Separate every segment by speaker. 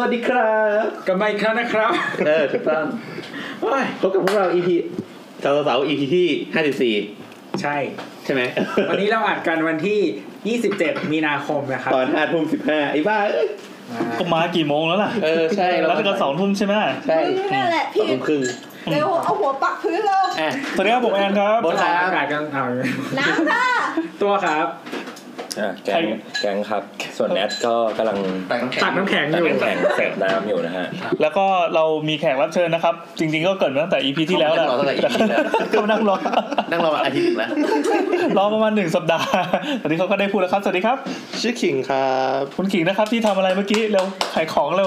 Speaker 1: วัสดีครับ
Speaker 2: กลับมาอีกครั้งนะครับ
Speaker 1: เออถูกต้อง
Speaker 2: เฮ้ย
Speaker 1: พบกับพวกเรา EP สาวสาว EP ที่ห้าสิบสี่
Speaker 2: ใช่
Speaker 1: ใช่ไหม
Speaker 2: วันนี้เราอัดกันวันที่ 27 มีนาคมนะครับ
Speaker 1: ตอนห้าทุ่มสิบห้าไอ้บ้าเอ้ย
Speaker 3: ก็มากี่โมงแล้วล่ะ
Speaker 1: เออใช่
Speaker 3: แล้วก็สองทุ่มใช่ไหม
Speaker 1: ใช่
Speaker 4: นั่นแหละ
Speaker 1: สอ
Speaker 4: พี่
Speaker 1: งทุ่มครึ่ง
Speaker 4: เร็วเอาหัวปักพื้นเลย
Speaker 1: อ่ะ
Speaker 3: สวัสดีครับผมแอนครับ
Speaker 1: โบ๊ท
Speaker 2: สถานอากาศกันเอา
Speaker 4: น้ำค่ะ
Speaker 2: ตัวครับ
Speaker 5: อ่ะแกง
Speaker 3: ใคร
Speaker 5: แกงครับ ส่วนแอดก็กำลัง
Speaker 2: ตักน้ำแข็งอยู่
Speaker 5: น้ำแข็งเสิร์ฟน้ำอยู่นะฮะ
Speaker 3: แล้วก็เรามีแขกรับเชิญนะครับ จริง ๆ ก็เกริดมาตั้งแต่ EP ที่แล้วแหละ
Speaker 1: เข้ามานั่งรอตั้งแต่ EP แล้วนั่ง
Speaker 3: เขามานั่งรอ
Speaker 1: รอมาอาทิตย์หนึ่งแล้ว
Speaker 3: รอประมาณหนึ่งสัปดาห์ตอนนี้เขาก็ได้พูดแล้วครับ สวัสดีครับ
Speaker 1: ชื่อขิงครับ
Speaker 3: คุณขิงนะครับที่ทำอะไรเมื่อกี้เราขายของเรา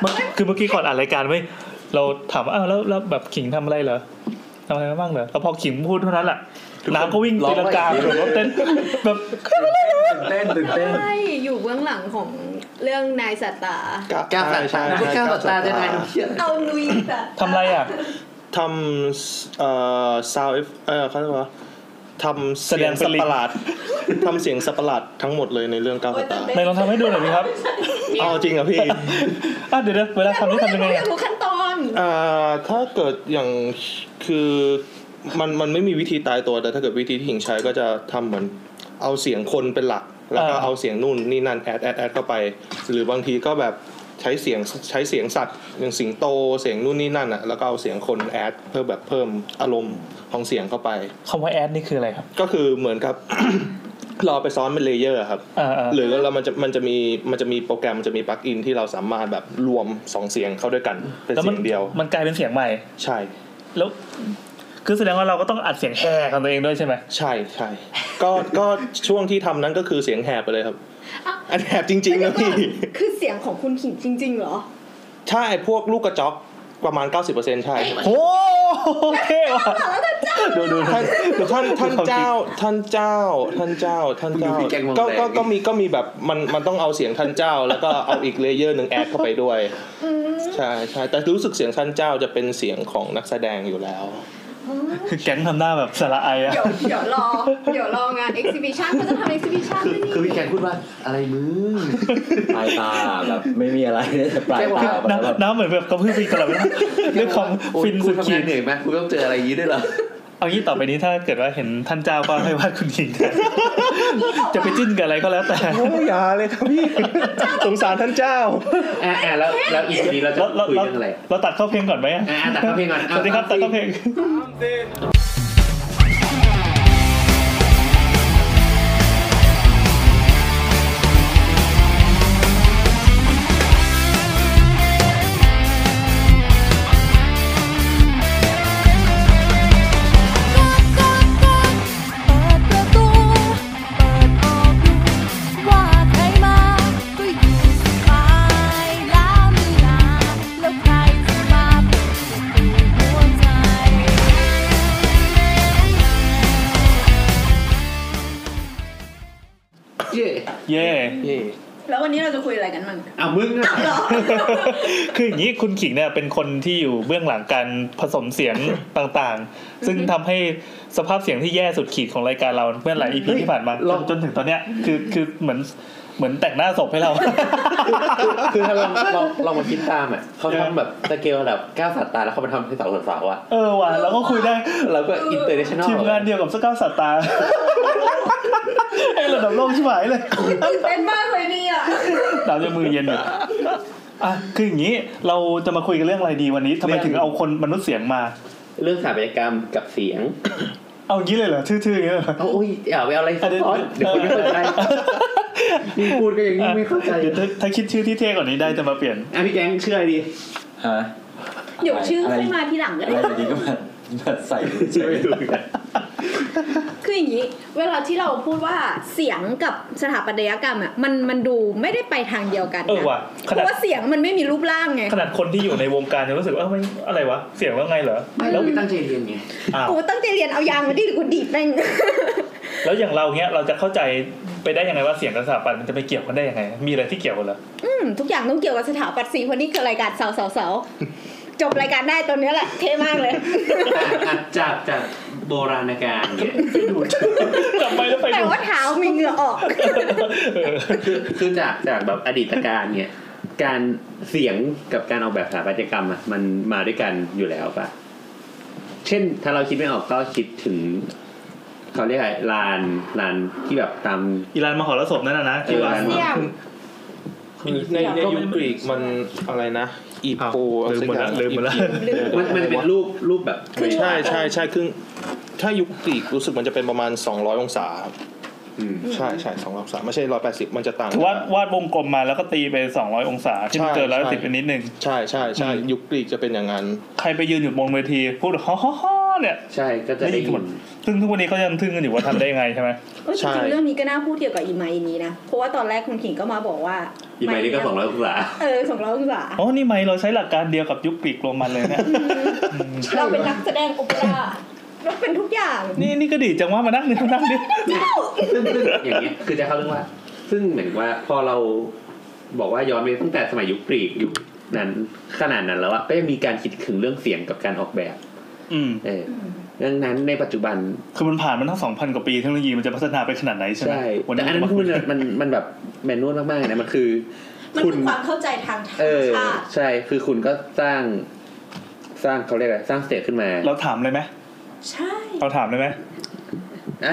Speaker 3: เมื่อคือเมื่อกี้ก่อนอัดรายการไว้ยเราถามว่าอ้าวแล้วแล้วแบบขิงทำอะไรเหรอทำอะไรมาบ้างเหรอแล้วพอขิงพูดเท่านั้นแหละน้ำก็วิ่งตีลังกาแบบรถเต้นแบบ
Speaker 2: ตื่นเต้นตื่นเต้น
Speaker 4: ใช่อยู่เบื้องหลังของเรื่องนายสัตตา
Speaker 1: ก้าวสัตว์ตาก้าวสัตว์ตาได้ไหมเชี่ย
Speaker 4: เอานุยสัต
Speaker 3: ทำอะไรอ่ะ
Speaker 6: ทำเอ่อซาวเอ่อเขาเรียกว่าทำ
Speaker 3: แสดงส
Speaker 6: สั
Speaker 3: ลิง
Speaker 6: ปประหลาดทำเสียงสัปประหลาดทั้งหมดเลยในเรื่องกาฟตา
Speaker 3: ไหนลองทำให้ดูหน่อยดิครับ
Speaker 6: เอาจริงเหรอพี่
Speaker 3: อ่ะเดี๋ยวนะเวลาทำนี่ทำยังไง
Speaker 4: อยา
Speaker 3: อะ
Speaker 4: กรู้ขั้นตอน
Speaker 6: เอ่อถ้าเกิดอย่างคือมันมันไม่มีวิธีตายตัวแต่ถ้าเกิดวิธีที่หญิงใช้ก็จะทำเหมือนเอาเสียงคนเป็นหลัก แล้วก็เอาเสียงนู่นนี่นั่นแอดแอดแอดเข้าไป หรือบางทีก็แบบใช้เสียงใช้เสียงสัตว์อย่างสิงโตเสียงนู่นนี่นั่นอ่ะแล้วก็เอาเสียงคนแอดเพื่อแบบเพิ่มอารมณ์ของเสียงเข้าไป
Speaker 3: คำว่าแอดนี่คืออะไรครับ
Speaker 6: ก็คือเหมือนกับ เราไปซ้อนเป็นเลเยอร์ครับ
Speaker 3: อ่า
Speaker 6: หรือเรามันจะมันจะมีมันจะมีโปรแกรมมันจะมีปลั๊กอินที่เราสามารถแบบรวมสองเสียงเข้าด้วยกัน เป็น
Speaker 3: แล้วมั
Speaker 6: เสียงเดียว
Speaker 3: มันกลายเป็นเสียงใหม่
Speaker 6: ใช่
Speaker 3: แล้ว คือแสดงว่าเราก็ต้องอัดเสียงแฮของตัวเองด้วยใช่ไหม
Speaker 6: ใช่ใช่ก็ก็ช่วงที่ทำนั้นก็คือเสียงแหบไปเลยครับ อันแหบจริงๆนะพี่
Speaker 4: คือเสียงของคุณขิงจริง ๆ เหรอ
Speaker 6: ใช่พวกลูกกระจอกประมาณ 90%ใช่
Speaker 3: โอ้โอเคว่ะดูดู
Speaker 6: ท่านท่านท่านเจ้าท่านเจ้าท่านเจ้าท่านเจ้าก็ก็ก็มีก็มีแบบมันมันต้องเอาเสียงท่านเจ้า แล้วก็เอาอีกเลเยอร์หนึ่งแอดเข้าไปด้วย
Speaker 4: อืม
Speaker 6: ใช่ใช่แต่รู้สึกเสียงท่านเจ้าจะเป็นเสียงของนักแสดงอยู่แล้ว
Speaker 3: คือแก๊งทำหน้าแบบสระไออะ
Speaker 4: เดี๋ยวเดี๋ยวรอ เดี๋ยวรองาน exhibition เขาจะทำ exhibition
Speaker 1: คือ
Speaker 4: ด้วยนี่
Speaker 1: คือพี่แกงพูดว่าอะไรมึง
Speaker 5: ปลายตาแบบ ไม่มีอะไรปลายตาแบบ
Speaker 3: น้ำน้ำเหมือนแบบกระเพื่อมไปตลอดเวลาด้วยความ
Speaker 1: โอ้ย
Speaker 3: ฟินสุด
Speaker 1: คุณทำ
Speaker 3: ขี
Speaker 1: งา
Speaker 3: ด
Speaker 1: เหนื่อยไหมคุณต้องเจออะไรอย่างนี้ด้วยเหรอ
Speaker 3: เอางี้ต่อไปนี้ถ้าเกิดว่าเห็นท่านเจ้าก็ให้วาดคุณหญิงแท นจะไปจิ้นกับอะไรก็แล้วแต่
Speaker 6: โอ้ยอย่าเลยครับพี่ สงสารท่านเจ้า
Speaker 1: อ่ะอ่ะแล้วแล้วอีกทีเราจะ
Speaker 3: เราเรา
Speaker 1: คุย
Speaker 3: เรา
Speaker 1: เรื่องอะไร
Speaker 3: เราตัดเข้าเพลงก่อนไหมอะ
Speaker 1: อ่ะตัดเข้าเพลงก่อนเอา
Speaker 3: สวัสดีครับ ตัด
Speaker 1: เอาสิ
Speaker 3: เข้าเพลง
Speaker 1: เย่
Speaker 3: เย่
Speaker 4: แล้ววันนี้เราจะคุยอะไรกันมั่ง
Speaker 1: อ่ะมึงอ่ะ
Speaker 3: คืออย่างนี้คุณขิงเนี่ยเป็นคนที่อยู่เบื้องหลังการผสมเสียงต่างๆ ซึ่งทำให้สภาพเสียงที่แย่สุดขีดของรายการเราเมื่อหลายอีพีที่ผ่านมาจนจนถึงตอนเนี้ยคือคือเหมือนเหมือนแต่งหน้าศพให้เรา
Speaker 1: คือถ้าเราเราเรามาคิดตามอ่ะเขาทำแบบสเกลระดับก้าวสัตว์ตาแล้วเขาไปทำให้สาวสาวอ่ะ
Speaker 3: เออว่ะเราก็คุยได้
Speaker 1: เราก็อินเตอร์เนชั่นแนล
Speaker 3: ทีมงานเดียวกับสก้าวสตาร์ ไอ้ระดับโลกชิบหายเลย
Speaker 4: ตื่นเต้นมากเลยเนี่ย
Speaker 3: ดาวจะมือเย็นอยู่อ่ะคืออย่างนี้เราจะมาคุยกันเรื่องอะไรดีวันนี้ทำไมถึงเอาคนมนุษย์เสียงมา
Speaker 1: เรื่องสถาปัตยกรรมกับเสียง
Speaker 3: เอางี้เลยเหรอทื่อๆอย่างนี้เลยเหรอ
Speaker 1: เอาอุ้ยอย่าไปเอาอะไรซับซ้อนเดี๋ยวคนไม่เข้าใจนี่พูดก็อย่างนี้ไม่เข้าใจ
Speaker 3: เดี๋ยวถ้าถ้าคิดชื่อที่เท่กว่านี้ได้จะมาเปลี่ยน
Speaker 1: อ่ะพี่แกงเชื่อดี
Speaker 5: ฮะ
Speaker 4: เดี๋ยวชื่อ
Speaker 5: อะไร
Speaker 4: ค่อยมาทีหลังก็
Speaker 5: อะไร
Speaker 4: ได้
Speaker 5: อยู่ดีก็มามาใส่
Speaker 1: เชื่อไม่ถูกกัน
Speaker 4: คืออย่างนี้เวลาที่เราพูดว่าเสียงกับสถาปัตยกรรมอ่ะมันมันดูไม่ได้ไปทางเดียวกันน
Speaker 3: เออว่ะ
Speaker 4: เพ
Speaker 3: ขนาด
Speaker 4: ราะว่าเสียงมันไม่มีรูปร่างไง
Speaker 3: ขนาดคนที่อยู่ในวงการยังรู้สึกว่าเอ้าไม่อะไรวะ เสียงว่าไงเหรอ
Speaker 1: ไม่
Speaker 3: แล้
Speaker 1: เรา
Speaker 3: ว
Speaker 1: ไม่ตั้งใจเรียนไง
Speaker 3: อ้าว
Speaker 4: กูตั้งใจเรียนเอายางมาดิหรือกูดีดแม่ง
Speaker 3: แล้วอย่างเราเนี้ยเราจะเข้าใจไปได้ยังไงว่าเสียงกับสถาปัตย์มันจะไปเกี่ยวกันได้ยังไง มีอะไรที่เกี่ยวกันเหรอ
Speaker 4: อืมทุกอย่างต้องเกี่ยวกับสถาปัตย์สีเพราะนี่คือรายการเสาเสาเสาจบรายการได้ตอนนี้ยแหละเท่มากเลย
Speaker 1: อ่ะอ่ะจากจากโบราณกาลเนี่ย
Speaker 3: กลับไปแล้วไป
Speaker 4: แต่
Speaker 3: ดู
Speaker 4: ว่าเท้ามีเหงื่อออก
Speaker 3: เออ
Speaker 1: คือจากจากแบบอดีตการเนี่ย การเสียงกับการออกแบบสถาปัตยกรรมอะมันมาด้วยกันอยู่แล้วปะเช่นถ้าเราคิดไม่ออกก็คิดถึงเขาเรียกอะไรลานลานที่แบบตาม
Speaker 3: อีรานมหรสพนั่นนะนะที่ว่า
Speaker 1: เออ
Speaker 4: เสี่ยม
Speaker 6: คือในในยุคกรีกมันอะไรนะ อีโป
Speaker 3: อ้าวลืมหมดละลืมหมดละ
Speaker 1: มันมันเป็นรูปรูปแบบ
Speaker 4: คือ
Speaker 6: ใช่ใช่ใช่ครึ่งถ้ายุคกรีกรู้สึกมันจะเป็นประมาณ 200 องศาครับ
Speaker 1: อืม
Speaker 6: ใช่ใช่สองร้อยองศาไม่ใช่ 180 มันจะต่าง
Speaker 3: วาดวาดวงกลมมาแล้วก็ตีไปสองร้อยองศาที่มันเจอ
Speaker 6: ใช่
Speaker 3: ร้อย
Speaker 6: ใช่
Speaker 3: สิบไปนิดนึง
Speaker 6: ใช่ใช่ใช่
Speaker 3: อืม
Speaker 6: ยุคกรีกจะเป็นอย่างนั้น
Speaker 3: ใครไปยืนอยู่บนเวทีพูด ฮ่าฮ่าฮ่าเนี่ย
Speaker 1: ใช่ก็จะ
Speaker 3: ไม่
Speaker 1: ได้
Speaker 3: ได้
Speaker 1: ยิ
Speaker 3: ผล
Speaker 1: น
Speaker 3: ซึ่งทุกวันนี้ก็ยังทึ่งกันอยู่ว่าทำได้ยังไงใช่ไหม
Speaker 4: เออจ
Speaker 6: ใช่
Speaker 4: ริงๆเรื่องนี้ก็น่าพูดเกี่ยวกับอีไมล์นี้นะ เพราะว่าตอนแรกคุณขิงก็มาบอกว่า
Speaker 1: อีไมล์นี่ก็สองร้อยกว่า
Speaker 4: เออสองร้อยกว่า
Speaker 3: อ๋อ นี่ไหมเราใช้หลักการเดียวกับยุคกรีกโรมันเลยเนี่ย
Speaker 4: เราเป็นนักแสดงโอเปร่าเราเป็นทุกอย่าง
Speaker 3: นี่นี่ก็ดีจังว่ามานั่งดิมานั่งดิ
Speaker 1: ซึ่งซึ่งอย่างเงี้ยคือจะเข้าเรื่องว่า ซึ่งเหมือนว่าพอเราบอกว่าย้อนไปตั้งแต่สมัยยุคกรีกยุคนั้นขนาดนั้นแล้วอะก็ยังมีการคิดถึงเรื่องเสียงกับการออกแบบ
Speaker 3: อืม
Speaker 1: เออดังนั้นในปัจจุบัน
Speaker 3: คือมันผ่านมาทั้งสองพันกว่าปีเทคโนโลยีมันจะพัฒนาไปขนาดไหนใช่ไหม
Speaker 1: ใช่
Speaker 3: วัน
Speaker 1: แต่
Speaker 3: นี้
Speaker 1: อันนั้น
Speaker 3: มา
Speaker 1: คือ
Speaker 3: คุ
Speaker 1: มั
Speaker 3: ย
Speaker 1: นมันมันแบบแมนนวลมากๆนะมันคือ
Speaker 4: มันคือความเข้าใจทางธร
Speaker 1: เอ
Speaker 4: รม
Speaker 1: อ
Speaker 4: ชาติ
Speaker 1: ใช่คือคุณก็สร้าง สร้างเขาเรียกอะไรสร้างสเตจขึ้นมา
Speaker 3: เราถามเลยไหม
Speaker 4: ใช่
Speaker 3: เราถามเลยไหม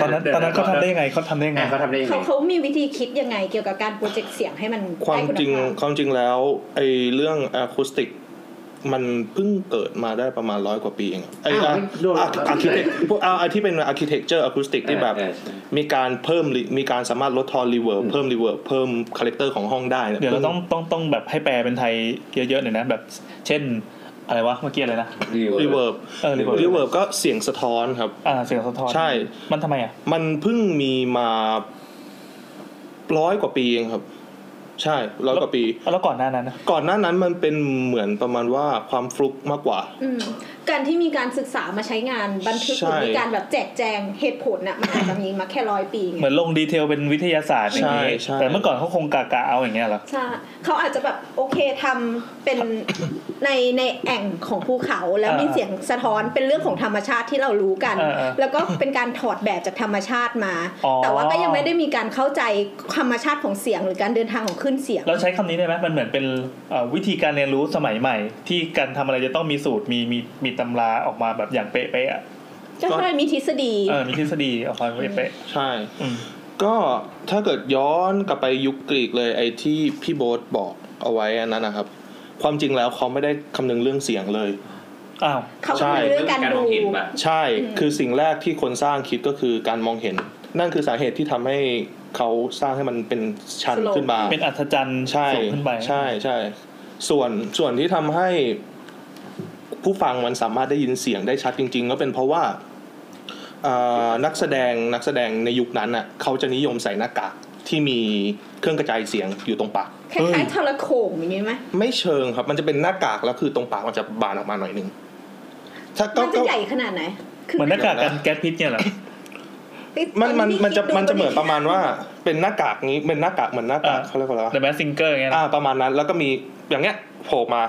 Speaker 3: ตอนนั้นตอนนั้นเขาทำได้ยังไงเขาทำได้ยังไง
Speaker 1: อ่ะเขาทำได้ยังไง
Speaker 4: เขาเขามีวิธีคิดยังไงเกี่ยวกับการโปรเจกต์เสียงให้มัน
Speaker 6: ความ
Speaker 4: ได้ณ
Speaker 6: จริง
Speaker 4: ภาพ
Speaker 6: ความจริงแล้วไอเรื่องอะคูสติก มันเพิ่งเกิดมาได้ประมาณร้อยกว่าปีเองอะไอ
Speaker 1: าวโดน
Speaker 6: อาร์คิเทคพวกอาที่เป็นอาร์คิเทคเจอร์อะคูสติกที่แบบ
Speaker 1: เออเออ
Speaker 6: มีการเพิ่ม re- มีการสามารถลดทอนรีเวิร์บเพิ่มรีเวิร์บเพิ่มคาแรคเตอร์ของห้องได้นี่
Speaker 3: เดี๋ยวเราต้องต้องต้องแบบให้แปลเป็นไทยเยอะๆหน่อยนะ แบบ เช่น อะไรวะเมื่อกี้อะไรนะ
Speaker 6: รีเวิร์บ
Speaker 3: เออ reverb
Speaker 6: รีเวิร์บก็เสียงสะท้อนครับ
Speaker 3: อ่าเสียงสะท้อน
Speaker 6: ใช่
Speaker 3: มันทำไมอ่ะ
Speaker 6: มันเพิ่งมีมาร้อยกว่าปีเองครับ ใช่ร้อยกว่าปี
Speaker 3: แล้วก่อนหน้านั้นนะ
Speaker 6: ก่อนหน้านั้นมันเป็นเหมือนประมาณว่าความฟลุกมากกว่า
Speaker 4: อืมการที่มีการศึกษามาใช้งานบันทึกห
Speaker 6: ใช่
Speaker 4: รือมีการแบบแจกแจงเหตุผลน่ะมันอาจจะมีมาแค่ร้อยปีไง
Speaker 3: เหมือนลงดีเทลเป็นวิทยาศาสตร์อย่างนี้
Speaker 6: ใช่ใช่
Speaker 3: แต่เมื่อก่อนเขาคงกะกะเอาอย่างเงี้ยเหรอ
Speaker 4: ใช่เขาอาจจะแบบโอเคทำเป็น ในในแอ่งของภูเขาแล้ว
Speaker 3: อ่ามี
Speaker 4: มีเสียงสะท้อนเป็นเรื่องของธรรมชาติที่เรารู้กัน
Speaker 3: อ่าอ่า
Speaker 4: แล้วก็เป็นการถอดแบบจากธรรมชาติมา
Speaker 3: อ๋อ
Speaker 4: แต่ว่าก็ยังไม่ได้มีการเข้าใจธรรมชาติของเสียงหรือการเดินทางของคลื่นเสียง
Speaker 3: เราใช้คำนี้ได้ไหมมันเหมือนเป็นเอ่อวิธีการเรียนรู้สมัยใหม่ ที่การทำอะไรจะต้องมีสูตรมีมีมีตำราออกมาแบบอย่างเป๊ะๆอะ
Speaker 4: ก็เท่าไรมีทฤษฎี
Speaker 3: เออมีทฤษฎีออกมาเป๊ะ
Speaker 6: ใช่
Speaker 3: ๆอืม
Speaker 6: ก็ถ้าเกิดย้อนกลับไปยุคกรีกเลยไอ้ที่พี่โบ๊ทบอกเอาไว้อันนั้นนะครับ ความจริงแล้วเขาไม่ได้คำนึงเรื่องเสียงเลย
Speaker 3: อ้าว
Speaker 4: เขาก็มีเรื่องการดู
Speaker 6: ใช่คือสิ่งแรกที่คนสร้างคิดก็คือการมองเห็น นั่นคือสาเหตุที่ทำให้เขาสร้างให้มันเป็นชั้นขึ้นมา
Speaker 3: เป็นอัศจรรย์
Speaker 6: ใช่
Speaker 3: สูงขึ้นไป
Speaker 6: ใช่ใช่ส่วนส่วนที่ทำให้ผู้ฟังมันสามารถได้ยินเสียงได้ชัดจริง ๆ ก็เป็นเพราะว่าเอ่อนักแสดงนักแสดงในยุคนั้นน่ะเขาจะนิยมใส่หน้ากากที่มีเครื่องกระจายเสียงอยู่ตรงปาก
Speaker 4: คล้ายๆทรโขงอย่างนี้ไหม
Speaker 6: ไม่เชิงครับ มันจะเป็นหน้ากากแล้วคือตรงปากมันจะบานออกมาหน่อยหนึงถ้าก็
Speaker 4: มันจะ
Speaker 6: ก็
Speaker 4: ใหญ่ขนาดไหนคือ
Speaker 3: เหมือนหน้ากากกันแก๊สพิษเนี่ยเหรอ
Speaker 6: มันมันมันจะ
Speaker 4: คิดดู
Speaker 6: มันจะเหมือน
Speaker 4: ดิ
Speaker 6: ประมาณว่าเป็นหน้ากากนี้เป็นหน้ากากเหมือนหน้ากาก
Speaker 3: อ่า
Speaker 6: เขาเรียกว่าอะไรวะ
Speaker 3: The Mask Singer อย่างเงี้ย
Speaker 6: อ่า
Speaker 3: นะ
Speaker 6: ประมาณนั้นแล้วก็มีอย่างเงี้ยโผล่มา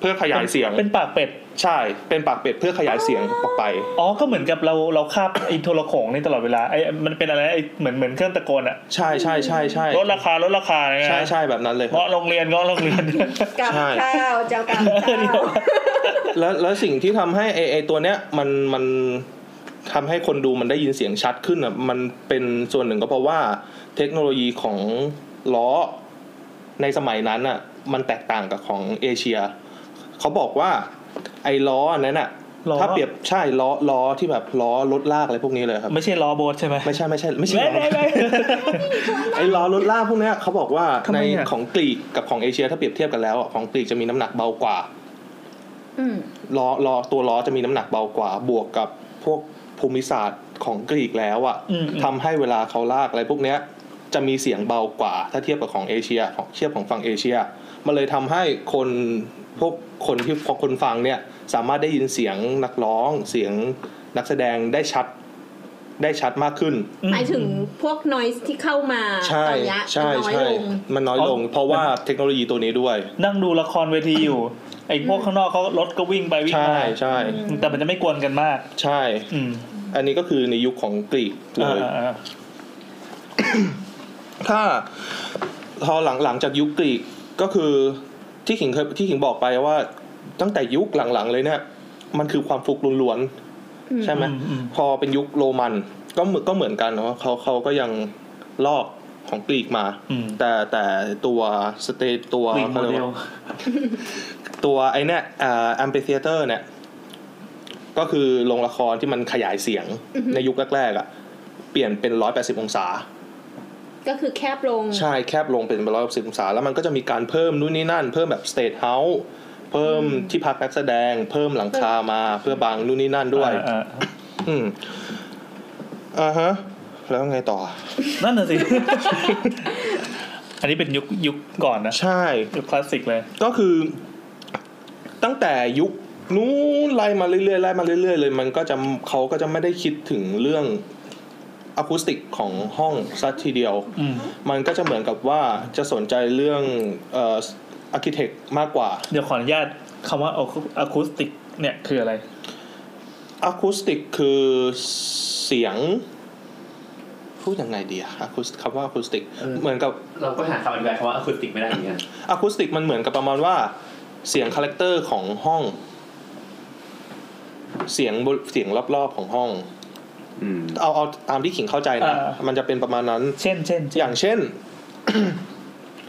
Speaker 6: เพื่อขยายเสียง
Speaker 3: เป็นปากเป็ด
Speaker 6: ใช่ เป็นปากเป็ดเพื่อขยายเสียงออกไป
Speaker 3: อ๋อ ก็เหมือนกับเราเราคาบ ไอ้โทรโขงนี่ตลอดเวลาไอ้มันเป็นอะไรนะไอ้เหมือนเหมือนเครื่องตะโกนอะ
Speaker 6: ใช่ใช่ใช่ใช่
Speaker 3: ลดราคาลดราคาอะไรเงี้ย
Speaker 6: ใช่
Speaker 3: นะ
Speaker 6: ใช่แบบนั้นเลยครับ
Speaker 3: เงาะโรงเรียนเงาะโรงเรียน
Speaker 4: กับ
Speaker 6: ใช่
Speaker 4: ข้าวเจ้ากับ
Speaker 3: เออเดี๋ยว
Speaker 4: ข้าว
Speaker 6: แล้วแล้วสิ่งที่ทำให้ไอไอตัวเนี้ยมันมันทำให้คนดูมันได้ยินเสียงชัดขึ้นอ่ะมันเป็นส่วนหนึ่งก็เพราะว่าเทคโนโลยีของล้อในสมัยนั้นอ่ะมันแตกต่างกับของเอเชีย เขาบอกว่าไอ้ล้ออันนั้นอ่ะ
Speaker 3: ล้อ
Speaker 6: ถ้าเปรียบใช่ล้อล้อที่แบบล้อรถลากอะไรพวกนี้เลยครับ
Speaker 3: ไม่ใช่ล้อโบทใช่ไหม
Speaker 6: ไม่ใช่ไม่ใช่ไม่ใช่
Speaker 3: ไม่
Speaker 6: ล้อ
Speaker 3: ไม่ไม่
Speaker 6: ไอ้ล้อรถลากพวกเนี้ยเขาบอกว่า
Speaker 3: ทำไม
Speaker 6: ใน
Speaker 3: อะ
Speaker 6: ของกรีกกับของเอเชียถ้าเปรียบเทียบกันแล้วอะของกรีกจะมีน้ำหนักเบากว่า
Speaker 4: อืม
Speaker 6: ล้อล้อตัวล้อจะมีน้ำหนักเบากว่า บวกกับพวกภูมิศาสตร์ของกรีกแล้วอ่ะ
Speaker 3: อืม
Speaker 6: ทำให้เวลาเขาลากอะไรพวกเนี้ยจะมีเสียงเบากว่า ถ้าเทียบกับของเอเชียของเทียบของฝั่งเอเชียมันเลยทำให้คนพวกคนที่พวกคนฟังเนี่ยสามารถได้ยินเสียงนักร้อง เสียงนักแสดงได้ชัดได้ชัดมากขึ้น
Speaker 4: หมายถึงพวก noise ที่เข้ามา
Speaker 6: ใช่
Speaker 4: ตอนเนี้ย
Speaker 6: ใช่
Speaker 4: น้อย
Speaker 6: ใช่
Speaker 4: ลง
Speaker 6: มันน้อยลง
Speaker 3: อ๋อ
Speaker 6: เพราะว่าเทคโนโลยีตัวนี้ด้วย
Speaker 3: นั่งดูละครเวทีอยู่ ไอ้พวกข้างนอกเขารถก็วิ่งไปวิ่ง
Speaker 6: ใช่
Speaker 3: มา
Speaker 6: ใช่
Speaker 3: แต่มันจะไม่กวนกันมาก
Speaker 6: ใช่
Speaker 3: อืม
Speaker 6: อันนี้ก็คือในยุคของกรีกเล
Speaker 3: อ่าย อ่าอ่า
Speaker 6: ถ้าพอหลังหลังจากยุคกรีก ก็คือที่ขิงเคยที่ขิงบอกไปว่าตั้งแต่ยุคหลังๆเลยเนี่ยมันคือความฟุกล้วนๆใช่ไหม
Speaker 3: อืมอืม
Speaker 6: พอเป็นยุคโรมันก็เหมือนก็เหมือนกันนะว่าเขาเขาก็ยังลอกของกรีกมา
Speaker 3: อืม
Speaker 6: แต่แต่ตัวสเตจตัว
Speaker 3: กลิ่นโม
Speaker 6: ขา
Speaker 3: เด
Speaker 6: รียก
Speaker 3: ล
Speaker 6: ว่า ตัวไอเนี่ยแอมเปเซียเตอร์เนี่ย ก็คือโรงละครที่มันขยายเสียงในยุคแรกๆอ่ะ เปลี่ยนเป็น 180 องศา
Speaker 4: ก็คือแคบลง
Speaker 6: ใช่แคบลงเป็น 180 องศา แล้วมันก็จะมีการเพิ่มนู่นนี่นั่น เพิ่มแบบสเตทเฮาส์เพิ่มที่พักนักแสดง เพิ่มหลังคามาเพื่อบังนู่นนี่นั่นด้วย
Speaker 3: อ่า
Speaker 6: อืมอ่าฮะ แล้วไงต่อ
Speaker 3: ๆนั่นน่ะสิ อันนี้เป็นยุคยุคก่อนนะ
Speaker 6: ใช่
Speaker 3: ยุคคลาสสิกเลย
Speaker 6: ก็คือตั้งแต่ยุคนู้นไล่มาเรื่อยๆไล่มาเรื่อยๆเลยมันก็จะเขาก็จะไม่ได้คิดถึงเรื่องอะคูสติกของห้องซะทีเดียว
Speaker 3: อืม
Speaker 6: มันก็จะเหมือนกับว่าจะสนใจเรื่องเอ่ออาร์เคเต็กมากกว่า
Speaker 3: เดี๋ยวขออนุญาตคำว่าอะคูสติกเนี่ยคืออะไร
Speaker 6: อะคูสติกคือเสียง พูดยังไงดีอะ acoustic คำว่าอะคูสติก
Speaker 1: เออ
Speaker 6: เหมือนกับ
Speaker 1: เราก็หาคำอธิบายคำว่าอะคูสติกไม่ได้เหมือนกัน
Speaker 6: อะคูสติกมันเหมือนกับประมาณว่าเสียงคาแรคเตอร์ของห้อง เสียงบนเสียงรอบๆของห้อง
Speaker 1: อืม
Speaker 6: เอาเอาตามที่ขิงเข้าใจนะ
Speaker 3: อ่า
Speaker 6: มันจะเป็นประมาณนั้น
Speaker 3: เช่นเช่น
Speaker 6: อย่างเช่น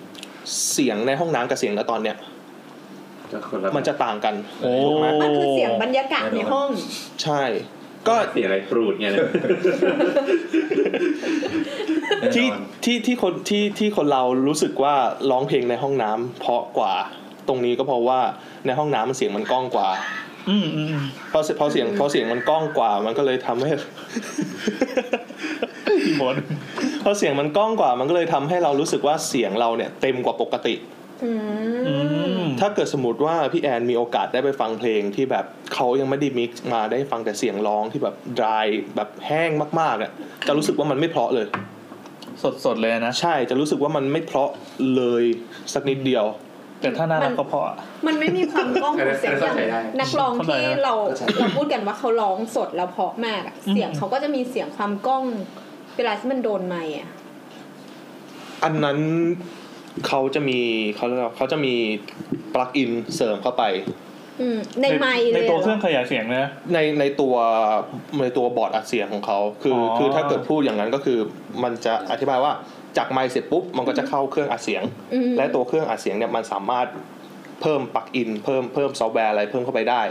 Speaker 6: เสียงในห้องน้ำกับเสียงณตอนเนี้ยมันจะต่างกัน
Speaker 3: โอ้
Speaker 6: ถูกไหม
Speaker 4: มันคือเสียงบรรยากาศในห้อง
Speaker 6: ใช่ ก็
Speaker 1: เสียงอะไรปรูดไงเนี่ย
Speaker 6: ที่ที่ที่คนที่ที่คนเรารู้สึกว่าร้องเพลงในห้องน้ำเพราะกว่า ตรงนี้ก็เพราะว่าในห้องน้ำมันเสียงมันก้องกว่า
Speaker 3: อืมอืมอืม
Speaker 6: พอเสียพอเสียงพอเสียงมันก้องกว่า มันก็เลยทำให้
Speaker 3: พี่บอล
Speaker 6: พอเสียงมันก้องกว่า มันก็เลยทำให้เรารู้สึกว่าเสียงเราเนี่ยเต็มกว่าปกติ
Speaker 4: อืม
Speaker 3: อืม
Speaker 6: ถ้าเกิดสมมติว่าพี่แอนมีโอกาสได้ไปฟังเพลงที่แบบเขายังไม่ได้มิกซ์มาได้ฟังแต่เสียงร้องที่แบบ dry แบบแห้งมากๆอ่ะจะรู้สึกว่ามันไม่เพราะเลย
Speaker 3: สดสดๆเลยนะ
Speaker 6: ใช่จะรู้สึกว่ามันไม่เพราะเลยสักนิดเดียว
Speaker 3: แต่ถ้าน่ารักก็พอ
Speaker 4: มันไม่มีความก้องของเสียงอย่างนักร้องที่เราเราพูดกันว่าเขาร้องสดแล้วเพราะมากอะ
Speaker 3: อืม
Speaker 4: เสียงเขาก็จะมีเสียงความก้องเวลาที่มันโดนไมค์อะ
Speaker 6: อันนั้นเขาจะมีเขาเรียกว่าเขาจะมีปลั๊กอินเสริมเข้าไป
Speaker 4: อืมในไมค์
Speaker 3: ใน
Speaker 4: เลย
Speaker 3: ตัว
Speaker 4: ห
Speaker 3: เครื่องขยายเสียงนะ
Speaker 6: ในในตัวในตัวบอร์ดอัดเสียงของเขาคืออ
Speaker 3: อ
Speaker 6: คือถ้าเกิดพูดอย่างนั้นก็คือมันจะอธิบายว่าจากไมค์เสร็จปุ๊บมันก็จะเข้าเครื่องอัดเสียง
Speaker 4: อืม
Speaker 6: และตัวเครื่องอัดเสียงเนี่ยมันสามารถเพิ่มปลั๊กอินเพิ่มเพิ่มซอฟต์แวร์อะไรเพิ่มเข้าไปได้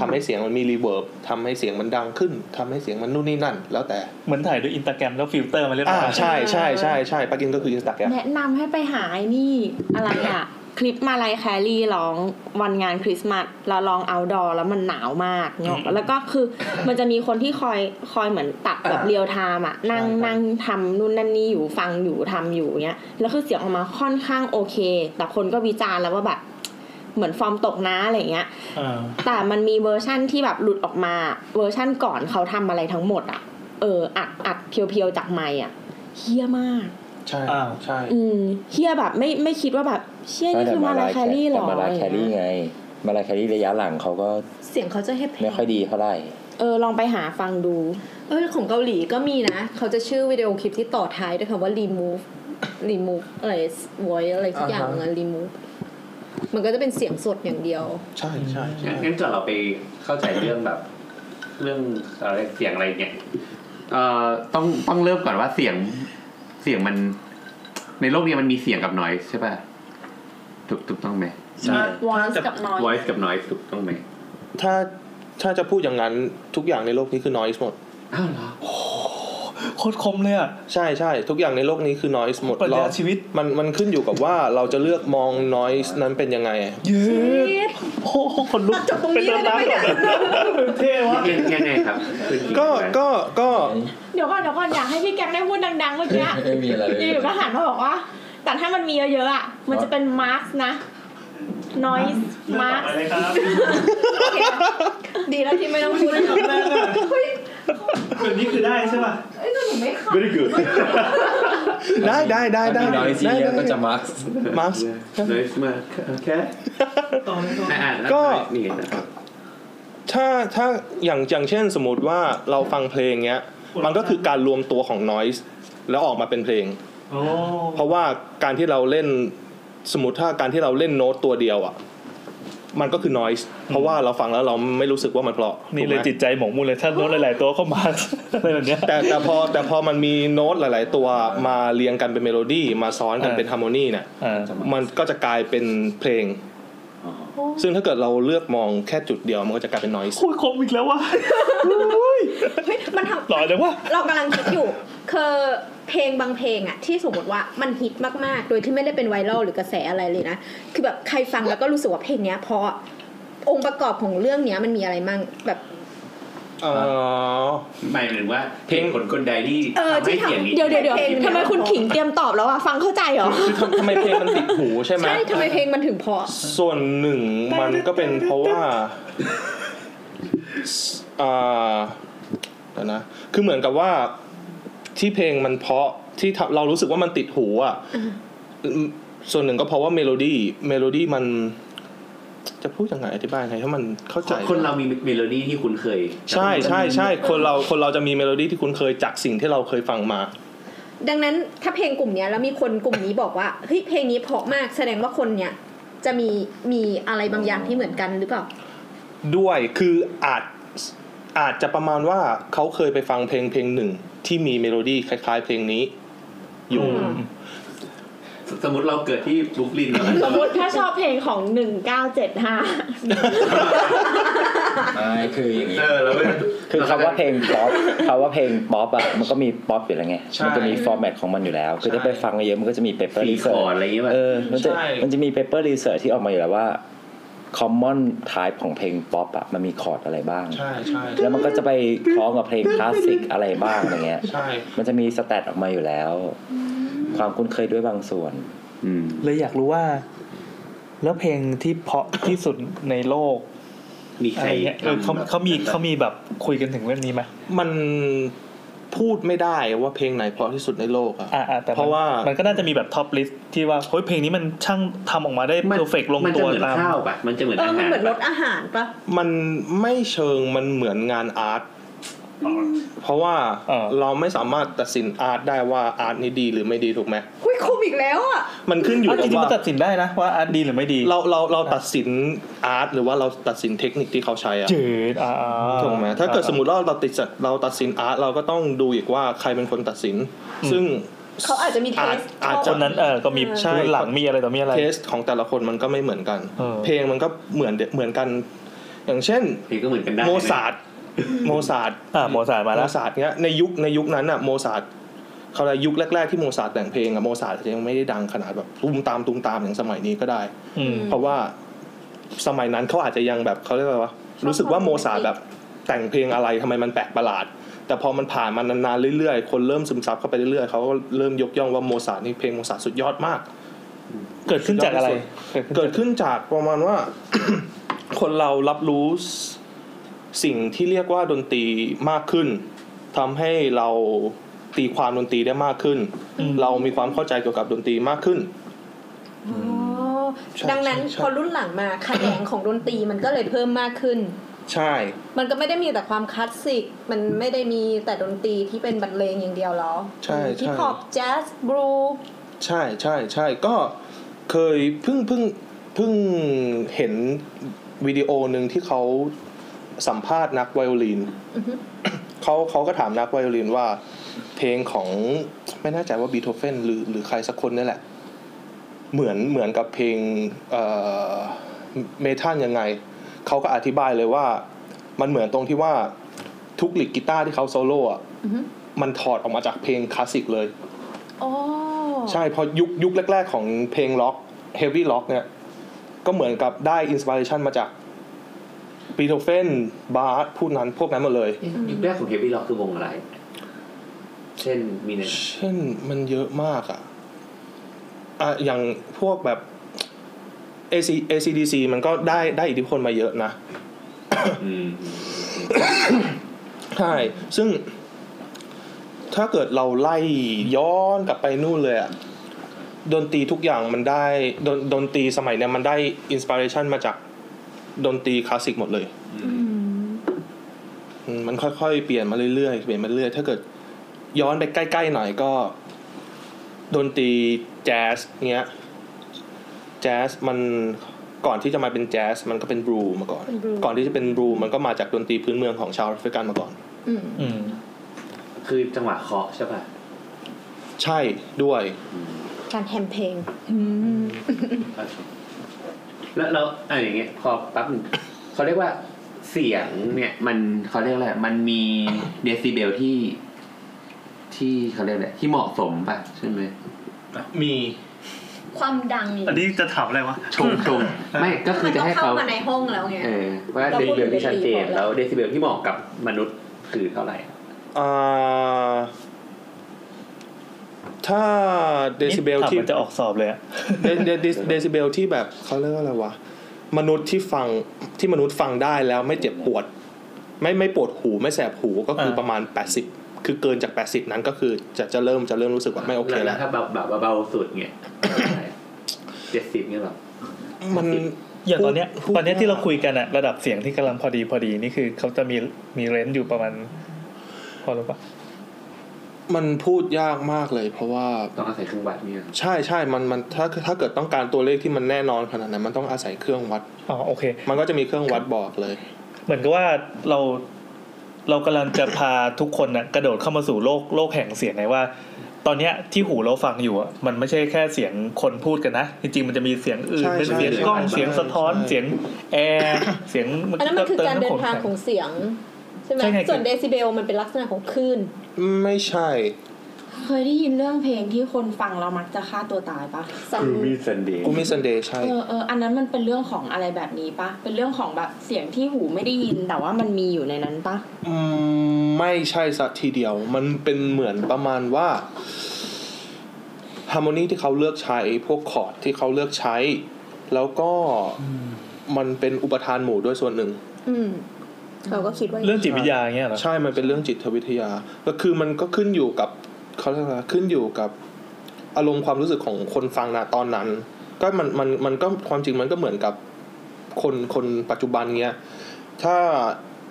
Speaker 6: ทำให้เสียงมันมีรีเวิร์บทำให้เสียงมันดังขึ้นทำให้เสียงมันนู่นนี่นั่น แล้วแต่
Speaker 3: เหมือนถ่ายด้วยอินสตาแกรมแล้วฟิลเตอร์มาเรียบ
Speaker 6: อ่า
Speaker 3: ร้อย
Speaker 6: ใช่ใช่ใช่ใช่ปลั๊กอินก็คืออินสตาแกรม
Speaker 7: แนะนำให้ไปหาไอ้นี่อะไรอ่ะ คลิปมาลายแคลรี่ร้องวันงานคริสต์มาสแล้วร้องเอาดอแล้วมันหนาวมากเนาะแล้วก็คือมันจะมีคนที่คอยคอยเหมือนตัดแบบเรียลไทม์อ่ะ นั่งนั่งทำนู่นนั่นนี่อยู่ฟังอยู่ทำอยู่เนี้ยแล้วคือเสียงออกมาค่อนข้างโอเค แต่คนก็วิจารณ์แล้วว่าแบบเหมือนฟอร์มตกนะอะไรเงี้ย
Speaker 3: อ่า
Speaker 7: แต่มันมีเวอร์ชั่นที่แบบหลุดออกมาเวอร์ชั่นก่อนเขาทำอะไรทั้งหมดอ่ะ เอออัดอัดเพียวๆจากไมค์อ่ะเฮี้ยมาก
Speaker 6: ใช่
Speaker 3: อ้าว
Speaker 6: ใช่
Speaker 7: อืมเฮียแบบไม่ไม่คิดว่าแบบเชี่ยนี่คือมาลายแคลรี่หรอ
Speaker 5: แต่มาลายแคลรี่ไง มาลายแคลรี่ระยะหลังเขาก็
Speaker 4: เสียงเขาจะให้
Speaker 5: ไม่ค่อยดีเท่าไหร่
Speaker 7: เออลองไปหาฟังดู
Speaker 4: เออของเกาหลีก็มีนะ เขาจะชื่อวิดีโอคลิปที่ต่อท้ายด้วยคำว่า remove remove อะไร voice อะไรทุกอย่างเงี้ย remove มันก็จะเป็นเสียงสดอย่างเดียว
Speaker 6: ใช่ใช่ใช่
Speaker 1: งั้นงั้นก่อนเราไปเข้าใจเรื่องแบบ เรื่องอะไรเสียงอะไรเนี่ยเอ่อต้องต้องเริ่มก่อนว่าเสียงเสียงมัน ในโลกเนี้มันมีเสียงกับ noise ใช่ป่ะถูกถูกต้องไหม
Speaker 7: voice กับ noise
Speaker 1: voice กับ noise ถูกต้องไหม
Speaker 6: ถ้าถ้าจะพูดอย่างนั้นทุกอย่างในโลกนี้คือ noise หมด
Speaker 1: อ้าวเหร อ
Speaker 3: โคตรคมเลยอ่ะ
Speaker 6: ใช่ใช่ทุกอย่างในโลกนี้คือ noise หมด
Speaker 3: ปรัช
Speaker 6: เรา
Speaker 3: ญาชีวิต
Speaker 6: มันมันขึ้นอยู่กับว่าเราจะเลือกมอง noise นั้นเป็นยังไง
Speaker 3: เย้โอ้โหคนลุก
Speaker 4: จบตรงนี้เลยได้ไหมเนี่ย
Speaker 3: เท่วะ
Speaker 1: ยังยังไงครับคือ
Speaker 6: ก็ก็ก็
Speaker 7: เดี๋ยวก่อนเดี๋ยวก่อนอยากให้พี่แก๊งได้พูดดังๆเมื่อกี้
Speaker 5: ไม่มีอะไรเลย
Speaker 7: อยู่ๆก็หันมาบอกว่า แต่ถ้ามันมีเยอะๆอ่ะมันจะเป็น mark นะ noise mark
Speaker 4: ดีแล้วที่ไม่ต้องพูดเยอะมากเฮ้ย
Speaker 3: แบบนี้คือได้ใช่ป่ะ
Speaker 4: เอ้ยแต่หนูไม่เข้า
Speaker 1: ไม่ได้เกิด
Speaker 6: ได้ได้ได้ได้
Speaker 5: มี noise
Speaker 6: ได้
Speaker 5: เย
Speaker 6: ได้
Speaker 5: อะก็จะมาร์ค
Speaker 6: มาร์ค
Speaker 1: noise มากโอเคอ่าน
Speaker 6: ก็
Speaker 1: นี่ไง
Speaker 6: ถ้าถ้าอย่างอย่างเช่นสมมติว่าเราฟังเพลงเงี้ย มันก็คือการรวมตัวของ noise แล้วออกมาเป็นเพลง
Speaker 3: โอ้
Speaker 6: เพราะว่าการที่เราเล่น สมมติถ้าการที่เราเล่นโน้ตตัวเดียวอ่ะ มันก็คือ noise เพราะว่าเราฟังแล้วเราไม่รู้สึกว่ามันเพราะ
Speaker 3: นี่
Speaker 6: ถูก
Speaker 3: เลย
Speaker 6: ไหม
Speaker 3: จิตใจหมองมุ่นเลยถ้าโน้ตหลาย ๆ ตัวเข้ามา อะไรแบบเนี้ย
Speaker 6: แต่แต่พอแต่พอมันมีโน้ตหลาย ๆ ตัวมาเรียงกันเป็นเมโลดี้มาซ้อนกัน
Speaker 3: อ่า
Speaker 6: เป็นฮาร์โมนีเนี่ย
Speaker 3: อ่า
Speaker 6: มันก็จะกลายเป็นเพลง ซึ่งถ้าเกิดเราเลือกมองแค่จุดเดียวมันก็จะกลายเป็น noise
Speaker 3: คุยคมอีกแล้ววะ
Speaker 4: เฮ้ยมันทำ
Speaker 3: หล่อจังวะ
Speaker 4: เรากำลังคิดอยู่ คือเพลงบางเพลงอะที่สมมติว่ามันฮิตมากๆ โดยที่ไม่ได้เป็นไวรัลหรือกระแสอะไรเลยนะ คือแบบใครฟังแล้วก็รู้สึกว่าเพลงเนี้ยเพราะองค์ประกอบของเรื่องเนี้ยมันมีอะไรมั่งแบบ
Speaker 6: อ๋อ
Speaker 1: หมายถึงว่าเพลงคนคนใดที่
Speaker 4: เออที่
Speaker 1: ทำให้
Speaker 4: ทำ
Speaker 1: เสียงนี้
Speaker 7: เดี๋ยวเดี๋ยวเดี๋ยว
Speaker 4: เพลง
Speaker 7: ทำไมคุณขิงเตรียมตอบแล้วอะฟังเข้าใจเหรอ
Speaker 6: คือทำทำไมเพลงมันติดหูใช่ไหม
Speaker 4: ใช่ทำไมเพลงมันถึงเพราะ
Speaker 6: ส่วนหนึ่งมันก็เป็นเพราะ ว่าอ่าเดี๋ยวนะ คือเหมือนกับว่าที่เพลงมันเพราะที่ทำเรารู้สึกว่ามันติดหูอ่ะส่วนหนึ่งก็เพราะว่าเมโลดี้เมโลดี้มัน จะพูดยังไงอธิบายยังไงให้มันเข้าใจ
Speaker 1: คนเรามีเมโลดี้ที่คุ้นเคย
Speaker 6: ใช่ใช่ใช่คนเราคนเราจะมีเมโลดี้ที่คุ้นเคยจากสิ่งที่เราเคยฟังมา
Speaker 4: ดังนั้นถ้าเพลงกลุ่มเนี้ยแล้วมีคนกลุ่มนี้บอกว่าเฮ้ยเพลงนี้เพราะมากแสดงว่าคนเนี้ยจะมีมีอะไรบางอย่างที่เหมือนกันหรือเปล่า
Speaker 6: ด้วยคืออาจอาจจะประมาณว่าเขาเคยไปฟังเพลงเพลงหนึ่งที่มีเมโลดี้คล้าย ๆ เพลงนี้ อยู่
Speaker 4: อืม
Speaker 1: สมมติเราเกิดที่บลุกลินแล้ว
Speaker 7: สมมติถ้าชอบเพลงของ 1975
Speaker 5: ไม่คืออย่างนี้
Speaker 1: เออแล้วเป็น
Speaker 5: คือคำว่าเพลงป๊อปคำว่าเพลงป๊อปอะมันก็มีป๊อปอยู่แล้วไง
Speaker 6: ใช่
Speaker 5: มันจะมีฟอร์แมตของมันอยู่แล้ว คือ
Speaker 6: ใช่
Speaker 5: ถ้าไปฟังเยอะมันก็จะมีเปเปอร์
Speaker 1: สี่
Speaker 5: รี
Speaker 1: ค
Speaker 5: เสิร์
Speaker 1: อร์ด
Speaker 5: ช
Speaker 1: อะไรอย่างเงี้ยป่ะ
Speaker 5: เออมันจะ
Speaker 6: ใช่
Speaker 5: มันจะมีเปเปอร์รีเสิร์ชที่ออกมาอยู่แล้วว่าคอมมอนไทป์ของเพลงป๊อปอะมันมีคอร์ดอะไรบ้าง
Speaker 6: ใช่ใช่
Speaker 5: แล้วมันก็จะไปคล้องกับเพลงคลาสสิกอะไรบ้างอะไรเงี้ย
Speaker 6: ใช่
Speaker 5: มันจะมีสแตทออกมาอยู่แล้ว ความคุ้นเคยด้วยบางส่วน
Speaker 1: อืม
Speaker 3: เลยอยากรู้ว่า แล้วเพลงที่เพราะที่สุดในโลก
Speaker 1: มี
Speaker 3: อะ
Speaker 1: ใคร
Speaker 3: ไรเงี้ยเออเขาเขามีเขามีแบบคุยกันถึงเรื่องนี้ไหม
Speaker 6: มันพูดไม่ได้ว่าเพลงไหนเพราะที่สุดในโลกอะ
Speaker 3: อ่าอ่าแต่มัน
Speaker 6: เพราะว่า
Speaker 3: นก็น่าจะมีแบบท็อปลิสต์ที่ว่าเฮ้ยเพลงนี้มันช่างทำออกมาได้เพอร์เฟกลง
Speaker 1: มัน
Speaker 3: ตั
Speaker 1: จะ
Speaker 3: ว
Speaker 1: เหมือน
Speaker 3: ตาม
Speaker 1: ข้าวป่ะมันจะเหมือน
Speaker 4: เออ
Speaker 1: อา
Speaker 4: มัน
Speaker 1: หาร
Speaker 4: เหมือนร
Speaker 1: ป่ะ
Speaker 4: สอาหารปะ
Speaker 6: มันไม่เชิงมันเหมือนงานอาร์ตเพราะว่า
Speaker 3: เออ
Speaker 6: เราไม่สามารถตัดสินอาร์ตได้ว่าอาร์ตนี้ดีหรือไม่ดีถูกไหม
Speaker 4: คุยคมอีกแล้วอ่ะ
Speaker 6: มันขึ้นอยู่
Speaker 3: อ่ะจ
Speaker 6: กับ
Speaker 3: ริงๆมัน
Speaker 6: ว่า
Speaker 3: ตัดสินได้นะว่าอาร์ตดีหรือไม่ดี
Speaker 6: เราเราเราตัดสินอาร์ตหรือว่าเราตัดสินเทคนิคที่เขาใช้อะ
Speaker 3: จืดอ่าอ่า
Speaker 6: ถูกไหมถ้าเกิดสมมติว่าเราติดสัตว์เราตัดสินอาร์ตเราก็ต้องดูอีกว่าใครเป็นคนตัดสิน ซึ่ง
Speaker 4: เขาอาจจะมีเท
Speaker 6: อาจ
Speaker 4: ส
Speaker 6: อาจ
Speaker 3: ค
Speaker 6: จะ
Speaker 3: นนั้นเออก็มี
Speaker 6: ใช่
Speaker 3: พื้นหลังมีอะไรต่อมีอะไร
Speaker 6: เทสของแต่ละคนมันก็ไม่เหมือนกัน
Speaker 3: เออ
Speaker 6: เพลงมันก็เหมือนเดเหมือนกัน อย่างเช่น
Speaker 1: เพลงก็เหมือนกันได้
Speaker 6: โม ซาร์ทโมซาร์ท
Speaker 3: อ่าโมซาร์ทมา
Speaker 6: โม
Speaker 3: แล้ว
Speaker 6: ซาร์ทเนี้ยในยุคในยุคนั้นอะโมซาร์ทเขาเลยกยุคแรก ๆที่โมซาร์ทแต่งเพลงอะโมซาร์ทอาจจะยังไม่ได้ดังขนาดแบบตุ้มตามตุ้มตามอย่างสมัยนี้ก็ได้
Speaker 3: อืม
Speaker 6: เพราะว่าสมัยนั้นเขาอาจจะยังแบบเขาเรียกว่าอะไรวะรู้สึกว่าโมซาร์ทแบบแต่งเพลงอะไรทำไมมันแปลกประหลาด แต่พอมันผ่านมานานๆเรื่อยๆ คนเริ่มซึมซับเข้าไปเรื่อยๆเขาก็เริ่มยกย่องว่าโมซาร์ทนี่เพลงโมซาร์ทสุดยอดมาก
Speaker 3: เกิดขึ้นจากอะไร
Speaker 6: เกิดขึ้นจากประมาณ ว่า คนเรารับรู้สสิ่งที่เรียกว่าดนตรีมากขึ้นทำให้เราตีความดนตรีได้มากขึ้น
Speaker 3: อืม
Speaker 6: เรามีความเข้าใจเกี่ยวกับดนตรีมากขึ้น
Speaker 4: อ๋อ
Speaker 6: ใช่
Speaker 4: ดังนั้น
Speaker 6: ใช่ใช่
Speaker 4: พอรุ่นหลังมาขแขนงของดนตรีมันก็เลยเพิ่มมากขึ้น
Speaker 6: ใช่
Speaker 4: มันก็ไม่ได้มีแต่ความคลาสสิก มันไม่ได้มีแต่ดนตรีที่เป็นบรรเลงอย่างเดียวหรอ
Speaker 6: ใช่ใช่
Speaker 4: ฮิปฮอปแจ๊สบลู
Speaker 6: ใช่ใช่ใช่ก็เคยเพิ่งเพิ่งเพิ่งเห็นวิดีโอหนึ่งที่เขาสัมภาษณ์นักไวโอลินเขาเขาก็ถามนักไวโอลินว่า เพลงของไม่แน่ใจว่าบีโธเฟนหรือหรือใครสักคนนี่แหละ เหมือนเหมือนกับเพลงเอ่อเมทัลยังไง เขาก็อธิบายเลยว่า มันเหมือนตรงที่ว่าทุกลิกกีตาร์ที่เขาโซโล่อะมันถอดออกมาจากเพลงคลาสสิกเลย
Speaker 4: โอ้
Speaker 6: ใช่เพอยุคยุคแรก ๆ ของเพลงล็อกเฮฟวี่ล็อกเนี่ย ก็เหมือนกับได้อินสปิเรชันมาจากปีโทเฟนบาร์พูดนั้นพวกนั้นหมดเลย
Speaker 1: ยุคแรกของเฮฟวี่ล็อกคือวงอะไร เช่นมีเนี่ย
Speaker 6: เช่นมันเยอะมากอะอ่ะอย่างพวกแบบ AC ACDC มันก็ได้ได้อิทธิพลมาเยอะนะ
Speaker 1: อืม
Speaker 6: ใช่ ซึ่งถ้าเกิดเราไล่ย้อนกลับไปนู่นเลยอะดนตรีทุกอย่างมันได้ดนดนตรีสมัยเนี้ยมันได้อินสปิเรชันมาจากดนตรีคลาสสิกหมดเลยอืมมันค่อยๆ เปลี่ยนมาเรื่อยๆ เปลี่ยนมาเรื่อยๆ ถ้าเกิดย้อนไปใกล้ๆหน่อยก็ ดนตรีแจ๊สเนี้ย แจ๊สมันก่อนที่จะมาเป็นแจ๊สมันก็เป็นบลูมาก่อน
Speaker 4: เป็นบลู
Speaker 6: ก่อนที่จะเป็นบลูมันก็มาจากดนตรีพื้นเมืองของชาวแอฟริกันมาก่อน
Speaker 4: อืม
Speaker 3: อืม
Speaker 1: คือจังหวะเคาะใช่ป่ะ
Speaker 6: ใช่ด้วย
Speaker 4: การแฮมเพลง
Speaker 1: แล้วเราอะไรอย่างเงี้ยพอปั๊บหนึ่งเขาเรียกว่าเสียงเนี่ย มันเขาเรียกอะไรมันมีเดซิเบลที่ ที่เขาเรียกอะไรที่เหมาะสมป่ะใช่ไหม
Speaker 6: มี
Speaker 4: ความดังนี่
Speaker 3: อันนี้จะถามอะไรวะ
Speaker 1: ชงชงไม่ก็คือจะให้เขา
Speaker 4: มันต้องเข้ามาในห้องแล้วไง
Speaker 1: เออว่า
Speaker 4: เราพูด
Speaker 1: เดซิเบลที่ชัดเจน
Speaker 4: เป็นเดซิเบล
Speaker 1: แล้วเดซิเบลที่เหมาะกับมนุษย์คือเท่าไหร่
Speaker 6: อ่าถ้าเดซิเบล
Speaker 3: นี่ถาม
Speaker 6: ที่
Speaker 3: มันจะออกสอบเลยอะ
Speaker 6: เดเดเดเดซิเบลที่แบบเขาเรียกว่าอะไรวะ มนุษย์ที่ฟังที่มนุษย์ฟังได้แล้วไม่เจ็บปวด ไม่ไม่ปวดหูไม่แสบหูก็คืออา ประมาณ 80 คือเกินจาก 80 นั้นก็คือจะจะเริ่มจะเริ่มรู้สึกว่าไม่โอเค
Speaker 1: แล้
Speaker 6: แล้ว ว
Speaker 1: ถ้าเบาแบบเบาสุดเงี้ย เจ็ดสิบเนี่ยหรอ
Speaker 6: มัน
Speaker 3: อย่างตอนเนี้ย
Speaker 6: พูด
Speaker 3: ตอนเนี้ยที่เราคุยกันอะระดับเสียงที่กำลังพอดีพอดีนี่คือเขาจะมีมีเรนจ์อยู่ประมาณ พอหรือปะ
Speaker 6: มันพูดยากมากเลย เพราะว่า
Speaker 1: ต้องอาศัยเครื่องวัดเนี่ย
Speaker 6: ใช่ใช่มันมันถ้าถ้าเกิดต้องการตัวเลขที่มันแน่นอนขนาดนั้นมันต้องอาศัยเครื่องวัด
Speaker 3: อ๋อโอเค
Speaker 6: มันก็จะมีเครื่องวัดบอกเลย
Speaker 3: เหมือนกับว่าเราเรากำลังจะพาทุกคนนะกระโดดเข้ามาสู่โลกโลกแห่งเสียงไงว่า ตอนเนี้ยที่หูเราฟังอยู่อะมันไม่ใช่แค่เสียงคนพูดกันนะ จริงๆมันจะมีเสียงอื่น
Speaker 6: ใช่
Speaker 3: เป็น
Speaker 6: ใช่
Speaker 3: เสียงกล้อง
Speaker 6: ใช่
Speaker 3: เสียงสะท้อน
Speaker 6: ใช่
Speaker 3: เสียงแอร์เสียง
Speaker 4: อันนั้นมันคือการเดินทางของ องเสียง ใช่ไหม
Speaker 3: ใช่ไง
Speaker 4: ส่วนเดซิเบลมันเป็นลักษณะของคลื่น
Speaker 6: ไม่ใช่
Speaker 7: เคยได้ยินเรื่องเพลงที่คนฟังเรามักจะฆ่าตัวตายปะ
Speaker 4: Some
Speaker 5: คือมีสันเดย์
Speaker 6: กูมีซันเดย์ใช่
Speaker 7: เออเอออันนั้นมันเป็นเรื่องของอะไรแบบนี้ปะเป็นเรื่องของแบบเสียงที่หูไม่ได้ยินแต่ว่ามันมีอยู่ในนั้นปะ
Speaker 6: อืมไม่ใช่สักทีเดียว มันเป็นเหมือนประมาณว่าฮาร์โมนีที่เขาเลือกใช้พวกคอร์ดที่เขาเลือกใช้ แล้วก็มันเป็นอุปทานหมู่ด้วยส่วนหนึ่ง
Speaker 4: อืมเราก็คิดว่า
Speaker 3: เรื่องจิตวิทยาเงี้ยเหรอ
Speaker 6: ใช่มันเป็นเรื่องจิตวิทยา ก็คือมันก็ขึ้นอยู่กับเขาเรียกว่าขึ้นอยู่กับอารมณ์ความรู้สึกของคนฟังนะตอนนั้น ก็มันมันมันก็ความจริงมันก็เหมือนกับคนคนปัจจุบันเนี้ย ถ้า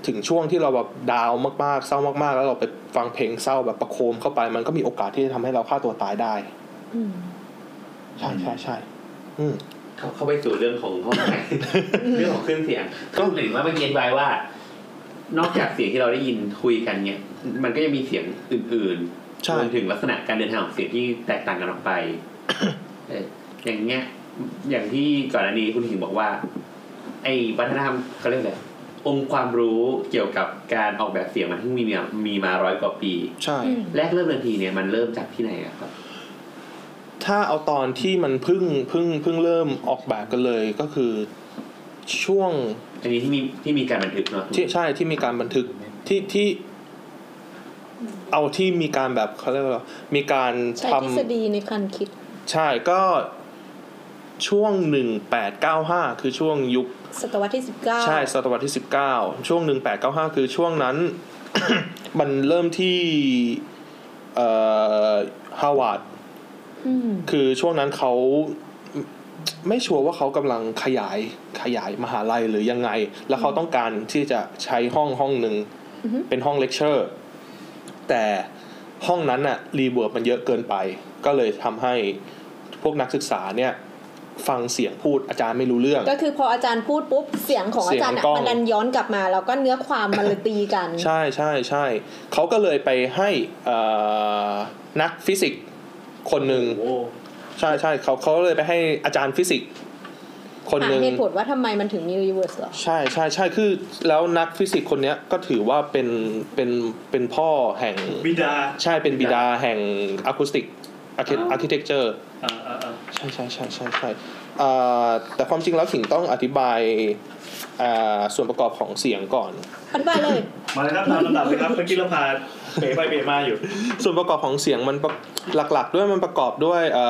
Speaker 6: ถึงช่วงที่เราแบบดาวน์มากๆเศร้ามากๆ แล้วเราไปฟังเพลงเศร้าแบบประโคมเข้าไป มันก็มีโอกาสที่จะทำให้เราฆ่าตัวตายได้
Speaker 4: อืม
Speaker 6: ใช่ใช่ใช่อืม
Speaker 1: เขาเข้าไปสู่เรื่องของห้อง เรื่องของเครื่องเสียง ก็หรือว่าเมื่อกี้ไว้ว่า นอกจากเสียงที่เราได้ยินคุยกันเนี่ย มันก็จะมีเสียงอื่น
Speaker 6: ใช่
Speaker 1: ๆรวมถึงลักษณะการเดินทางของเสียงที่แตกต่างกันอ อกไป เอออย่างเงี้ย อย่างที่ก่อนอันานี้คุณถิงบอกว่า ไอ้วัฒนธรรมเขาเรียกอะไรองค์ความรู้เกี่ยวกับการออกแบบเสียงมันเพิ่งมีมามีมาร้อยกว่าปี
Speaker 6: ใช่
Speaker 4: อืม
Speaker 1: แรกเริ่มเดิมทีเนี่ยมันเริ่มจากที่ไหนอะครับ
Speaker 6: ถ้าเอาตอนที่มันเพึ่งเพึ่งเพึ่งเริ่มออกแบบกันเลยก็คือช่วง
Speaker 1: อันนี้ที่มีที่มีการบันทึกเนาะ
Speaker 6: ที่ใช่ที่มีการบันทึกที่ที่เอาที่มีการแบบเขาเรียกว่าอะไรมีการ
Speaker 4: ใช้
Speaker 6: ท
Speaker 4: ทฤษฎีในการคิด
Speaker 6: ำใช่ก็ช่วงหนึ่งแปดเก้าห้าคือช่วงยุค
Speaker 4: ศตวรรษที่สิบเก้า
Speaker 6: ใช่ศตวรรษที่สิบเก้าช่วงหนึ่งแปดเก้าห้าคือช่วงนั้น มันเริ่มที่เอ่อฮาวาด
Speaker 4: อืม
Speaker 6: คือช่วงนั้นเขาไม่ไม่ชัวร์ว่าเขากำลังขยายขยายมหาลัยหรือยังไง แล้วเขาต้องการที่จะใช้ห้องห้องหนึ่ง
Speaker 4: อือฮึ
Speaker 6: เป็นห้องเลคเชอร์ แต่ห้องนั้นอะรีเวิร์บมันเยอะเกินไป ก็เลยทำให้พวกนักศึกษาเนี่ย ฟังเสียงพูดอาจารย์ไม่รู้เรื่อง
Speaker 4: ก็คือพออาจารย์พูดปุ๊บเสียงของอาจารย์อะ
Speaker 6: เสียงกล้อง
Speaker 4: มันดันย้อนกลับมา แล้วก็เนื้อความมันเลยตีกัน
Speaker 6: ใช่ใช่ใช่เขาก็เลยไปให้เอ่อนักฟิสิกส์คนหนึ่งใช่ใช่เขาเขาเลยไปให้อาจารย์ฟิสิกส์คน
Speaker 4: หา
Speaker 6: หนึ่ง
Speaker 4: เหตุผลว่าทำไมมันถึงมีรีเวิร์สเหรอ
Speaker 6: ใช่ใช่ใช่คือแล้วนักฟิสิกส์คนเนี้ยก็ถือว่าเป็นเป็นเป็นพ่อแห่ง
Speaker 3: วิดา
Speaker 6: ใช่เป็นบิดาแห่งอะคูสติกอาร์เคเต็กเจอร์
Speaker 3: อ่าอ่าอ่า
Speaker 6: ใช่ใช่ใช่ใช่ใช่เอ่อแต่ความจริงแล้วถิงต้องอธิบายอ่าส่วนประกอบของเสียงก่อน
Speaker 4: อธิบายเลย
Speaker 3: มาเลยครับตามลำดับเลยครับเมื่อกี้เราพาเป๋ไปเป๋มาอยู่
Speaker 6: ส่วนประกอบของเสียงมันประหลักๆ ด้วยมันประกอบด้วยเอ่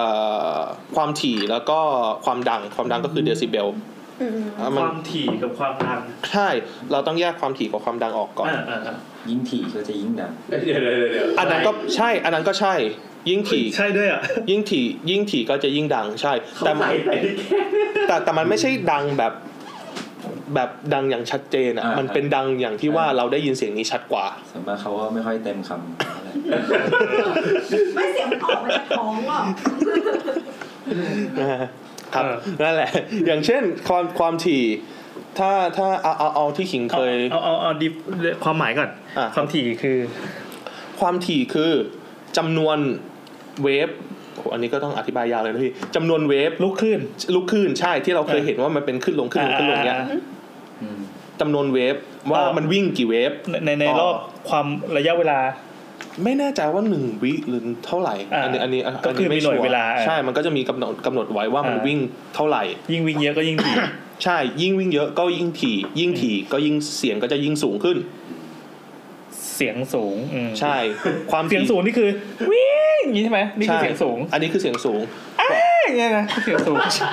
Speaker 6: อความถี่แล้วก็ความดังความดังก็คือเดซิเบล
Speaker 4: อืม
Speaker 6: อ่ะ
Speaker 3: ค
Speaker 6: มัน
Speaker 3: วามถี่กับความดัง
Speaker 6: ใช่เราต้องแยกความถี่กับความดังออกก่อน
Speaker 3: อ่าอ่าอ่า
Speaker 5: ยิ่งถี่ก็จะยิ่งดัง
Speaker 1: เดี๋ยวเดี๋ยวเดี๋ยวเดี๋ยว
Speaker 6: อันนั้นก็ใช่อันนั้นก็ใช่ยิ่งถี่
Speaker 3: ใช่ด้วยอ่ะ
Speaker 6: ยิ่งถี่ยิ่งถี่ก็จะยิ่งดังใช่
Speaker 1: เขา
Speaker 6: แต่มัน
Speaker 1: ใส่ไปที่แค่
Speaker 6: แต่แต่มันไม่ใช่ดังแบบแบบดังอย่างชัดเจนอ่ะ
Speaker 5: อ่ามั
Speaker 6: มันเป็นดังอย่างที่ว่า
Speaker 5: อ่า
Speaker 6: เราได้ยินเสียงนี้ชัดกว่า
Speaker 5: สวนมากเขาก็ไม่ค่อยเต็มคำเท่าไหร่
Speaker 4: ไม่เสียงออกมาจากท้องหรอ
Speaker 6: ครับนั่นแหละ อย่างเช่นความความถี่ ถ้าถ้าเอาเอาเอาที่ขิงเคย
Speaker 3: เอาเอาเอาดิความหมายก่อน
Speaker 6: อ่ะ
Speaker 3: ความถี่คือ
Speaker 6: ความถี่คือจำนวนเวฟโหอันนี้ก็ต้องอธิบายยาวเลยนะพี่จำนวนเวฟ
Speaker 3: ลูกคลื่น
Speaker 6: ลูกคลื่นใช่ที่เราเคยเห็นว่ามันเป็นขึ้นลงขึ้นลงขึ้นลงเนี้ยจำนวนเวฟว่า
Speaker 3: อ่ามั
Speaker 6: มันวิ่งกี่เวฟ
Speaker 3: ในในใน
Speaker 6: อ๋อ
Speaker 3: รอบความระยะเวลา
Speaker 6: ไม่แน่ใจว่าหนึ่งวิหรือเท่าไหร่
Speaker 3: อ่า
Speaker 6: อันนี้อันนี้น
Speaker 3: ก็คือมี
Speaker 6: ไม่
Speaker 3: หน่วย
Speaker 6: ชัร์
Speaker 3: เวลา
Speaker 6: ใช่ มันก็จะมีกำหนดกำหนดไว้ว่ามัน
Speaker 3: อ่า
Speaker 6: วิ่งเท่าไหร่
Speaker 3: ยิ่งวิ่งเยอะก็ยิ่งถี่
Speaker 6: ใช่ ยิ่งวิ่งเยอะก็ยิ่งถี่ ยิ่งถี่ก็ยิ่งเสียงก็จะยิ่งสูงขึ้น
Speaker 3: เสียงสูงอืม
Speaker 6: ใช่ ความ
Speaker 3: เสียงสูงนี่คือวิ่งอย่างนี้ใช่ไหมนี่คือ
Speaker 6: ใช่
Speaker 3: เสียงสูง
Speaker 6: อันนี้คือเสียงสูง
Speaker 3: ใช่ไงนะเสียงสูง
Speaker 5: ใช่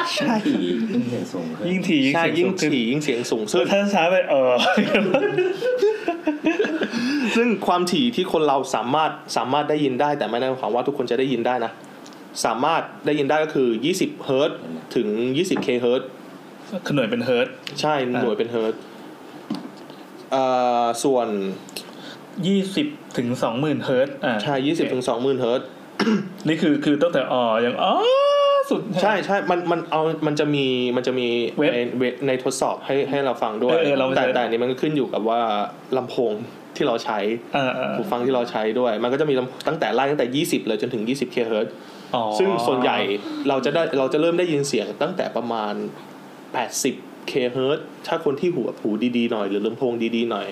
Speaker 5: เสียงสูง ขึ้น
Speaker 3: ยิ่งถี่
Speaker 6: ใช่ ยิ่
Speaker 3: ยิ่
Speaker 6: ง
Speaker 3: งเสียงสูง
Speaker 6: ถี่ยิ่งเสียงสูง
Speaker 3: ขึ้ น
Speaker 6: ซึ่ง
Speaker 3: ถ้าช้าไปเออ
Speaker 6: ซึ่งความถี่ที่คนเราสามารถสามารถได้ยินได้แต่ไม่ได้หมายความว่าทุกคนจะได้ยินได้นะ สามารถได้ยินได้ก็คือ 20 เฮิร์ตซ์ถึง 20 เคเฮิร์ตซ์
Speaker 3: ขนวยเป็นเฮิร์ต
Speaker 6: ใช่หน่วยเป็นเฮิร์ตซ์เอ่อส่วน
Speaker 3: ยี่สิบถึงสองหมื่นเฮิร์ตอ่า
Speaker 6: ใช่ยี่สิบถึงสองหมื่นเฮิร์ตซ์
Speaker 3: นี่คือคือตั้งแต่อ๋อยังอ๋อสุด
Speaker 6: ใช่ใช่มันมันเอามันจะมีมันจะมี
Speaker 3: เว็บ
Speaker 6: ในเว็บในทดสอบให้ให้เราฟังด้วย
Speaker 3: เออเออเรา
Speaker 6: แต่
Speaker 3: จะ
Speaker 6: แต่อันนี้มันก็ขึ้นอยู่กับว่าลำโพงที่เราใช้
Speaker 3: อ่าอ่า
Speaker 6: หูฟังที่เราใช้ด้วย มันก็จะมีลำตั้งแต่ไล่ตั้งแต่ 20 เลยจนถึง 20 เคเฮิร์ตซ์
Speaker 3: อ๋อ
Speaker 6: ซึ่งส่วนใหญ่เราจะได้เราจะเริ่มได้ยินเสียงตั้งแต่ประมาณ 80 เคเฮิร์ตซ์ถ้าคนที่หูแบบหูดีๆหน่อยหรือลำโพงดีๆหน่อย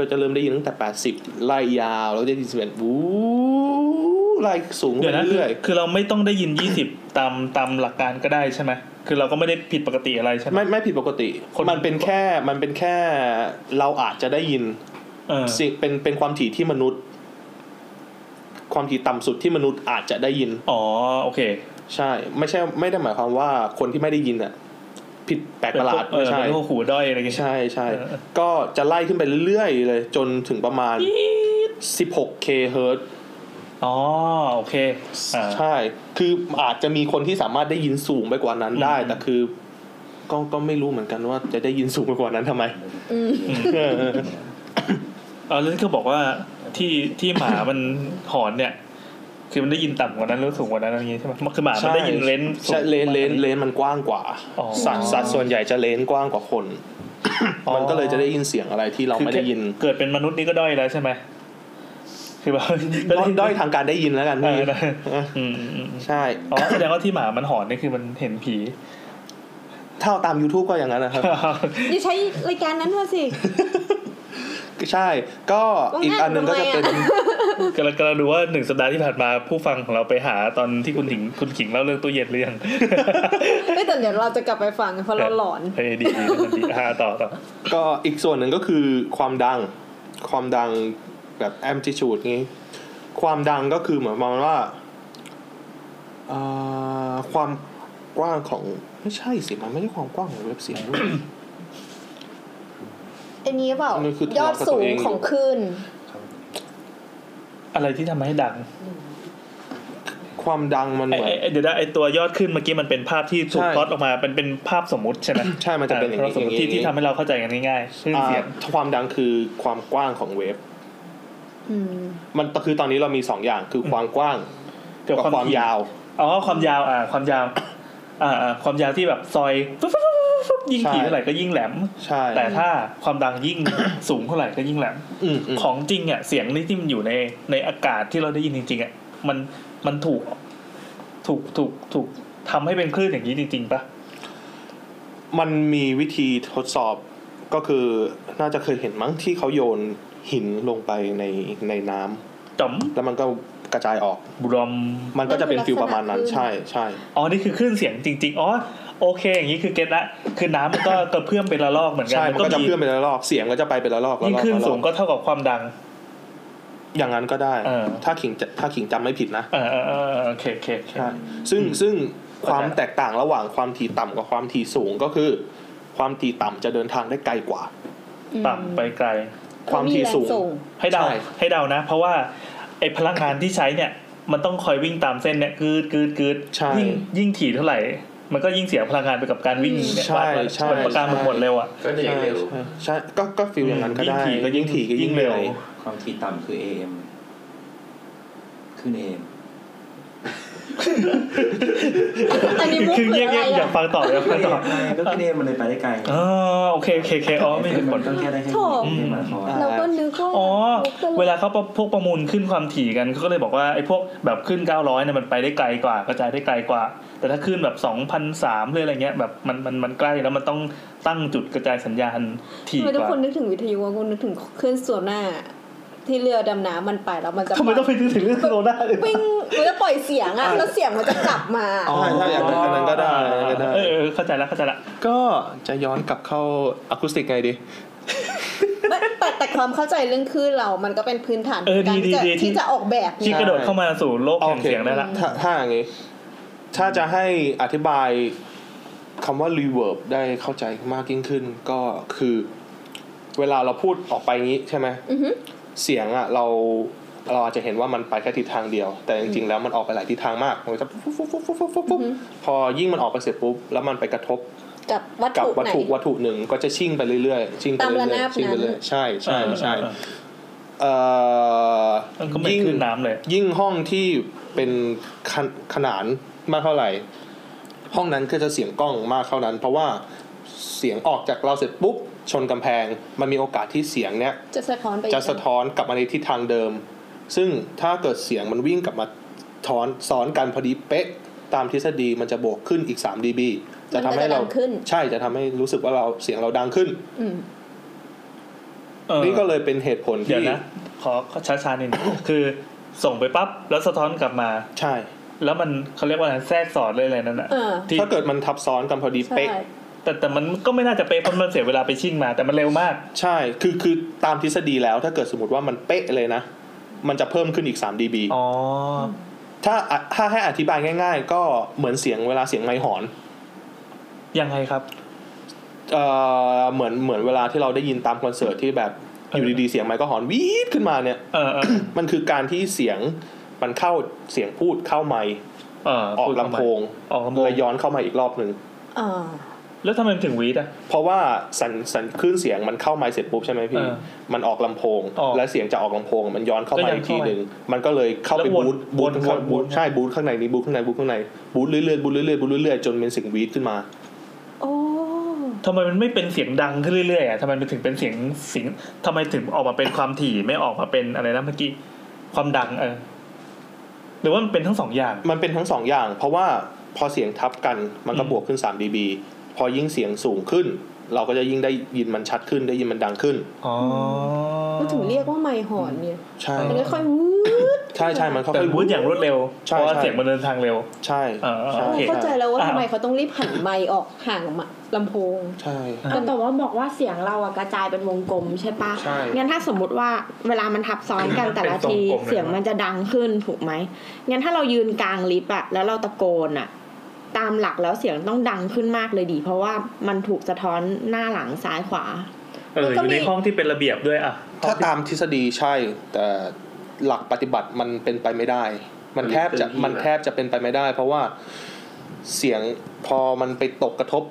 Speaker 6: ก็จะเริ่มได้ยินตั้งแต่ 80 ไล่ยาวแล้วจะได้ยินเสียงวู้ไล่สูงขึ้น
Speaker 3: เดี๋ยว
Speaker 6: ไป
Speaker 3: นะคือ
Speaker 6: เรื่อยๆ
Speaker 3: คือเราไม่ต้องได้ยินยี่สิบตามตามหลักการก็ได้ใช่ไหมคือเราก็ไม่ได้ผิดปกติอะไรใช่ไหม
Speaker 6: ไม่ไม่ผิดปกติ
Speaker 3: คน
Speaker 6: มันเป็นแค่ มันเป็นแค่ เราอาจจะได้ยิน
Speaker 3: เออ
Speaker 6: สิ่งเป็น เป็นความถี่ที่มนุษย์ ความถี่ต่ำสุดที่มนุษย์อาจจะได้ยิน
Speaker 3: อ๋อโอเค
Speaker 6: ใช่ ไม่ใช่ ไม่ได้หมายความว่าคนที่ไม่ได้ยินอ่ะ ผิดแปลกประหลาด
Speaker 3: เออ
Speaker 6: ไม่ใช่
Speaker 3: เป็นพวกหูด้อยอะไรกัน
Speaker 6: ใช่ใช่
Speaker 3: เออ
Speaker 6: ก็จะไล่ขึ้นไปเรื่อยๆเลย จนถึงประมาณ 16k h z
Speaker 3: อ๋อโอเคอ่า
Speaker 6: ใช่ คืออาจจะมีคนที่สามารถได้ยินสูงไปกว่านั้นได้ แต่คือ ก็ ก็ไม่รู้เหมือนกันว่าจะได้ยินสูงไปกว่านั้นทำไม
Speaker 4: อืม
Speaker 6: เออเออ
Speaker 3: เอาแล้วที่เขาบอกว่าที่ที่หมามันหอนเนี่ย คือมันได้ยินต่ำกว่านั้นหรือสูงกว่านั้นอะไรอย่างงี้ใช่ไหมคือหมามันได้ยินเลนส์สูง
Speaker 6: ใช่เลนเลนเลนมันกว้างกว่า
Speaker 3: อ๋อ
Speaker 6: สัตว์สัตว์ส่วนใหญ่จะเลนกว้างกว่าคน
Speaker 3: อ๋อ
Speaker 6: มันก็เลยจะได้ยินเสียงอะไรที่เรา
Speaker 3: คือ
Speaker 6: ไม่ได้ยิน
Speaker 3: เกิดเป็นมนุษย์นี่ก็ด้อยแล้วใช่ไหมคือแบบ
Speaker 6: ด้อยด้อยทางการได้ยินแล้วกัน
Speaker 3: เอ
Speaker 6: พี่
Speaker 3: อด้อยอืมอืม
Speaker 6: ใช่
Speaker 3: อ๋อแสดงว่าที่หมามันหอนนี่คือมันเห็นผี
Speaker 6: ถ้าเอาตาม YouTube ก็อย่างนั้นนะครับ
Speaker 4: อย่าใช้รายการนั้นมาสิ
Speaker 6: ใช่ ก็อีกอันหนึงก็จะเป็น
Speaker 4: ว่าง
Speaker 3: กำลังกำลังดูว่าหนึ่งสัปดาห์ที่ผ่านมาผู้ฟังของเราไปหาตอนที่คุณถิงคุณขิงเล่าเรื่องตู้เย็นหรือยัง
Speaker 4: ไม่แต่เดี๋ยวเราจะกลับไปฟังเพราะเราหลอน
Speaker 3: เฮ้ยดีดีดีอ่าต่อต่อ
Speaker 6: ก็อีกส่วนหนึ่งก็คือความดังความดังแบบ amplitude นี้ ความดังก็คือเหมือนประมาณว่าเอ่อความกว้างของไม่ใช่สิมันไม่ใช่ความกว้างของเว็บเสียงด้วย
Speaker 4: อันนี้เปล่า
Speaker 6: อันนี้คือทะ
Speaker 4: ยอ
Speaker 6: เลาะ
Speaker 4: ด
Speaker 6: กับตั
Speaker 4: สู
Speaker 6: ว
Speaker 4: ง
Speaker 6: เอง
Speaker 4: ของคลื่น
Speaker 3: อะไรที่ทำให้ดัง
Speaker 6: ความดังมัน
Speaker 3: ไอ้
Speaker 6: เหมือน
Speaker 3: ไอ้ไอ้เดี๋ยวนะไอ้ตัวยอดขึ้นเมื่อกี้มันเป็นภาพที่ถูก
Speaker 6: ใช่
Speaker 3: พล็อตออกมาเป็นเป็นภาพสมมุติใช่ไหม
Speaker 6: ใช่ มันจะเป็นอย่าง
Speaker 3: ภาพ
Speaker 6: นี้
Speaker 3: สมมุติที่ที่ทำให้เราเข้าใจกันง่ายๆคลื่น
Speaker 6: อ่า
Speaker 3: เสียง
Speaker 6: ความดังคือความกว้างของเวฟ
Speaker 4: อืม
Speaker 6: มันคือตอนนี้เรามีสองอย่างคือความกว้าง
Speaker 3: เกี่ยว
Speaker 6: กับ
Speaker 3: กับค
Speaker 6: คาว
Speaker 3: วาม มยาย
Speaker 6: าว ว
Speaker 3: อ๋อความยาวอ่าความยาวอ่าอ่าความยาวที่แบบซอยฟึ๊บฟึ๊บฟึ๊บฟึ๊บยิ่งถี่
Speaker 6: ใช่
Speaker 3: เท่าไหร่ก็ยิ่งแหลม
Speaker 6: ใช่
Speaker 3: แต่ถ้าความดังยิ่ง สูงเท่าไหร่ก็ยิ่งแหลม
Speaker 6: อืมอืม
Speaker 3: ของจริงอ่ะเสียงนี่ที่มันอยู่ในในอากาศที่เราได้ยินจริงๆอ่ะมันมันถูก ถูกถูกถูกทำให้เป็นคลื่นอย่างนี้จริงๆปะ
Speaker 6: มันมีวิธีทดสอบก็คือน่าจะเคยเห็นมั้งที่เขาโยนหินลงไปในในน้ำ
Speaker 3: จอม
Speaker 6: แล้วมันก็กระจายออก
Speaker 3: บรอม
Speaker 6: มันก็จะเป็นฟิลประมาณนั้น
Speaker 4: ลักษณะ
Speaker 6: ใช่ใช่
Speaker 3: อ๋อ นี่คือคลื่นเสียงจริง ๆ อ๋อ โอเค อย่างนี้คือเก็ตละ คือน้ำมันก็ กระเพื่อมเป็นละลอกเหมือนกัน
Speaker 6: ใช่ มันก็จะเพื่อนไปละลอกเสียงก็จะไปเป็นละลอกละ
Speaker 3: ยิ่ง
Speaker 6: ลอก
Speaker 3: ขึ้น
Speaker 6: ละล
Speaker 3: สู
Speaker 6: อง ก
Speaker 3: ก็เท่ากับความดัง
Speaker 6: อย่างนั้นก็ได้
Speaker 3: เออ
Speaker 6: ถ้าขิงจะถ้าขิงจำไม่ผิดนะ
Speaker 3: เออเออเออโอเคโอเคโอเค
Speaker 6: ใช่ซึ่งซึ่ง
Speaker 3: เข้าใจ
Speaker 6: ความแตกต่างระหว่างความถี่ต่ำกับความถี่สูงก็คือ ความถี่ต่ำจะเดินทางได้ไกลกว่า
Speaker 3: ต่ำไปไกล
Speaker 6: ความถี่สูง
Speaker 4: เขแร
Speaker 3: ให้เดา
Speaker 6: ใช่
Speaker 3: ให้เดานะ เพราะว่าไอพลังงานที่ใช้เนี่ย มันต้องคอยวิ่งตามเส้นเนี่ยกืดกืดกืด
Speaker 6: ใช่
Speaker 3: ยิ่งยิ่งถี่เท่าไหร่ มันก็ยิ่งเสียพลังงานไปกับการวิ่งเนี่ย
Speaker 6: ใช่
Speaker 3: ว่าว่า
Speaker 6: ใช่
Speaker 3: มันประการ
Speaker 6: ใช่
Speaker 3: มันหมดเร็วอ่ะ
Speaker 1: ก็เหนื่อย
Speaker 6: ใช่
Speaker 1: เร็ว
Speaker 6: ใช่ใช่ก็ก็ฟิลอย่างนั้นก็ได้
Speaker 3: ยิ่งถี่ก็ยิ่
Speaker 6: ยิ่
Speaker 3: ง
Speaker 6: งถี่ก็
Speaker 3: ยิ่
Speaker 6: ยิ่ง
Speaker 3: งเร็
Speaker 6: เร็
Speaker 3: ว
Speaker 6: ว
Speaker 5: ความถี่ต่ำคือ AM ขึ้น AM
Speaker 7: อันนี้มุก
Speaker 3: คือ
Speaker 7: หรื
Speaker 3: เงี
Speaker 7: อย
Speaker 3: บ
Speaker 7: อะ
Speaker 3: เงีย
Speaker 7: ไร
Speaker 3: บอยาก
Speaker 7: อะ
Speaker 3: ฟังต่ออยากฟังต่อ
Speaker 8: ก็พี่เนมมันเลยไปได้ไกล
Speaker 3: อ๋อโอเคโอเคโอเคอ๋อไม่มีผ
Speaker 8: น
Speaker 3: ล
Speaker 8: ต้องแค่ได้แค่นี้เนมมาคอ
Speaker 4: เราก็นึกว่า
Speaker 3: อ๋อ
Speaker 4: มุกตลก
Speaker 3: เวลาเขาประพวกประมูลขึ้นความถี่กันเขาก็เลยบอกว่าไอ้พวกแบบขึ้น 900เนี่ยมันไปได้ไกลกว่ากระจายได้ไกลกว่า แต่ถ้าขึ้นแบบ2,003หรืออะไรเงี้ยแบบมันมันมันใกล้แล้วมันต้องตั้งจุดกระจายสัญญาณถี่
Speaker 4: ทำไม
Speaker 3: ก
Speaker 4: ทุก
Speaker 3: ว่า
Speaker 4: คนนึกถึงวิทยุอะกูนึกถึงเครื่องส่วนหน้า ที่เรือดำน้ำมันไปแล้วมันจะ
Speaker 3: ทำไมต้องไปถึงถึงเรื่องโซน่าด้วย
Speaker 4: ปิ้งมันจะปล่อยเสียงอะแล้วเสียงมันจะกลับมา
Speaker 6: อ๋อถ้าอยากได้อันนั้นก็ได้อันนั้นก็ได้
Speaker 3: เออเออเข้าใจแล้วเข้าใจละ
Speaker 6: ก็จะย้อนกลับเข้าอะคูสติกไงดี
Speaker 4: ไม่แต่แต่ความเข้าใจเรื่องคลื่นเรา มันก็เป็นพื้นฐาน
Speaker 3: เออ
Speaker 4: การ
Speaker 3: ดี
Speaker 4: ที่จะ
Speaker 3: ดีดี
Speaker 4: ที่จะออกแบบ
Speaker 3: ที่
Speaker 4: เนี่ย
Speaker 3: กระโดดเข้ามาสู่โลกแห่ง
Speaker 6: โอเค
Speaker 3: เสียงได้ละ
Speaker 6: ถ้าถ้าอย่างงี้ ถ้าจะให้อธิบายคำว่า reverb ได้เข้าใจมากยิ่งขึ้น ก็คือ เวลาเราพูดออกไปงี้ใช่ไหม
Speaker 4: อือฮึ
Speaker 6: เสียงอะเราเราอาจจะเห็นว่ามันไปแค่ทิศทางเดียว แต่จริงๆแล้วมันออกไปหลายทิศทางมากมันก็จะฟุ๊บฟุ๊บฟุ๊บฟุ๊บฟุ๊บฟุ๊บพอยิ่งมันออกไปเสร็จปุ๊บแล้วมันไปกระทบ
Speaker 4: กับวัต
Speaker 6: กับ
Speaker 4: ถุ
Speaker 6: วัต
Speaker 4: ไหน
Speaker 6: ถุวัตถุหนึ่งก็จะชิ่งไปเรื่อยๆชิ่งไป
Speaker 4: ตาม
Speaker 6: เรื่
Speaker 4: ระ
Speaker 6: อย
Speaker 4: นาบ
Speaker 6: ๆชิ่งไปเรื่อย
Speaker 4: นั้น
Speaker 6: ๆใช่ใช่ใช่
Speaker 3: เออ
Speaker 6: เอ่อ
Speaker 3: มันก็ไม่
Speaker 6: ยิ่ง
Speaker 3: ขึ้นน้ำเลย
Speaker 6: ยิ่งห้องที่เป็นขนขนานมากเท่าไหร่ ห้องนั้นก็จะเสียงกล้องมากเท่านั้น เพราะว่าเสียงออกจากเราเสร็จปุ๊บชนกำแพง มันมีโอกาสที่เสียงเนี้ย
Speaker 4: จะสะท้อนไป
Speaker 6: จะสะท้อนกลับมาในทิศทางเดิม ซึ่งถ้าเกิดเสียงมันวิ่งกลับมาถอนซ้อนกันพอดีเป๊ะ ตามทฤษฎีมันจะบวกขึ้นอีก 3 dB จะทำให้เรา
Speaker 4: มันดังขึ้น
Speaker 6: ใช่จะทำให้รู้สึกว่าเราเสียงเราดังขึ้น
Speaker 4: อืม
Speaker 3: เออ
Speaker 6: นี่ก็เลยเป็นเหตุผล
Speaker 3: เดี๋ยว
Speaker 6: ที่
Speaker 3: นะ ขอขอช้าๆนิดนึง คือส่งไปปั๊บแล้วสะท้อนกลับมา
Speaker 6: ใช่
Speaker 3: แล้วมันเขาเรียกว่าอะไรแทรกสอดเลยอะไรนั่นอ่ะ
Speaker 4: เออ
Speaker 3: ที่
Speaker 6: ถ้าเกิดมันทับซ้อนกันพอดี
Speaker 4: ใช่
Speaker 6: เป๊ะ
Speaker 3: แต่แต่มันก็ไม่น่าจะเป๊ะเพราะมันเสียเวลาไปชิ่งมา แต่มันเร็วมาก
Speaker 6: ใช่ คือคือตามทฤษฎีแล้ว ถ้าเกิดสมมติว่ามันเป๊ะเลยนะ มันจะเพิ่มขึ้นอีก 3 dB
Speaker 3: อ๋อ
Speaker 6: ถ้าถ้าให้อธิบายง่าย ๆ ก็เหมือนเสียงเวลาเสียงไม้หอน
Speaker 3: ยังไงครับ
Speaker 6: เอ่อเหมือนเหมือนเวลาที่เราได้ยินตามคอนเสิร์ตที่แบบ
Speaker 3: เออ
Speaker 6: อ
Speaker 3: อ
Speaker 6: ยู่ดีๆเสียงไมค์ก็หอนวีดขึ้นมาเนี่ย
Speaker 3: เออเออ
Speaker 6: มันคือการที่เสียงมันเข้าเสียงพูดเข้าไมค์
Speaker 3: เออ
Speaker 6: ออก
Speaker 3: พูด
Speaker 6: ลำ
Speaker 3: เข้ามา
Speaker 6: โพง
Speaker 3: ออกลำโพง
Speaker 6: แล้วย้อนเข้ามาอีกรอบหนึ่ง
Speaker 4: เออ
Speaker 3: แล้วทำไมมันถึงวีดอ่ะ
Speaker 6: เพราะว่าสันสันคลื่นเสียงมันเข้าไมค์เสร็จปุ๊บใช่ไหมพี่
Speaker 3: เออ
Speaker 6: มันออกลำโพง
Speaker 3: ออก
Speaker 6: และเสียงจะออกลำโพง มันย้อนเข้า
Speaker 3: ก็
Speaker 6: มา
Speaker 3: ย้อน
Speaker 6: อีกที
Speaker 3: เข้า
Speaker 6: หนึ่งมันก็เลยเข้า
Speaker 3: แล้
Speaker 6: ไป
Speaker 3: ววน
Speaker 6: บูทบู
Speaker 3: ว
Speaker 6: ท
Speaker 3: น
Speaker 6: ข้างบ
Speaker 3: ว
Speaker 6: นบู
Speaker 3: น
Speaker 6: ทใช่บูทข้างในนี้บูทข้างในบูทข้างในบูทเรื่อยๆบูทเรื่อยๆบูทเรื่อยๆจนเป็นเสียงวีดขึ้นมา
Speaker 4: โอ้
Speaker 3: ทำไมมันไม่เป็นเสียงดังขึ้นเรื่อยๆอ่ะทำไมมันถึงเป็นเสียงเสียงทำไมถึงออกมาเป็นความถี่ไม่ออกมาเป็นอะไรนะเมื่อกี้ความดังเออหรือว่ามันเป็นทั้งสองอย่าง
Speaker 6: มันเป็นทั้งสองอย่าง เพราะว่าพอเสียงทับกันมันก็
Speaker 3: อืม
Speaker 6: บวกขึ้น 3 dB พอยิ่งเสียงสูงขึ้น เราก็จะยิ่งได้ยินมันชัดขึ้นได้ยินมันดังขึ้น
Speaker 3: อ๋อ
Speaker 4: ก็ถึงเรียกว่าไมค์หอนเนี่ย
Speaker 6: ใช่
Speaker 4: มัน
Speaker 3: เรี
Speaker 4: ไม่
Speaker 3: ย
Speaker 4: ค่อยวืด
Speaker 6: ใช่ใช่มันค่
Speaker 3: แต่
Speaker 6: อยๆ
Speaker 3: วูดอย่างรวดเร็ว
Speaker 6: ใช่
Speaker 3: เพราะว่า
Speaker 6: ใช่
Speaker 3: เสียงมันเดินทางเร็ว
Speaker 6: ใช่
Speaker 3: เออเออ
Speaker 6: ใช่
Speaker 4: เข้าใจแล้วว่า
Speaker 3: อ่ะ
Speaker 4: ทำไมเขาต้องรีบหันไมค์ออกห่างมาลำโพง
Speaker 6: ใช่
Speaker 7: แต่แต่ว่าบอกว่าเสียงเราอะกระจายเป็นวงกลมใช่ปะ
Speaker 6: ใช่
Speaker 7: งั้นถ้าสมมติว่าเวลามันทับซ้อนกันแต่ละ
Speaker 3: เป็นทรง
Speaker 7: ที
Speaker 3: กลมเลย
Speaker 7: เสียงมันจะดังขึ้นถูกไหมงั้นถ้าเรายืนกลางลิฟต์อะแล้วเราตะโกนอะตามหลักแล้วเสียงต้องดังขึ้นมากเลยดี เพราะว่ามันถูกสะท้อนหน้าหลังซ้ายขวา
Speaker 3: เอออ
Speaker 4: ก็
Speaker 3: ยู่
Speaker 4: มี
Speaker 3: ในห้องที่เป็นระเบียบด้วยอ่ะ
Speaker 6: ถ้าตามทฤษฎีใช่ แต่หลักปฏิบัติมันเป็นไปไม่ได้ มันแทบจะมันแทบจะเป็นไปไม่ได้ เพราะว่าเสียงพอมันไปตกกระทบ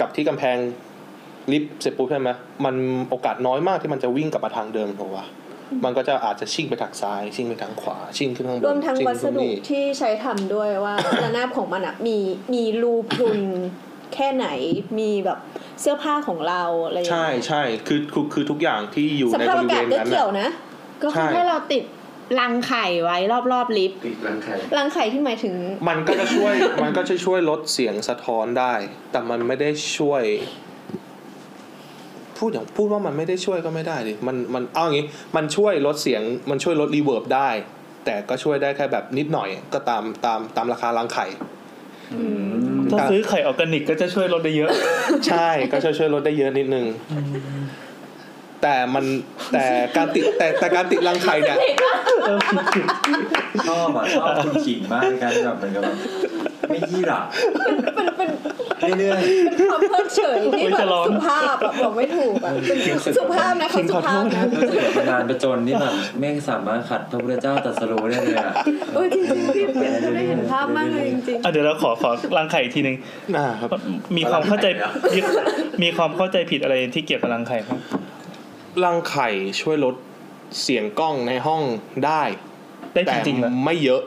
Speaker 6: กับที่กำแพงลิฟต์เสร็จปุ๊บใช่ไหมมันโอกาสน้อยมากที่มันจะวิ่งกลับมาทางเดิมถูกปะมันก็จะอาจจะชิ่งไปทางซ้ายชิ่งไปทางขวาชิ่งขึ้นข้างบน
Speaker 4: รวมทั้ง
Speaker 6: ชิ่
Speaker 4: วัส
Speaker 6: ขึ้น
Speaker 4: ดุ
Speaker 6: นี่
Speaker 4: ที่ใช้ทำด้วยว่า ระนาบของมันอ่ะมีมีรูพรุนแค่ไหนมีแบบเสื้อผ้าของเราอะไรอย่าง
Speaker 6: ใช่
Speaker 4: เงี้ย
Speaker 6: ใช่คือคือคือทุกอย่างที่อยู่
Speaker 4: ส
Speaker 6: ใน
Speaker 4: ภาพ
Speaker 6: บ
Speaker 4: อา
Speaker 6: ริ
Speaker 4: กาศ
Speaker 6: เวณ
Speaker 4: ก็
Speaker 6: นั้น
Speaker 4: เกี่
Speaker 6: น่ะ
Speaker 4: ยวนะ
Speaker 7: ก็คือ
Speaker 6: ใช่
Speaker 7: ให้เราติดรังไข่ไว้รอบๆลิฟต์
Speaker 1: ติดรังไข่
Speaker 4: รังไข่ที่หมายถึง
Speaker 6: มันก็จะช่วย มันก็จะช่วยลดเสียงสะท้อนได้ แต่มันไม่ได้ช่วย พูดอย่างพูดว่ามันไม่ได้ช่วยก็ไม่ได้ดิมันมันเอาอย่างนี้ มันช่วยลดเสียง มันช่วยลดรีเวิร์บได้ แต่ก็ช่วยได้แค่แบบนิดหน่อย ก็ตามตามตามราคารังไข่
Speaker 3: ถ้าซื้อไข่ออร์แกนิกก็จะช่วยลดได้เยอะ
Speaker 6: ใช่ ก็ช่วยช่วยลดได้เยอะนิดนึง แต่มันแต่การติดแต่แต่การติดรังไข่เนี่ย
Speaker 3: เออ
Speaker 8: ชอบอ่ะชอบคุณขิงมากในการแบบเหมือนกับแบบไม่ยี่หลับ
Speaker 4: เป็นเป็น
Speaker 8: เรื่อย
Speaker 4: เป็นความเพิกเฉยที่
Speaker 3: อุ๊ย
Speaker 4: แบ
Speaker 3: จะ
Speaker 4: บ
Speaker 3: ร้อง
Speaker 4: สุภาพอะบอกไม่ถูกอะเป็นสุภาพนะเขาสุภาพนะ
Speaker 8: ๆรู้สึกแบบนานไปจนที่แบบแม่งสามารถขัดพระพุทธเจ้าตรัสรู้ได้เลยอ่ะ
Speaker 4: เออจริงๆพี่เป็นจะได้เห็นภาพมากเลยจริง
Speaker 3: อ่ะเดี๋ยวเราขอขอรังไข่อีกทีหนึ่ง
Speaker 6: อ่าครับ
Speaker 3: มีความเข้าใจมีมีความเข้าใจผิดอะไรที่เกี่ยวกับรังไข่ครับ
Speaker 6: รังไข่ช่วยลดเสียงกล้องในห้องได้
Speaker 3: ได้จ
Speaker 6: แต่
Speaker 3: ริงๆเหรอ
Speaker 6: ไม่เยอะ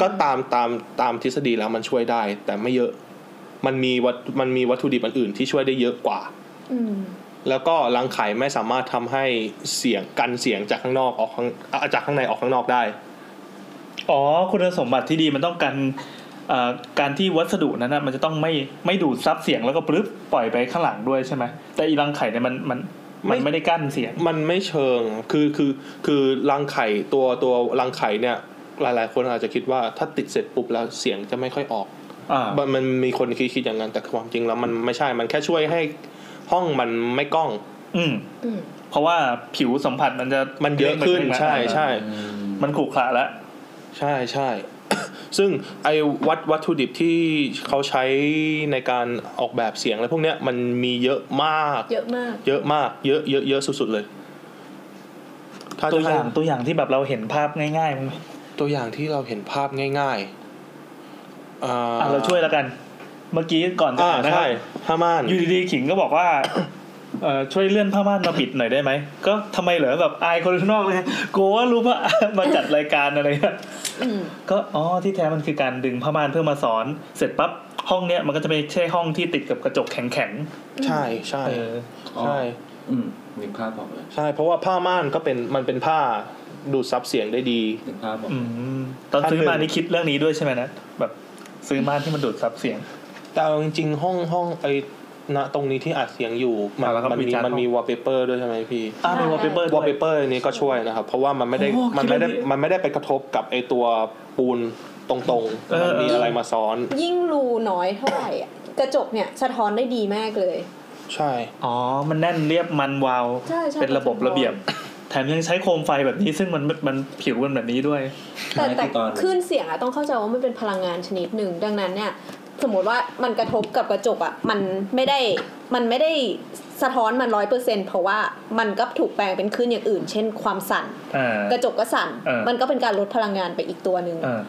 Speaker 6: ก็ตามตามตามทฤษฎีแล้วมันช่วยได้ แต่ไม่เยอะ มันมีวัตมันมีวัตถุดิบอันอื่นที่ช่วยได้เยอะกว่า
Speaker 4: อืม
Speaker 6: แล้วก็รังไข่ไม่สามารถทำให้เสียงกันเสียงจากข้างนอกออกข้างอ่ะจากข้างในออกข้างนอกได้
Speaker 3: อ๋อคุณสมบัติที่ดีมันต้องการเอ่อการที่วัสดุนั้นนะมันจะต้องไม่ไม่ดูดซับเสียงแล้วก็ปลึ๊บปล่อยไปข้างหลังด้วยใช่ไหมแต่อีรังไข่เนี่ยมันมันมัน
Speaker 6: ไม่
Speaker 3: ไม่ได้กั้นเสียง
Speaker 6: มันไม่เชิง คือคือคือรังไข่ตัวตัวรังไข่เนี่ยหลาย ๆ คนอาจจะคิดว่าถ้าติดเสร็จปุ๊บแล้วเสียงจะไม่ค่อยออก
Speaker 3: อ่า
Speaker 6: มันมันมีคนคิดคิดอย่างนั้นแต่ความจริงแล้วมันไม่ใช่ มันแค่ช่วยให้ห้องมันไม่กล้อง
Speaker 3: อืม
Speaker 4: อืม
Speaker 3: เพราะว่าผิวสัมผัสมันจะ
Speaker 6: มันเยอะขึ้น ใช่ใช่
Speaker 3: มันขรุขระแล้ว
Speaker 6: ใช่ใช่ ซึ่งไอ้วัตวัตถุดิบที่เขาใช้ในการออกแบบเสียงอะไรพวกเนี้ยมันมีเยอะมาก
Speaker 4: เยอะมาก
Speaker 6: เยอะมาก เยอะเยอะเยอะสุดๆเลยถ้
Speaker 3: ตัว
Speaker 6: จะ
Speaker 3: อ
Speaker 6: ให้
Speaker 3: ย่างตัวอย่างที่แบบเราเห็นภาพง่ายๆมั้ย
Speaker 6: ตัวอย่างที่เราเห็นภาพง่ายๆอ่า
Speaker 3: อ่ะเราช่วยแล้วกัน เมื่อกี้ก่อนจะ
Speaker 6: อ่า
Speaker 3: อ่านนะครั
Speaker 6: ใช่
Speaker 3: บ
Speaker 6: ผ้าม่าน
Speaker 3: อยู่ดีๆขิงก็บอกว่า เอ่อช่วยเลื่อนผ้าม่านมาปิดหน่อยได้ไหม ก็ทำไมเหรอแบบอายคนข้างนอกเลย กลัวว่ารู้ว่า มาจัดรายการอะไรเงี้ย
Speaker 4: อืม
Speaker 3: ก็อ๋อที่แท้มันคือการดึงผ้าม่านเพื่อมาสอน เสร็จปั๊บห้องเนี้ยมันก็จะไม่ใช่ห้องที่ติดกับกระจกแข็ง
Speaker 6: ใช่ใช่
Speaker 3: ๆเออ
Speaker 8: อ๋อ
Speaker 6: ใช่
Speaker 8: อืมนึกภาพออกเลย
Speaker 6: ใช่ เพราะว่าผ้าม่านก็เป็นมันเป็นผ้าดูดซับเสียงได้ดี
Speaker 8: นึกภาพออก
Speaker 3: อืมตอนซื้อมานี่คิดเรื่องนี้ด้วยใช่ไหมนะแบบซื้อม่านที่มันดูดซับเสียง
Speaker 6: แต่เอาจริงๆห้องห้องไอ้ณตรงนี้ที่อัดเสียงอยู่ มั
Speaker 3: อ่ะแล้วก็
Speaker 6: มัน
Speaker 3: มี
Speaker 6: มี
Speaker 3: จาน
Speaker 6: มัน
Speaker 3: ห้อง
Speaker 6: มีวอลเปเปอร์ด้วยใช่ไหมพี่
Speaker 3: อ่าเป็นวอลเปเปอร์
Speaker 6: ว
Speaker 3: ด้
Speaker 6: อ
Speaker 3: วย
Speaker 6: ลเปเปอร์นี้ก็ช่วยนะครับ เพราะว่ามันไม่ได้
Speaker 3: โอ้
Speaker 6: มันไม่ได้
Speaker 3: คิดเรื่องนี้
Speaker 6: มันไม่ได้ไปกระทบกับไอ้ตัวปูนตรง
Speaker 3: เออ
Speaker 6: ๆ มันมี
Speaker 3: เอออ
Speaker 6: อะไรมาซ้อน
Speaker 4: ยิ่งรูน้อยเท่าไหร่อะกระจกเนี่ยสะท้อนได้ดีมากเลย
Speaker 6: ใช่
Speaker 3: อ๋อ มันแน่นเรียบมันวาว
Speaker 4: ใช่ใช่
Speaker 3: เป็นระบบระเบียบ แถมยังใช้โคมไฟแบบนี้ ซึ่งมันมันผิวมันแบบนี้ด้วย
Speaker 4: แต่แต่
Speaker 8: คือตอน
Speaker 4: คลื่นเสียงอะต้องเข้าใจว่ามันเป็นพลังงานชนิดหนึ่ง ดังนั้นเนี่ย สมมติว่ามันกระทบกับกระจกอะมันไม่ได้มันไม่ได้สะท้อนมันร้อยเปอร์เซ็นเพราะว่ามันก็ถูกแปลงเป็นคลื่นอย่างอื่น เช่นความสั่น
Speaker 3: อ่า
Speaker 4: กระจกก็สั่น
Speaker 3: เออ
Speaker 4: มันก็เป็นการลดพลังงานไปอีกตัวหนึ่ง
Speaker 3: อ่า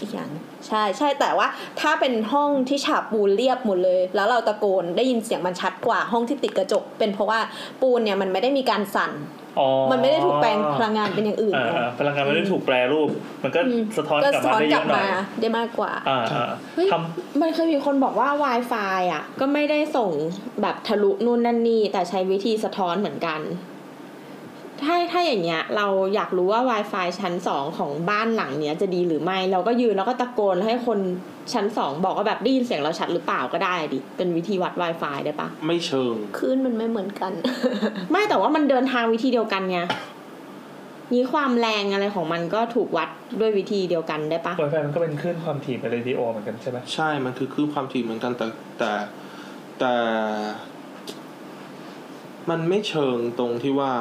Speaker 4: อีกอย่าง ใช่ใช่แต่ว่าถ้าเป็นห้องที่ฉาบปูนเรียบหมดเลย แล้วเราตะโกนได้ยินเสียงมันชัดกว่าห้องที่ติดกระจก เป็นเพราะว่าปูนเนี่ยมันไม่ได้มีการสั่น
Speaker 3: อ๋อ
Speaker 4: มันไม่ได้ถูกแปลงพลังงานเป็นอย่างอื่น
Speaker 3: อ่าๆพลังงานมันไม่ได้ถูกแปรรูป มันก็
Speaker 4: อืม
Speaker 3: สะท้อนกลับมาได้เยอะห
Speaker 4: ก็สะท้ก
Speaker 3: น่อย
Speaker 4: ลับมาได้มากกว่า
Speaker 3: อ่า
Speaker 7: เฮ้ย
Speaker 3: ๆท
Speaker 7: มันเคยมีคนบอกว่า Wi-Fi อ่ะ ก็ไม่ได้ส่งแบบทะลุนู่นนั่นนี่แต่ใช้วิธีสะท้อนเหมือนกัน ถ้าถ้าอย่างเงี้ย เราอยากรู้ว่า Wi-Fi ชั้นสองของบ้านหลังเนี้ยจะดีหรือไม่ เราก็ยืนแล้วก็ตะโกนให้คนชั้นสองบอกว่าแบบได้ยินเสียงเราชัดหรือเปล่าก็ได้ดิ เป็นวิธีวัด Wi-Fi ได้ปะ
Speaker 6: ไม่เชิง
Speaker 4: คลื่นมันไม่เหมือนกัน
Speaker 7: ไม่แต่ว่ามันเดินทางวิธีเดียวกันไงนี้ความแรงอะไรของมันก็ถูกวัดด้วยวิธีเดียวกันได้ปะ
Speaker 3: ำ Wi-Fi มันก็เป็นคลื่นความถี่ในเรดิโอเหมือนกันใช่ไหม
Speaker 6: ใช่ มันคือคือความถี่เหมือนกันแต่แต่แต่ มันไม่เชิงตรงที่ว่า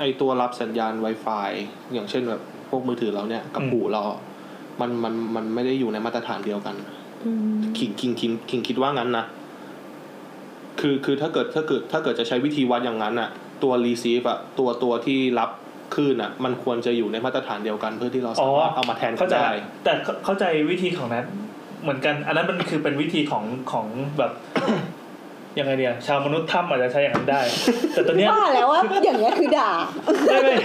Speaker 6: ไอตัวรับสัญญาณ Wi-Fi อย่างเช่นแบบพวกมือถือเราเนี่ย กับหูเรา มันมันมันไม่ได้อยู่ในมาตรฐานเดียวกันคิงคิงคิงคิงคิดว่างั้นนะคือคือถ้าเกิดถ้าเกิดถ้าเกิดจะใช้วิธีวัดอย่างนั้นอะตัว receive อะตัวตัวที่รับคลื่นอะมันควรจะอยู่ในมาตรฐานเดียวกัน เพื่อที่เราสามารถเอามาแทนกั
Speaker 3: เข้าน ใจ
Speaker 6: ได้
Speaker 3: แต่เข้าใจวิธีของนั้นเหมือนกัน อันนั้นมันคือเป็นวิธีของของแบบ ยังไงเดียชาวมนุษย์ถ้ำอาจจะใช้อย่างนั้นได้ แต่ตอนเนี้ย
Speaker 4: ว่าแล้วว่าอย่างเงี้ยคือด่า
Speaker 3: ไม่ไม่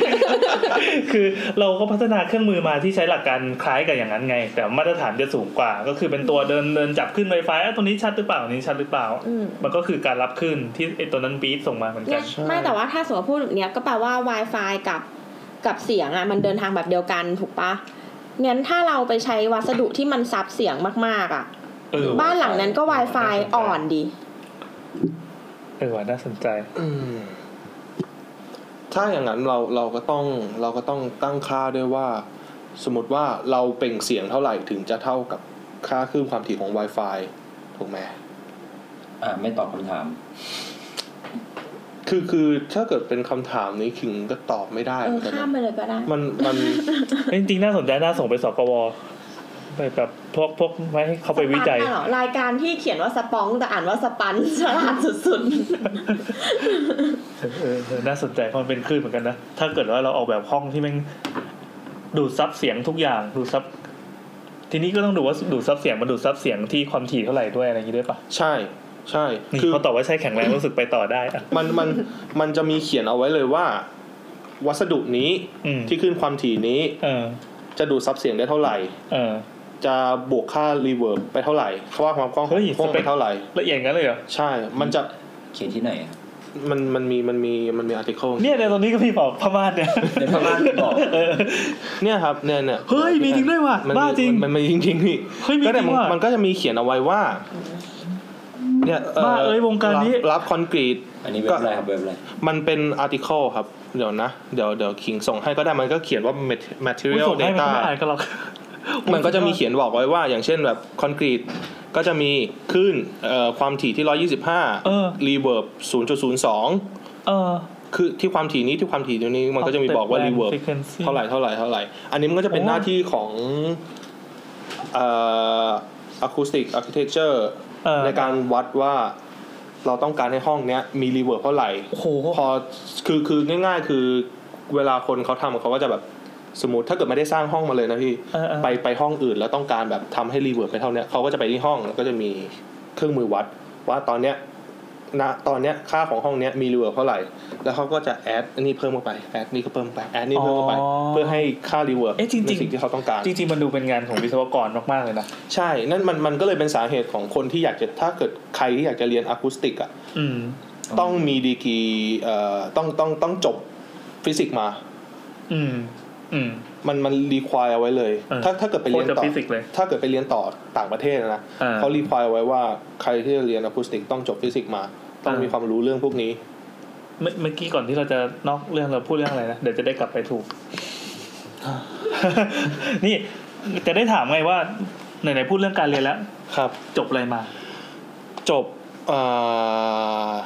Speaker 3: คือเราก็พัฒนาเครื่องมือมาที่ใช้หลักการคล้ายกับอย่างนั้นไง แต่มาตรฐานจะสูงกว่า ก็คือเป็นตัวเดินเดินจับขึ้นไวไฟตรงนี้ชัดหรือเปล่าอันนี้ชัดหรือเปล่า
Speaker 4: อืม
Speaker 3: มันก็คือการรับขึ้นที่ไอตัวนั้นบีทส่งมาเหมือนกัน
Speaker 7: ไม่แต่ว่าถ้าสมมติพูดแบบเนี้ยก็แปลว่า Wi-Fi กับกับเสียงอ่ะมันเดินทางแบบเดียวกันถูกปะงั้นถ้าเราไปใช้วัสดุที่มันซับเสียงมากๆอ่ะ
Speaker 3: เออ
Speaker 7: บ้านหลังนั้นก็ Wi-Fi อ่อนดี
Speaker 3: เออว่ะน่าสนใจ
Speaker 6: อืมถ้าอย่างนั้นเราเราก็ต้องเราก็ต้องตั้งค่าด้วยว่า สมมติว่าเราเปล่งเสียงเท่าไหร่ถึงจะเท่ากับค่าคลื่นความถี่ของ Wi-Fi ถูกไหม
Speaker 8: อ่ะไม่ตอบคำถาม
Speaker 6: คือคือถ้าเกิดเป็นคำถามนี้คิงก็ตอบไม่ได้
Speaker 7: เอ
Speaker 6: เห
Speaker 7: อ
Speaker 6: มือนกัน
Speaker 7: ข้าม
Speaker 6: นะ
Speaker 7: ไปเลยก็ได้
Speaker 6: มันมัน
Speaker 3: เอ้ยจริงๆน่าสนใจน่าส่งไปสกวไปแบบพวกพวกไว้ให้เขาไปวิจัย
Speaker 7: สปันน่ะเหรอรายการที่เขียนว่าสปองแต่อ่านว่าสปัน ฉลาดสุด
Speaker 3: เออเออเออน่าสนใจเพราะมันเป็นคลื่นเหมือนกันนะ ถ้าเกิดว่าเราออกแบบห้องที่แมันดูดซับเสียงทุกอย่าง ดูดซับ ทีนี้ก็ต้องดูว่าดูดซับเสียงมันดูดซับเสียงที่ความถี่เท่าไหร่ด้วยอะไรอย่างนี้ด้วยปะ
Speaker 6: ใช่ ใช่
Speaker 3: นี่
Speaker 6: คือ
Speaker 3: เขาตอบว่าใช่แข็งแรงรู้สึกไปต่อได้อะ
Speaker 6: มันมันมันจะมีเขียนเอาไว้เลยว่า วัสดุนี้
Speaker 3: อืม
Speaker 6: ที่ขึ้นความถี่นี้
Speaker 3: เออ
Speaker 6: จะดูดซับเสียงได้เท่าไหร่
Speaker 3: เออ
Speaker 6: จะบวกค่ารีเวิร์บไปเท่าไหร่ค่าความกล้อง
Speaker 3: เฮ้ย
Speaker 6: กล้องไป
Speaker 3: สเปค
Speaker 6: เท่าไหร่
Speaker 3: ละเอียดงั้นเลยเหรอ
Speaker 6: ใช่ มันจะ
Speaker 8: เขียนที่ไหนอะ
Speaker 6: มันมันมีมันมีมันมีอาร์ติเคิล
Speaker 3: เนี่ยในตอนนี้ก็พี่บอกพม่าเนี่ย
Speaker 8: ในพม่าที่บอก
Speaker 3: เออ
Speaker 6: เนี่ยครับเนี่ยเนี่ย
Speaker 3: เฮ้ยมีจริงด้วยว่ะ
Speaker 6: มันมี
Speaker 3: บ้าจริง
Speaker 6: มันมีจริงจริงๆพี่
Speaker 3: เฮ้ยมี
Speaker 6: ก็
Speaker 3: จ
Speaker 6: นี่
Speaker 3: ริงว่ะ
Speaker 6: มันก็จะมีเขียนเอาไว้ว่า เนี่ย
Speaker 3: บ้าเอ้ยวงการนี้
Speaker 6: รับรับคอนกรีต
Speaker 8: อันนี้เว็บอะไรครับเว็บอะไร
Speaker 6: มันเป็นอาร์ติเคิลครับ เดี๋ยวนะ เดี๋ยวเดี๋ยวคิงส่งให้ก็ได้มันก็เขียนว่า mat-
Speaker 3: อุ๊ย
Speaker 6: material
Speaker 3: ส่งให้มัน
Speaker 6: data
Speaker 3: ไม่อ่านก็หรอก
Speaker 6: มันก็จะมีเขียนบอกไว้ว่า อย่างเช่นแบบคอนกรีตก็จะมีคลื่นเอ่อความถี่ที่
Speaker 3: เออ
Speaker 6: 125 รีเวิร์บ0.02
Speaker 3: เออ
Speaker 6: คือที่ความถี่นี้ที่ความถี่ตรงนี้มันก็จะมีบอกว่ารีเวิร์บ เท่าไหร่เท่าไหร่เท่าไหร่ อันนี้มันก็จะเป็นหน้าที่ของเอ่อ acoustic architecture
Speaker 3: เออ
Speaker 6: ในการวัดว่าเราต้องการให้ห้องเนี้ยมีรีเวิร์บเท่าไหร่
Speaker 3: โอ้โห
Speaker 6: พอคือคือง่ายๆ คือเวลาคนเขาทำเขาก็จะแบบสมมติถ้าเกิดไม่ได้สร้างห้องมาเลยนะพี่
Speaker 3: เออเออ
Speaker 6: ไปไปห้องอื่นแล้วต้องการแบบทำให้รีเวิร์บไปเท่าเนี้ยเขาก็จะไปที่ห้องแล้วก็จะมีเครื่องมือวัด ว่าตอนเนี้ยณตอนเนี้ยค่าของห้องเนี้ยมีรีเวิร์บเท่าไหร่ แล้วเขาก็จะแอดอันนี่เพิ่มเข้าไปแอดนี่ก็เพิ่มไปแอดนี่เพิ่มเข้าไป
Speaker 3: อ๋อ
Speaker 6: เพื่อให้ค่ารีเวิร์บ
Speaker 3: เอ๊ะจริงๆ
Speaker 6: ในสิ่งที่เขาต้องการ
Speaker 3: จริงๆมันดูเป็นงานของวิศวกรมากๆเลยนะ
Speaker 6: ใช่ นั่นมันมันก็เลยเป็นสาเหตุของคนที่อยากจะถ้าเกิดใครที่อยากจะเรียนอะคูสติกอ่ะ
Speaker 3: อืม
Speaker 6: ต้องมีดีกรีเอ่อต้องต้องต้องจบฟิสิกส์มา
Speaker 3: อืม อืม
Speaker 6: มันมันรีควายเอาไว้เลย
Speaker 3: เออ
Speaker 6: ถ้าถ้าเกิดไปเรียน
Speaker 3: โคตรจะ
Speaker 6: ต่อ
Speaker 3: ฟิสิกส์เลย
Speaker 6: ถ้าเกิดไปเรียนต่อต่างประเทศนะ
Speaker 3: เออ
Speaker 6: เขารีควายไว้ว่าใครที่จะเรียนอะคูสติกต้องจบฟิสิกส์มา ต้อง
Speaker 3: เออ
Speaker 6: มีความรู้เรื่องพวกนี้
Speaker 3: เมื่อเมื่อกี้ก่อนที่เราจะนอกเรื่องเราพูดเรื่องอะไรนะ เดี๋ยวจะได้กลับไปถูก นี่จะได้ถามไงว่าไหนๆพูดเรื่องการเรียนแล้ว
Speaker 6: ครับ
Speaker 3: จบอะไรมา
Speaker 6: จบ
Speaker 8: อ่ะ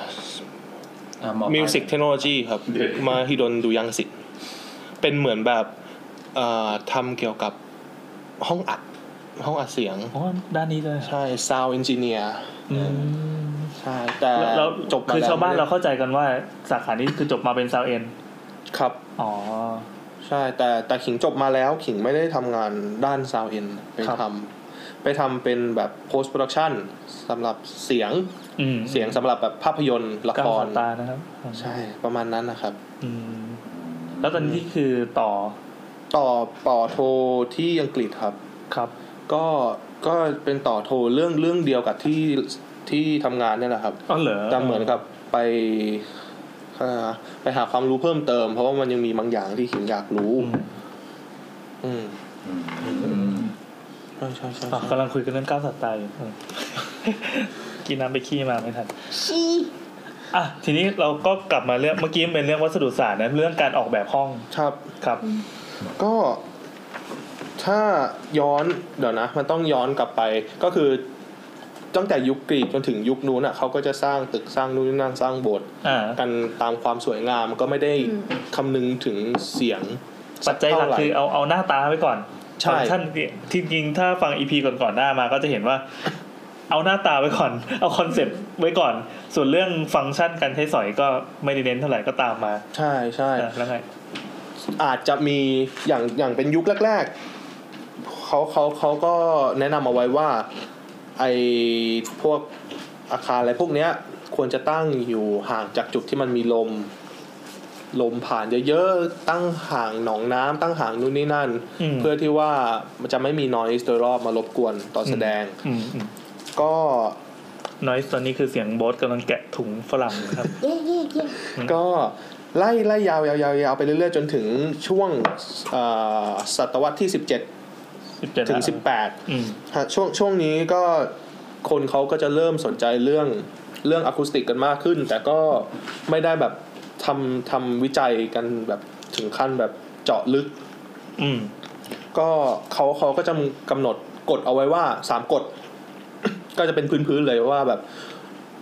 Speaker 8: หอปลาย
Speaker 6: มิวสิกเทคโนโลยีครับ มาฮิดนดูยังสิทธิ์เป็นเหมือนแบบเอ่อทำเกี่ยวกับห้องอัด ห้องอัดเสียง
Speaker 3: อ๋อ ด้านนี้เลย
Speaker 6: ใช่ซาวเอนจิเนียร์
Speaker 3: อืม
Speaker 6: ใช่แต่
Speaker 3: แล้วจ
Speaker 6: จ
Speaker 3: บบ
Speaker 6: ม
Speaker 3: คือ
Speaker 6: แล้ว
Speaker 3: ชาวบ้านเราเข้าใจกันว่าสาขานี้คือจบมาเป็นซาวเอ็น
Speaker 6: ครับ
Speaker 3: อ๋อ
Speaker 6: ใช่แต่แต่ขิงจบมาแล้วขิงไม่ได้ทำงานด้านซาวเอ็นไป
Speaker 3: ครับ
Speaker 6: ทำไปทำเป็นแบบ post production สำหรับเสียง
Speaker 3: อืม
Speaker 6: เสียงสำหรับแบบภาพยนตร์ละ
Speaker 3: กา
Speaker 6: ค
Speaker 3: ร
Speaker 6: ร
Speaker 3: สตาร์นะครับ
Speaker 6: ใช่ประมาณนั้นนะครับ
Speaker 3: อืม แล้วตอนนี้คือต่อ
Speaker 6: ต่อต่อโทที่อังกฤษครับ
Speaker 3: ครับ
Speaker 6: ก็ก็เป็นต่อโทเรื่องเรื่องเดียวกับที่ที่ทำงานเนี่ยแหละครับ
Speaker 3: อ๋อเหรอ
Speaker 6: แต่เหมือนกับไปเอ่อไปหาความรู้เพิ่มเติม เพราะว่ามันยังมีบางอย่างที่ขิงอยากรู้
Speaker 3: อืม
Speaker 6: อืม
Speaker 8: อืม
Speaker 6: ใช่ใช่ใช่
Speaker 3: อ๋อกำลังคุยกันเรื่องก้าวสตาร์อยู่อืม กินน้ำไปขี้มาไม่ทัน
Speaker 4: ชี้
Speaker 3: อ่ะทีนี้เราก็กลับมาเรื่องเมื่อกี้เป็นเรื่องวัสดุศาสตร์นะเรื่องการออกแบบห้อง
Speaker 6: ครับ
Speaker 3: ครับ
Speaker 6: ก็ถ้าย้อนเดี๋ยวนะ มันต้องย้อนกลับไปก็คือตั้งแต่ยุคกรีกจนถึงยุคนู้นอ่ะเขาก็จะสร้างตึกสร้างนู่นนี่นั่นสร้างโบสถ์
Speaker 3: อ่า
Speaker 6: กันตามความสวยงามก็ไม่ได้คำนึงถึงเสียงสั
Speaker 3: ปัจจัยหลัก
Speaker 6: เท่ไ
Speaker 3: คือเอาเอาหน้าตาไว้ก่อน
Speaker 6: ใช่
Speaker 3: ฟังก์ชันที่จริงถ้าฟังอีพีก่อนๆหน้ามาก็จะเห็นว่า เอาหน้าตาไว้ก่อน เอาคอนเซปต์ไว้ก่อน ส่วนเรื่องฟังก์ชันการใช้สอยก็ไม่ได้เน้นเท่าไหร่ก็ตามมา
Speaker 6: ใช่ใช่
Speaker 3: อ่ะแล้วไง
Speaker 6: อาจจะมีอย่างอย่างเป็นยุคแรกๆเขาเขาเขาก็แนะนำเอาไว้ว่าไอพวกอาคารอะไรพวกเนี้ย ควรจะตั้งอยู่ห่างจากจุดที่มันมีลม ลมผ่านเยอะๆตั้งห่างหนองน้ำตั้งห่างนู่นนี่นั่น
Speaker 3: อืม
Speaker 6: เพื่อที่ว่ามันจะไม่มีนอยส์โดยรอบมารบกวนตอนแสดง
Speaker 3: อืมอืม
Speaker 6: ก็
Speaker 3: น้อยตอนนี้คือเสียงโบสกำลังแกะถุงฝรั่งนะครับ
Speaker 4: เย่เย่เย่
Speaker 6: ก็ไล่ไล่ยาวยาวยาวยาวไปเรื่อยๆ จนถึงช่วงเอ่อศตวรรษที่ 17
Speaker 3: 17
Speaker 6: ถึง
Speaker 3: นะ
Speaker 6: 18
Speaker 3: อืม
Speaker 6: ฮะช่วงช่วงนี้ก็คนเขาก็จะเริ่มสนใจเรื่องเรื่องอะคูสติกกันมากขึ้น แต่ก็ไม่ได้แบบทำทำวิจัยกันแบบถึงขั้นแบบเจาะลึก
Speaker 3: อืม
Speaker 6: ก็เขาเขาก็จะกำหนดกฎเอาไว้ว่าสามกฎ ก็จะเป็นพื้นๆเลยว่าแบบ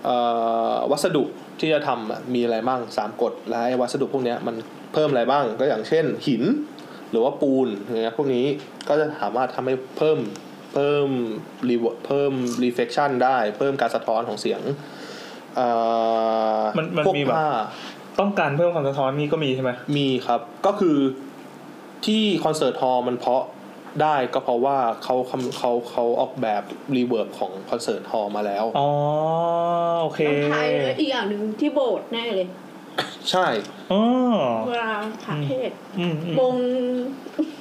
Speaker 6: เอ่อวัสดุที่จะทำอะมีอะไรบ้างสามกฎและไอ้วัสดุพวกเนี้ยมันเพิ่มอะไรบ้าง ก็อย่างเช่น หิน หรือว่าปูนอย่างเงี้ยพวกนี้ก็จะสามารถทำให้เพิ่มเพิ่มรีเพิ่ม reflection ได้ เพิ่มการสะท้อนของเสียงเอ่อ
Speaker 3: มันมัน
Speaker 6: พวก
Speaker 3: มีแบบ
Speaker 6: ผ้า
Speaker 3: ต้องการเพิ่มความสะท้อนนี่ก็มีใช่ไหม
Speaker 6: มีครับ ก็คือที่คอนเสิร์ตฮอลล์มันเพราะได้ก็เพราะว่าเขาคำเขาเขาออกแบบรีเวิร์บของคอนเสิร์ตฮอลล์มาแล้ว
Speaker 3: อ๋อโอเค
Speaker 4: ต้องทายเลยอีกอย่างหนึ่งที่โบสถ์แน่เลย
Speaker 6: ใช่
Speaker 3: อ๋อ
Speaker 4: โบราณคาเพศ
Speaker 3: อืมอืม
Speaker 4: มง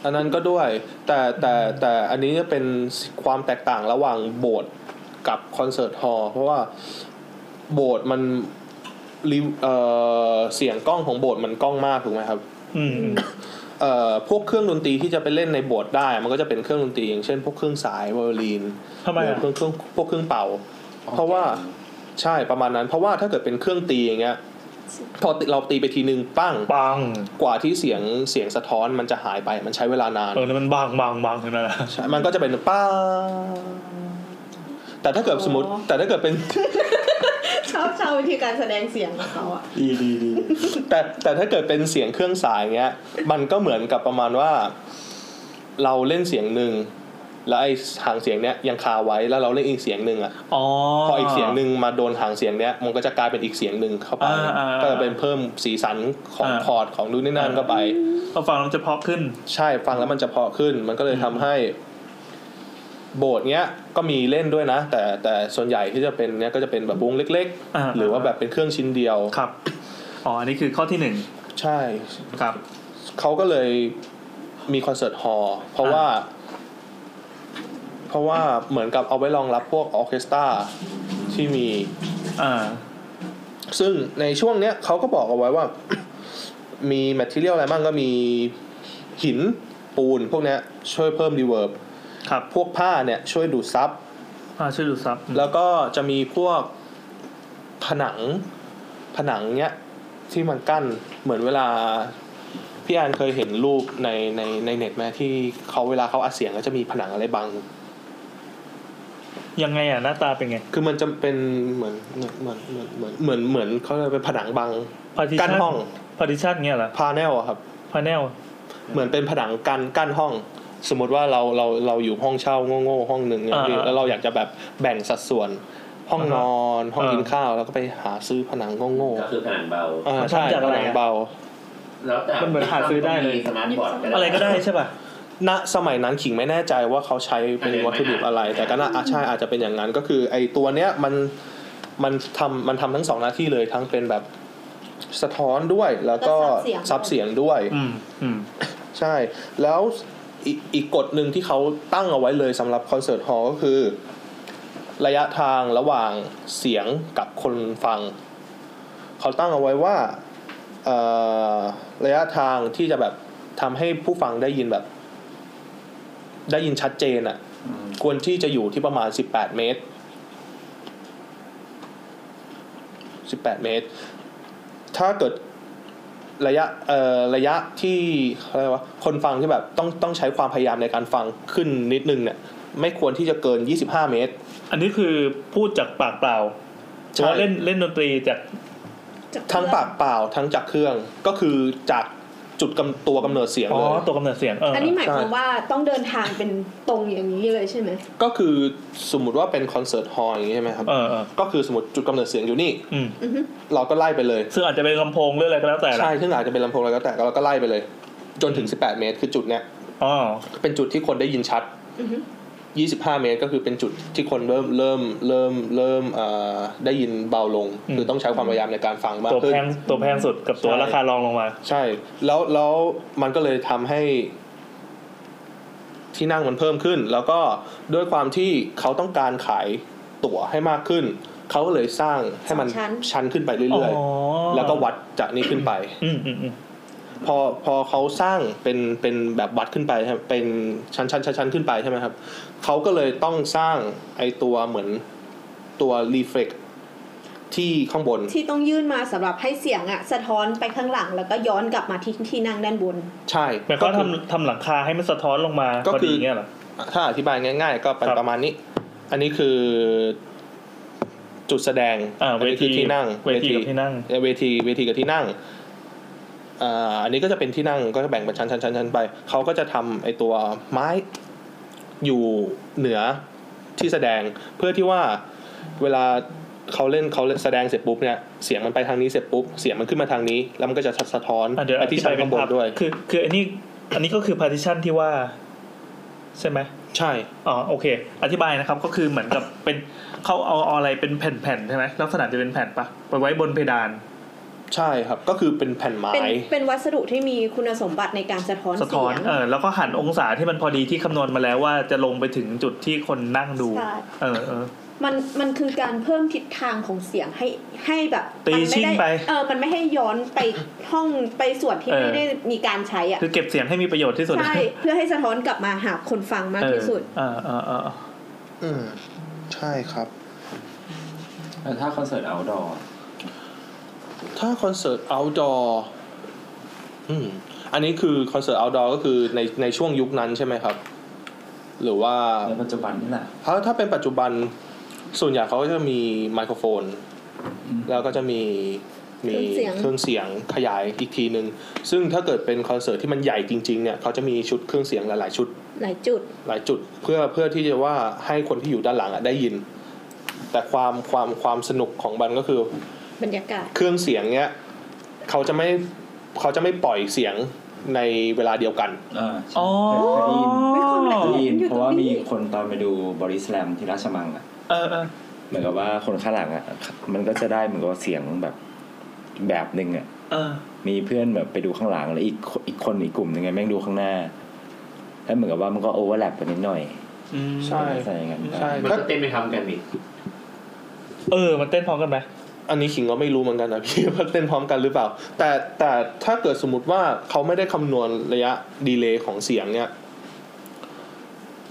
Speaker 6: อันนั้นก็ด้วย แต่แต่แต่อันนี้จะเป็นความแตกต่างระหว่างโบสถ์กับคอนเสิร์ตฮอลล์เพราะว่าโบสถ์มันริเอ่อเสียงกล้องของโบสถ์มันกล้องมากถูกไหมครับ
Speaker 3: อืม
Speaker 6: เอ่อพวกเครื่องดนตรีที่จะไปเล่นในโบสถ์ได้ มันก็จะเป็นเครื่องดนตรีอย่างเช่นพวกเครื่องสายไวโอลิน
Speaker 3: ทำไม
Speaker 6: หรือ
Speaker 3: อ่ะ
Speaker 6: เครื่องเครื่องพวกเครื่องเป่า เพราะว่าใช่ประมาณนั้น เพราะว่าถ้าเกิดเป็นเครื่องตีอย่างเงี้ยพอติเราตีไปทีนึงปั้ง
Speaker 3: บัง
Speaker 6: กว่าที่เสียงเสียงสะท้อนมันจะหายไปมันใช้เวลานาน
Speaker 3: เออแล้วมันบังบังบังขึ้นมาแล้ว
Speaker 6: ใช่มันก็จะเป็นป้าแต่ถ้าเกิดสมมติ แต่ถ้าเกิดเป็น
Speaker 4: ช อบชอบวิธีการแสดงเสียงของเขาอะ
Speaker 8: ดีดีดี
Speaker 6: แต่แต่ถ้าเกิดเป็นเสียงเครื่องสายอย่างเงี้ย มันก็เหมือนกับประมาณว่า เราเล่นเสียงหนึ่งแล้วไอ้หางเสียงเนี้ยยังคาไว้แล้วเราเล่นอีกเสียงหนึ่งอะ
Speaker 3: อ๋อ
Speaker 6: พออีกเสียงหนึ่งมาโดนหางเสียงเนี้ยมันก็จะกลายเป็นอีกเสียงหนึ่งเข้าไป
Speaker 3: อ่าอ่าอ่า
Speaker 6: ก็จะเป็นเพิ่มสีสันของ
Speaker 3: อ่า
Speaker 6: คอร์ดของนู่นนี่นั่นเข้าไป
Speaker 3: พอฟังแล้วมันจะเพราะขึ้น
Speaker 6: ใช่ฟังแล้วมันจะเพราะขึ้น มันก็เลยทำให้ โบสถ์เนี้ยก็มีเล่นด้วยนะ แต่แต่ส่วนใหญ่ที่จะเป็นเนี้ยก็จะเป็นแบบวงเล็ก
Speaker 3: อ่า
Speaker 6: ๆ หรือว่าแบบเป็นเครื่องชิ้นเดียว
Speaker 3: ครับ อ๋อ อันนี้คือข้อที่หนึ่ง
Speaker 6: ใช่
Speaker 3: ครับ
Speaker 6: เขาก็เลยมีคอนเสิร์ตฮอลล์เพราะ
Speaker 3: อ่า
Speaker 6: ว่า เพราะว่าเหมือนกับเอาไว้รองรับพวกออร์เคสตราที่มี
Speaker 3: อ่า
Speaker 6: ซึ่งในช่วงเนี้ยเขาก็บอกเอาไว้ว่า มีแมทเทียลอะไรบ้างก็มีหินปูนพวกเนี้ยช่วยเพิ่มรีเวิร์บ
Speaker 3: ครับ
Speaker 6: พวกผ้าเนี่ยช่วยดูดซับ
Speaker 3: อ่าช่วยดูดซับ
Speaker 6: แล้วก็จะมีพวกผนังผนังเนี้ยที่มันกั้นเหมือนเวลา พี่อันเคยเห็นรูปในในในเน็ตไหมที่เขาเวลาเขาอัดเสียงก็จะมีผนังอะไรบัง
Speaker 3: ยังไงอ่ะหน้าตาเป็นไง
Speaker 6: คือมันจะเป็นเหมือนเหมือนเหมือนเหมือนเหมือนเหมือนเขาเรียกว่าเป็นผนังบัง
Speaker 3: partition
Speaker 6: กั้นห้อง
Speaker 3: partition เงี้ยเหรอ
Speaker 6: พาแนลอะครับ
Speaker 3: panel
Speaker 6: เหมือนเป็นผนังกันกั้นห้อง สมมติว่าเราเราเราอยู่ห้องเช่าโง่ๆห้องหนึ่งเนี่ย
Speaker 3: อ่า
Speaker 6: พี่
Speaker 3: อ่า
Speaker 6: แล้วเราอยากจะแบบแบ่งสัดส่วน ห้องนอนห้อง
Speaker 3: อ่ากิ
Speaker 6: กินข้าวแล้วก็ไปหาซื้อผนังโง่
Speaker 1: ก็คือผนังเบา
Speaker 6: ๆอ่า
Speaker 3: มัน
Speaker 6: ใช่
Speaker 3: ทำจาก
Speaker 6: ผ
Speaker 3: อะไร
Speaker 6: นัง
Speaker 3: อะ
Speaker 6: เบา
Speaker 1: แล้วแต่
Speaker 3: มันเหมือนหาซื้อได้เลย
Speaker 1: มีสมาร์ทบอร์ดก็ได้
Speaker 3: อะไรก็ได้ใช่ป่ะ
Speaker 6: ณสมัยนั้นขิงไม่แน่ใจว่าเขาใช้เป็นวัตถุดิบอะไร แต่ก็น่าอ่ะใช่อาจจะเป็นอย่างนั้นก็คือไอ้ตัวเนี้ยมันมันทำมันทำทั้งสองหน้าที่เลยทั้งเป็นแบบสะท้อนด้วย แล้วก็ซับเสียงด้วย
Speaker 3: อืมอืม
Speaker 6: ใช่ แล้วอีกอีกกฎหนึ่งที่เขาตั้งเอาไว้เลยสำหรับคอนเสิร์ตฮอลล์ก็คือ ระยะทางระหว่างเสียงกับคนฟัง เขาตั้งเอาไว้ว่าเอ่อระยะทางที่จะแบบทำให้ผู้ฟังได้ยินแบบ ได้ยินชัดเจนอะ่ะ ควรที่จะอยู่ที่ประมาณ 18 เมตร 18 เมตร ถ้าเกิด ระยะเอ่อระยะที่เขาเรียกว่าคนฟังที่แบบต้องต้องใช้ความพยายามในการฟังขึ้นนิดนึงเนี่ยไม่ควรที่จะเกิน 25 เมตร
Speaker 3: อันนี้คือพูดจากปากเปล่าห
Speaker 6: ใช่
Speaker 3: รือว่าเล่นเล่นดนตรีจาก
Speaker 4: จาก
Speaker 6: ทั้งปากเปล่าทั้งจากเครื่องก็คือจากจุดกำตัวกำเนิดเสียง
Speaker 3: อ๋อ
Speaker 6: เลย
Speaker 3: ตัวกำเนิดเสียงเออ
Speaker 4: อั
Speaker 3: อั
Speaker 4: นนี้หมายความ
Speaker 6: ใช่
Speaker 4: ว่าต้องเดินทางเป็นตรงอย่างนี้เลยใช่ไหม
Speaker 6: ก็คือสมมติว่าเป็นคอนเสิร์ตฮอลล์อย่างนี้ใช่ไหมครับ
Speaker 3: เออเออ
Speaker 6: ก็คือสมมติจุดกำเนิดเสียงอยู่นี่
Speaker 3: อืม
Speaker 4: อือฮึ
Speaker 6: เราก็ไล่ไปเลย
Speaker 3: ซึ่งอาจจะเป็นลำโพงหรืออะไรก็แล้วแต่ละ
Speaker 6: ใช่ซึ่งอาจจะเป็นลำโพงอะไรก็แต่เราก็ไล่ไปเลย จนถึง 18 เมตร คือจุดเนี้ย
Speaker 3: อ๋อ
Speaker 6: เป็นจุดที่คนได้ยินชัด
Speaker 4: อือฮึ
Speaker 6: 25 เมตรก็คือเป็นจุดที่คนเริ่มเริ่มเริ่มเริ่มเอ่อได้ยินเบาลง คือต้องใช้ความพยายามในการฟังมาก
Speaker 3: ตัว
Speaker 6: ขึ้น
Speaker 3: แพงตัวแพงสุดกับตัว
Speaker 6: ใช่
Speaker 3: ราคารองลงมา
Speaker 6: ใช่แล้วแล้วมันก็เลยทำให้ที่นั่งมันเพิ่มขึ้น แล้วก็ด้วยความที่เขาต้องการขายตั๋วให้มากขึ้น เขาก็เลยสร้างให้มัน
Speaker 4: สองชั้น
Speaker 6: ชั้นขึ้นไปเรื่อย
Speaker 3: อ๋อ
Speaker 6: ๆ แล้วก็วัดจากนี้ขึ้นไป
Speaker 3: อืมอืมอืม
Speaker 6: พอพอเขาสร้างเป็นเป็นแบบวัดขึ้นไปใช่ไหมเป็นชั้นชั้นชั้นชั้นขึ้นไปใช่ไหมครับเขาก็เลยต้องสร้างไอตัวเหมือนตัวรีเฟล็กที่ข้างบน
Speaker 4: ที่ต้องยื่นมาสำหรับให้เสียงอะสะท้อนไปข้างหลังแล้วก็ย้อนกลับมาที่ที่นั่งด้านบน
Speaker 6: ใช่
Speaker 3: หมายความว่า
Speaker 6: ก็คือ
Speaker 3: ทำทำหลังคาให้มันสะท้อนลงมา
Speaker 6: ก็
Speaker 3: พอ
Speaker 6: คื
Speaker 3: ดี
Speaker 6: อ
Speaker 3: เงี้ยเหรอ
Speaker 6: ถ้าอธิบายง่าย ๆ ก็เป็น
Speaker 3: ครับ
Speaker 6: ประมาณนี้ อันนี้คือจุดแสดง
Speaker 3: อ่าเวน
Speaker 6: นี้คื
Speaker 3: ที
Speaker 6: ที่นั่ง
Speaker 3: เวทีกับที่นั่ง
Speaker 6: เอ่อเวทีเวทีกับที่นั่งอ่าอันนี้ก็จะเป็นที่นั่งก็จะแบ่งเป็นชั้นชั้นชั้นชั้นไปเขาก็จะทำไอตัวไม้อยู่เหนือที่แสดงเพื่อที่ว่าเวลาเขาเล่นเขาแสดงเสร็จปุ๊บเนี่ยเสียงมันไปทางนี้เสร็จปุ๊บเสียงมันขึ้นมาทางนี้ แล้วมันก็จะสะท้อน
Speaker 3: อ่ะเดี๋ยว
Speaker 6: ไป
Speaker 3: อ
Speaker 6: ที่
Speaker 3: ธิ
Speaker 6: ชั้
Speaker 3: บาน ยเป็
Speaker 6: ข้าน งบน
Speaker 3: ภาพ
Speaker 6: ด้วย
Speaker 3: คือคืออันนี้อันนี้ก็คือ partition ที่ว่า ใช่ไหม
Speaker 6: ใช่
Speaker 3: อ๋อโอเค อธิบายนะครับก็คือเหมือนกับเป็นเขาเอาเอาอะไรเป็นแผ่นๆใช่ไหมลักษณะจะเป็นแผ่นปะไปไว้บนเพดาน
Speaker 6: ใช่ครับก็คือเป็นแผ่นไม้
Speaker 4: เป็นเป็นวัสดุที่มีคุณสมบัติในการสะท้อน
Speaker 3: สะท้อน
Speaker 4: เสียง
Speaker 3: เออแล้วก็หันองศาที่มันพอดีที่คำนวณมาแล้วว่าจะลงไปถึงจุดที่คนนั่งดู
Speaker 4: ใช่
Speaker 3: เออเออ
Speaker 4: มันมันคือการเพิ่มทิศทางของเสียงให้ให้แบบ
Speaker 3: ตี
Speaker 4: มัน
Speaker 3: ชิ่
Speaker 4: ม่
Speaker 3: ง
Speaker 4: ด้
Speaker 3: ไป
Speaker 4: เออมันไม่ให้ย้อนไปห้องไปส่วนที่
Speaker 3: เออ
Speaker 4: ไม่ได้มีการใช้อ่ะ
Speaker 3: คือเก็บเสียงให้มีประโยชน์ที่สุด
Speaker 4: ใช่เพื่อให้สะท้อนกลับมาหาคนฟังมาก
Speaker 3: เออ
Speaker 4: ที่สุด
Speaker 3: เออเออเออ
Speaker 6: อืมใช่ครับ
Speaker 8: แล้วถ้าคอนเสิร์ต outdoor
Speaker 6: ถ้าคอนเสิร์ต outdoor อืมอันนี้คือคอนเสิร์ต outdoor ก็คือในในช่วงยุคนั้นใช่ไหมครับ หรือว่า
Speaker 8: ในปัจจุบันนี่แหละ
Speaker 6: ถ้าถ้าเป็นปัจจุบันส่วนใหญ่เขาก็จะมีไมโครโฟน
Speaker 8: อืม
Speaker 6: แล้วก็จะมีมี
Speaker 4: เครื่องเสียง
Speaker 6: เครื่องเสียงขยายอีกทีหนึ่งซึ่งถ้าเกิดเป็นคอนเสิร์ตที่มันใหญ่จริงๆเนี่ยเขาจะมีชุดเครื่องเสียงหลายๆชุด
Speaker 4: หลายจุด
Speaker 6: หลายจุดเพื่อเพื่อที่จะว่าให้คนที่อยู่ด้านหลังอะได้ยิน แต่ความความความสนุกของมันก็คือบ
Speaker 4: รรยากาศ
Speaker 6: เครื่องเสียงเนี้ยเขาจะไม่เขาจะไม่ปล่อยเสียงในเวลาเดียวกัน
Speaker 8: อ่า
Speaker 3: อ๋อ
Speaker 8: เคยได้ยิน
Speaker 4: ไม่คนละ
Speaker 8: เคยได้ยิน
Speaker 4: อยู่
Speaker 8: เพ
Speaker 4: ตรงนี้
Speaker 8: ราะว่ามีคนตอนไปดูบอดี้สแลมที่ราชมังอ่ะ
Speaker 3: เออเออ
Speaker 5: เหมือนกับว่าคนข้างหลังอ่ะมันก็จะได้เหมือนกับเสียงแบบอีกแบบหนึ่งอ่ะ
Speaker 3: เออ
Speaker 5: มีเพื่อนแบบไปดูข้างหลังแล้วอีกคนอีกคนอีกกลุ่มหนึ่งไงแม่งดูข้างหน้า แล้วเหมือนกับว่ามันก็โอเวอร์แลปกันนิดหน่อย
Speaker 3: อืม
Speaker 6: ใช่
Speaker 5: ใส่อย่างนั้น
Speaker 6: ใช่
Speaker 1: มัน
Speaker 6: ถ้า
Speaker 1: ก็เต้นไปทำกันนี่
Speaker 3: เออ มันเต้นพร้อมกันไหม
Speaker 6: อันนี้ขิงก็ไม่รู้เหมือนกันนะพี่ ว่าเต้นพร้อมกันหรือเปล่า แต่แต่ถ้าเกิดสมมติว่าเขาไม่ได้คำนวณระยะดีเลย์ของเสียงเนี่ย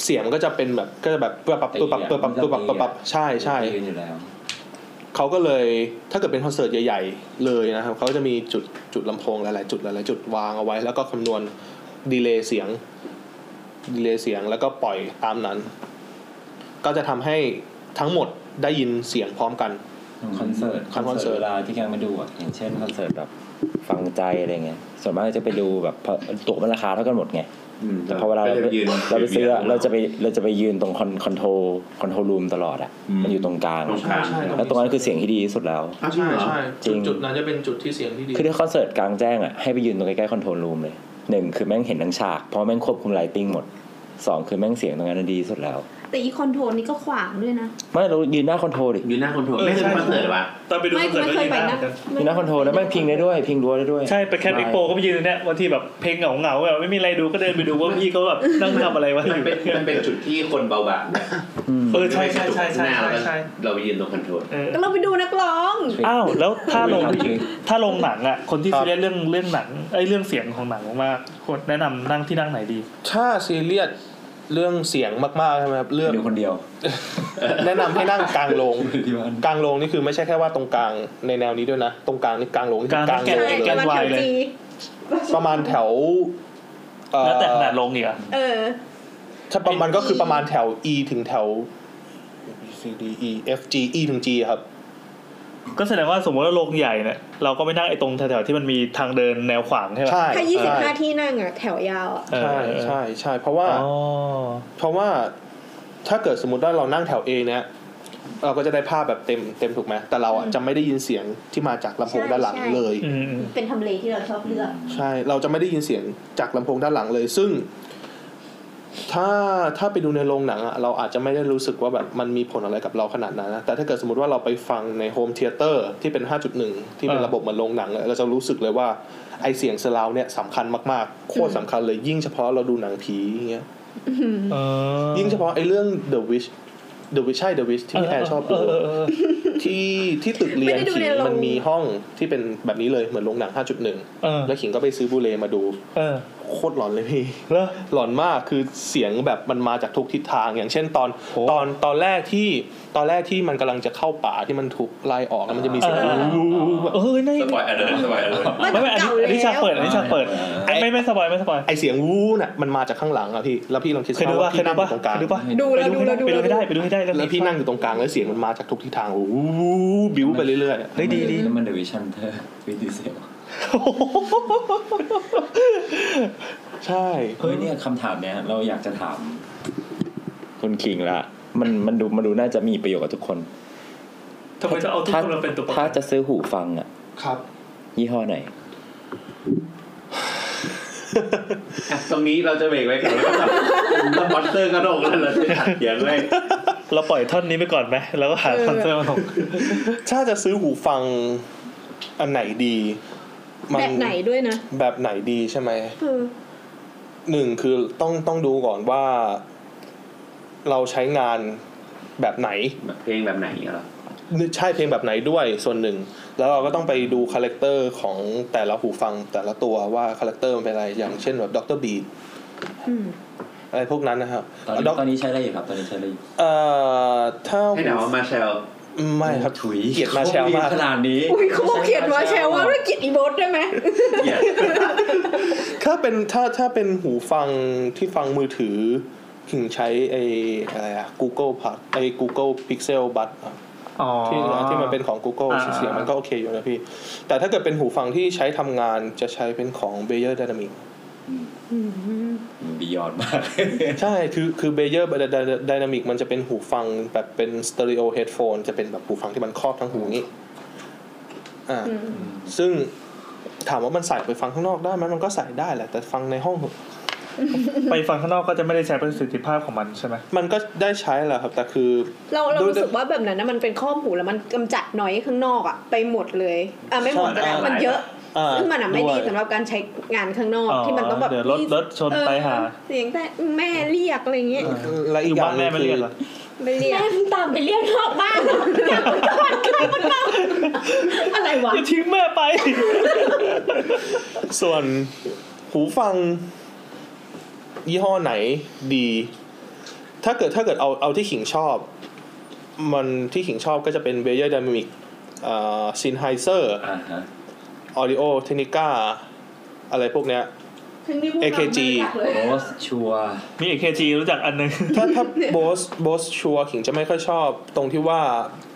Speaker 6: เสียงก็จะเป็นแบบก็จะแบบเปื่อปับเปื่อปับเปื่อปับเปื่อปับเปื่อปับใช่ใช่
Speaker 8: ยืนอยู่แล้ว
Speaker 6: เขาก็เลยถ้าเกิดเป็นคอนเสิร์ตใหญ่ๆ เลยนะครับเขาจะมีจุดจุดลำโพงหลายๆจุดหลายๆจุดวางเอาไว้ แล้วก็คำนวณดีเลย์เสียงดีเลย์เสียงแล้วก็ปล่อยตามนั้น ก็จะทำให้ทั้งหมดได้ยินเสียงพร้อมกัน
Speaker 8: คอนเสิร์ต
Speaker 6: คอนเสิร์ต
Speaker 8: เวลาที่แกงมาดูอ่ะอย่างเช่นคอนเสิร์ตแบบ
Speaker 5: ฟังใจอะไรเงี้ยส่วนมากจะไปดูแบบเพราะตั๋วมันราคาเท่ากันหมดไงแต่พอเวลาเรา
Speaker 1: ก็
Speaker 5: ไป
Speaker 1: จะยืน
Speaker 5: เราไปซื้ออะเราจะ
Speaker 1: ไป
Speaker 5: ไปเราจะไปยืนตรงคอนคอนโทรคอนโทรรูมตลอดอ่ะ
Speaker 8: อืม
Speaker 5: มันอยู่ตรงกลาง
Speaker 1: ตรงกลาง ใช่
Speaker 5: แล้วตรงนั้นคือเสียงที่ดีที่สุดแล้ว
Speaker 1: อ้าวจริงเหรอ
Speaker 5: จริง
Speaker 6: จุดนั้นจะเป็นจุดที่เสียงที่ดี
Speaker 5: คือถ้าคอนเสิร์ตกลางแจ้งอ่ะให้ไปยืนตรงใกล้ๆคอนโทรลรูมเลยหนึ่งคือแม่งเห็นทั้งฉากเพราะแม่งควบคุมไลติ้งหมดสองคือแม่งเสียงตรงนั้นนะดีที่สุดแล้ว
Speaker 4: แต่อีคอนโทรนี่ก็ขวางด้วยนะ
Speaker 5: ไม่เรายืนหน้าคอนโทรลดิ
Speaker 1: อยู่หน้าคอนโทรลไม่ใช่คอนเสิร์ตวะ
Speaker 3: ตอนไปดู
Speaker 4: ไม่ไม่เคยไปนะ
Speaker 5: มีหน้าคอนโทรลแล้วแม่งพิงได้ด้วย พิงรั้วได้ด้วย
Speaker 3: ใช่ไปแคท
Speaker 5: ใช่
Speaker 3: อีโปก็ไปยืนตรงเนี้ยบางทีแบบเพลงเหงาเหงาๆแบบไม่มีอะไรดูก็เดินไปดูว่าพี่เขาแบบนั่งทำอะไรวะอ
Speaker 1: มัน
Speaker 3: ยู่
Speaker 1: เป็นมันเป็นจุดที่คนเบาบาง
Speaker 5: อืม
Speaker 3: เออใช่ใช่ใช่ใช่
Speaker 1: หน้า
Speaker 3: ใช่
Speaker 1: เราก็
Speaker 3: ใช่
Speaker 1: เราไปยืนตรงคอนโทรล
Speaker 3: เออ
Speaker 4: ก็เราไปดูนักร้อง
Speaker 3: อ้าวแล้วถ้าลง
Speaker 8: ครับ
Speaker 3: ถ้าลงหนังอ่ะ คนที่ซีเรียสเรื่องเรื่องหนังไอ้ยเรื่องเสียงของหนังมากๆคนแนะนำนั่งที่นั่งไหนดี
Speaker 6: ถ้าซีเรียสเรื่องเสียงมากๆใช่ไหมครับเลื อก
Speaker 5: ดูคนเดียว
Speaker 6: แนะนำให้นั่งกลางโรง
Speaker 8: ที่บ้าน
Speaker 6: กลางโรงนี่คือไม่ใช่แค่ว่าตรงกลางในแนวนี้ด้วยนะ ตรงกลางนี่กลางโรงนี่คือก
Speaker 3: กลา
Speaker 6: ลา
Speaker 3: ง ง
Speaker 6: โรง
Speaker 4: ใช่
Speaker 6: เลย
Speaker 4: ประมาณแถวจี
Speaker 6: ประมาณแถวเอ่อ
Speaker 3: แล้วแต่ขนาดลงอีกอ่ะ
Speaker 4: เออ
Speaker 6: ถ้าประมาณก็คือประมาณแถว E ถึงแถว B C D E F G E ถึง G ครับ
Speaker 3: ก็แสดงว่าสมมติว่าลงใหญ่เนี่ยเราก็ไม่นั่งไอ้ตรงแถวๆที่มันมีทางเดินแนวขวางใช่ปะ
Speaker 6: ใช่
Speaker 4: ถ้า
Speaker 6: ใช่
Speaker 4: 25 ที่นั่งอะแถวยาวอะ
Speaker 3: เออ
Speaker 6: ใช่ใช่ใช่เพราะว่า
Speaker 3: อ๋อ
Speaker 6: เพราะว่าถ้าเกิดสมมติว่าเรานั่งแถว A เนี่ยเราก็จะได้ภาพแบบเต็มเต็มถูกไหมแต่เราอ่ะจะไม่ได้ยินเสียงที่มาจากลำโพงด้านหลังเลย
Speaker 3: อืมอืม
Speaker 4: เป็นทำเลที่เราชอบเลือก
Speaker 6: ใช่ เราจะไม่ได้ยินเสียงจากลำโพงด้านหลังเลย ซึ่ง ถ้าถ้าไปดูในโรงหนังอะเราอาจจะไม่ได้รู้สึกว่าแบบมันมีผลอะไรกับเราขนาดนั้นนะ แต่ถ้าเกิดสมมติว่าเราไปฟังในโฮมเทเตอร์ที่เป็น 5.1 ที่เป็นระบบเหมือนโรงหนังอะเราจะรู้สึกเลยว่าไอเสียงสลาวเนี่ยสำคัญมากๆ โคตรสำคัญเลยยิ่งเฉพาะเราดูหนังผีอย่างเงี้ย
Speaker 3: เออ
Speaker 6: ยิ่งเฉพาะไอเรื่อง The Witch The Witch ใช่ The Witch ที่พี่แอนชอบ
Speaker 3: เอ
Speaker 6: ดู
Speaker 3: อเออเออ
Speaker 6: ที่ที่ตึกเรียน
Speaker 4: ไม่ได้ดู
Speaker 6: ผี
Speaker 4: ในโรง
Speaker 6: มันมีห้องที่เป็นแบบนี้เลยเหมือนโรงหนัง 5.1
Speaker 3: เออ
Speaker 6: แล้วขิงก็ไปซื้อบูเลมาดู
Speaker 3: เออ
Speaker 6: โคตรหลอนเลยพี่
Speaker 3: แล้ว
Speaker 6: หลอนมากคือเสียงแบบมันมาจากทุกทิศทาง อย่างเช่นตอน
Speaker 3: โอ้
Speaker 6: ตอนตอนแรกที่ตอนแรกที่มันกำลังจะเข้าป่าที่มันถูกไล่ออกแล้วมันจะมีเสียง
Speaker 3: เออ เออนั่น
Speaker 1: สปอยล์อะเดินสปอยล์อะเดิน
Speaker 4: ไม่
Speaker 3: ไม่ไม่อันนี้
Speaker 4: เก่า
Speaker 3: อันนี้ฉากเปิด
Speaker 4: แล้ว
Speaker 3: อันนี้ฉากเปิดไม่ไม่ไม่สปอยไม่สปอย
Speaker 6: ไอเสียงวู้น่ะมันมาจากข้างหลังอะพี่แล้วพี่ลองคิด
Speaker 3: เคยดู
Speaker 6: ภาพ
Speaker 3: ป่ะเคย
Speaker 6: ว่าพี่
Speaker 3: ดู
Speaker 6: นั่
Speaker 3: ป่ะ
Speaker 6: งอยู่ตรง
Speaker 3: เคยดู
Speaker 6: กลาง
Speaker 3: ป่ะ
Speaker 4: ดูแล้วดูแล้วดู
Speaker 3: ไปดู
Speaker 4: แล้ว
Speaker 3: ให้ได้ไปดูให้ได้แล้ว
Speaker 6: แล้วพี่นั่งอยู่ตรงกลางแล้วเสียงมันมาจากทุกทิศทางวู้บิ้วไปเรื่อยๆอะ
Speaker 3: เฮ้ยดีดี
Speaker 8: นั่นมันเดวิชันเธอวิดีเซล
Speaker 6: ใช่
Speaker 8: เฮ้ยเนี่ยคำถามเนี้ยเราอยากจะถาม
Speaker 5: คุณคิงละ มันมันดูมันดูน่าจะมีประโยชน์กับทุกคน
Speaker 3: ทำไมต้องเอาทุกคนมาเป็นตัวประกั
Speaker 5: ถ้าน จะซื้อหูฟังอ่ะ
Speaker 6: ครับ
Speaker 5: ยี่ห้อไหน
Speaker 1: อ่ะตรงนี้เราจะเบรกไว้ก่อนแล้วก็แบบแล้ว มอนสเตอร์ก็โดนแล้วเราจะขัดเสียงเลย
Speaker 3: เราปล่อยท่อนนี้ไปก่อนไหมแล้วก็หาคอนเสิร์ตมาส่ง
Speaker 6: ถ้าจะซื้อหูฟัง อันไหนดีมั
Speaker 4: แบบไหนด้วยนะ
Speaker 6: แบบไหนดีใช่ไหม
Speaker 4: เออ
Speaker 6: หนึ่งคือต้องต้องดูก่อนว่า เราใช้งานแบบไหน
Speaker 1: แบบเพลงแบบไหนเหรอ
Speaker 6: ใช่เพลงแบบไหนด้วยส่วนหนึ่ง แล้วเราก็ต้องไปดูคาแรคเตอร์ของแต่ละหูฟังแต่ละตัวว่าคาแรคเตอร์มันเป็นอะไรอย่างเช่นแบบด็อกเตอร์บี
Speaker 4: อืม
Speaker 6: อะไรพวกนั้นนะครับ
Speaker 8: ตอนนี้
Speaker 6: ด็อก
Speaker 8: ตอนนี้ใช้ได้อยู่ครับ ตอนนี้ใช้ได้อยู่
Speaker 6: เอ่อถ้า
Speaker 1: ให้หนาวว่ามาเชล
Speaker 6: ไม่ครับ
Speaker 8: ถุย
Speaker 6: เกลียดมาแชลมาก
Speaker 8: ขนาดนี้
Speaker 4: อุ้ยเขาบอกเขียนว่าแชร์ว่าเรื่องเกียรติอีโบสได้ไหม
Speaker 8: เกลียด
Speaker 6: ถ้าเป็นถ้าถ้าเป็นหูฟังที่ฟังมือถือถึงใช้ไออะไรอะ Google p a d ไอ Google Pixel Buds อะ
Speaker 3: อ๋อ
Speaker 6: ที่ที่มันเป็นของ Google
Speaker 3: อ่า
Speaker 6: เสียงมันก็โอเคอยู่นะพี่ แต่ถ้าเกิดเป็นหูฟังที่ใช้ทำงานจะใช้เป็นของ b e y e r Dynamic
Speaker 8: บียอนมาก
Speaker 6: ใช่คือคือ b e y e r Dynamic มันจะเป็นหูฟังแบบเป็น Stereo Headphone จะเป็นแบบหูฟังที่มันครอบทั้งหูนี้อ่าซึ่งถามว่ามันใส่ไปฟังข้างนอกได้ไหมมันก็ใส่ได้แหละ แต่ฟังในห้อง
Speaker 3: ไปฟังข้างนอกก็จะไม่ได้ใช้ประสิทธิภาพของมันใช่ไหม
Speaker 6: มันก็ได้ใช้แหละครับ แต่คือ
Speaker 4: เราเรา
Speaker 6: โดย
Speaker 4: รู้สึกว่าแบบนั้นนะมันเป็นข้อมหูแล้วมันกำจัดน้อยข้างนอกอะไปหมดเลยอ่ะไม่หมดก็ได้
Speaker 6: ใช่
Speaker 4: มันเยอะ
Speaker 6: อ่า
Speaker 4: ซึ่งมันอะไม่
Speaker 6: ด้วย
Speaker 4: ดีสำหรับการใช้งานข้างนอก
Speaker 3: อ๋อ
Speaker 4: ที่มันต้องแบบ
Speaker 3: เดี๋ยวรถรถชนไปหา
Speaker 4: เออเสียงแต่แม่เรียกอะไรอย่างเงี้ย
Speaker 6: และอี
Speaker 3: อกยู่
Speaker 6: อย่า
Speaker 3: บ้าง น
Speaker 6: หนึ
Speaker 3: แม่
Speaker 6: ง
Speaker 3: ไม่
Speaker 6: คื
Speaker 3: เรี
Speaker 6: อย
Speaker 3: นเหรอ
Speaker 4: แม่เรีย
Speaker 7: แม่
Speaker 4: ก
Speaker 7: มึงตามไปเรียกนอกบ้านเหรอเนี่ยมึงก่อนใครมันเล่าอะไรวะ
Speaker 3: อย่าทิ้งแม่ไป
Speaker 6: ส่วนหูฟัง ยี่ห้อไหนดี ถ้าเกิดถ้าเกิดเอาเอาที่ขิงชอบ มันที่ขิงชอบก็จะเป็นเบเยอร์ด m มิกซินไฮเซอร์
Speaker 8: อ่าฮะ
Speaker 6: ออริโอเทนิก้าอะไรพวกเนี้ย
Speaker 4: ถึงนี่พูด
Speaker 6: AKG
Speaker 4: มาเลย
Speaker 8: โรสชัวร์
Speaker 3: มีเอเคจีรู้จักอันหนึง
Speaker 6: ถ้าถ้าโบสโบสชัวขิงจะไม่ค่อยชอบ ตรงที่ว่า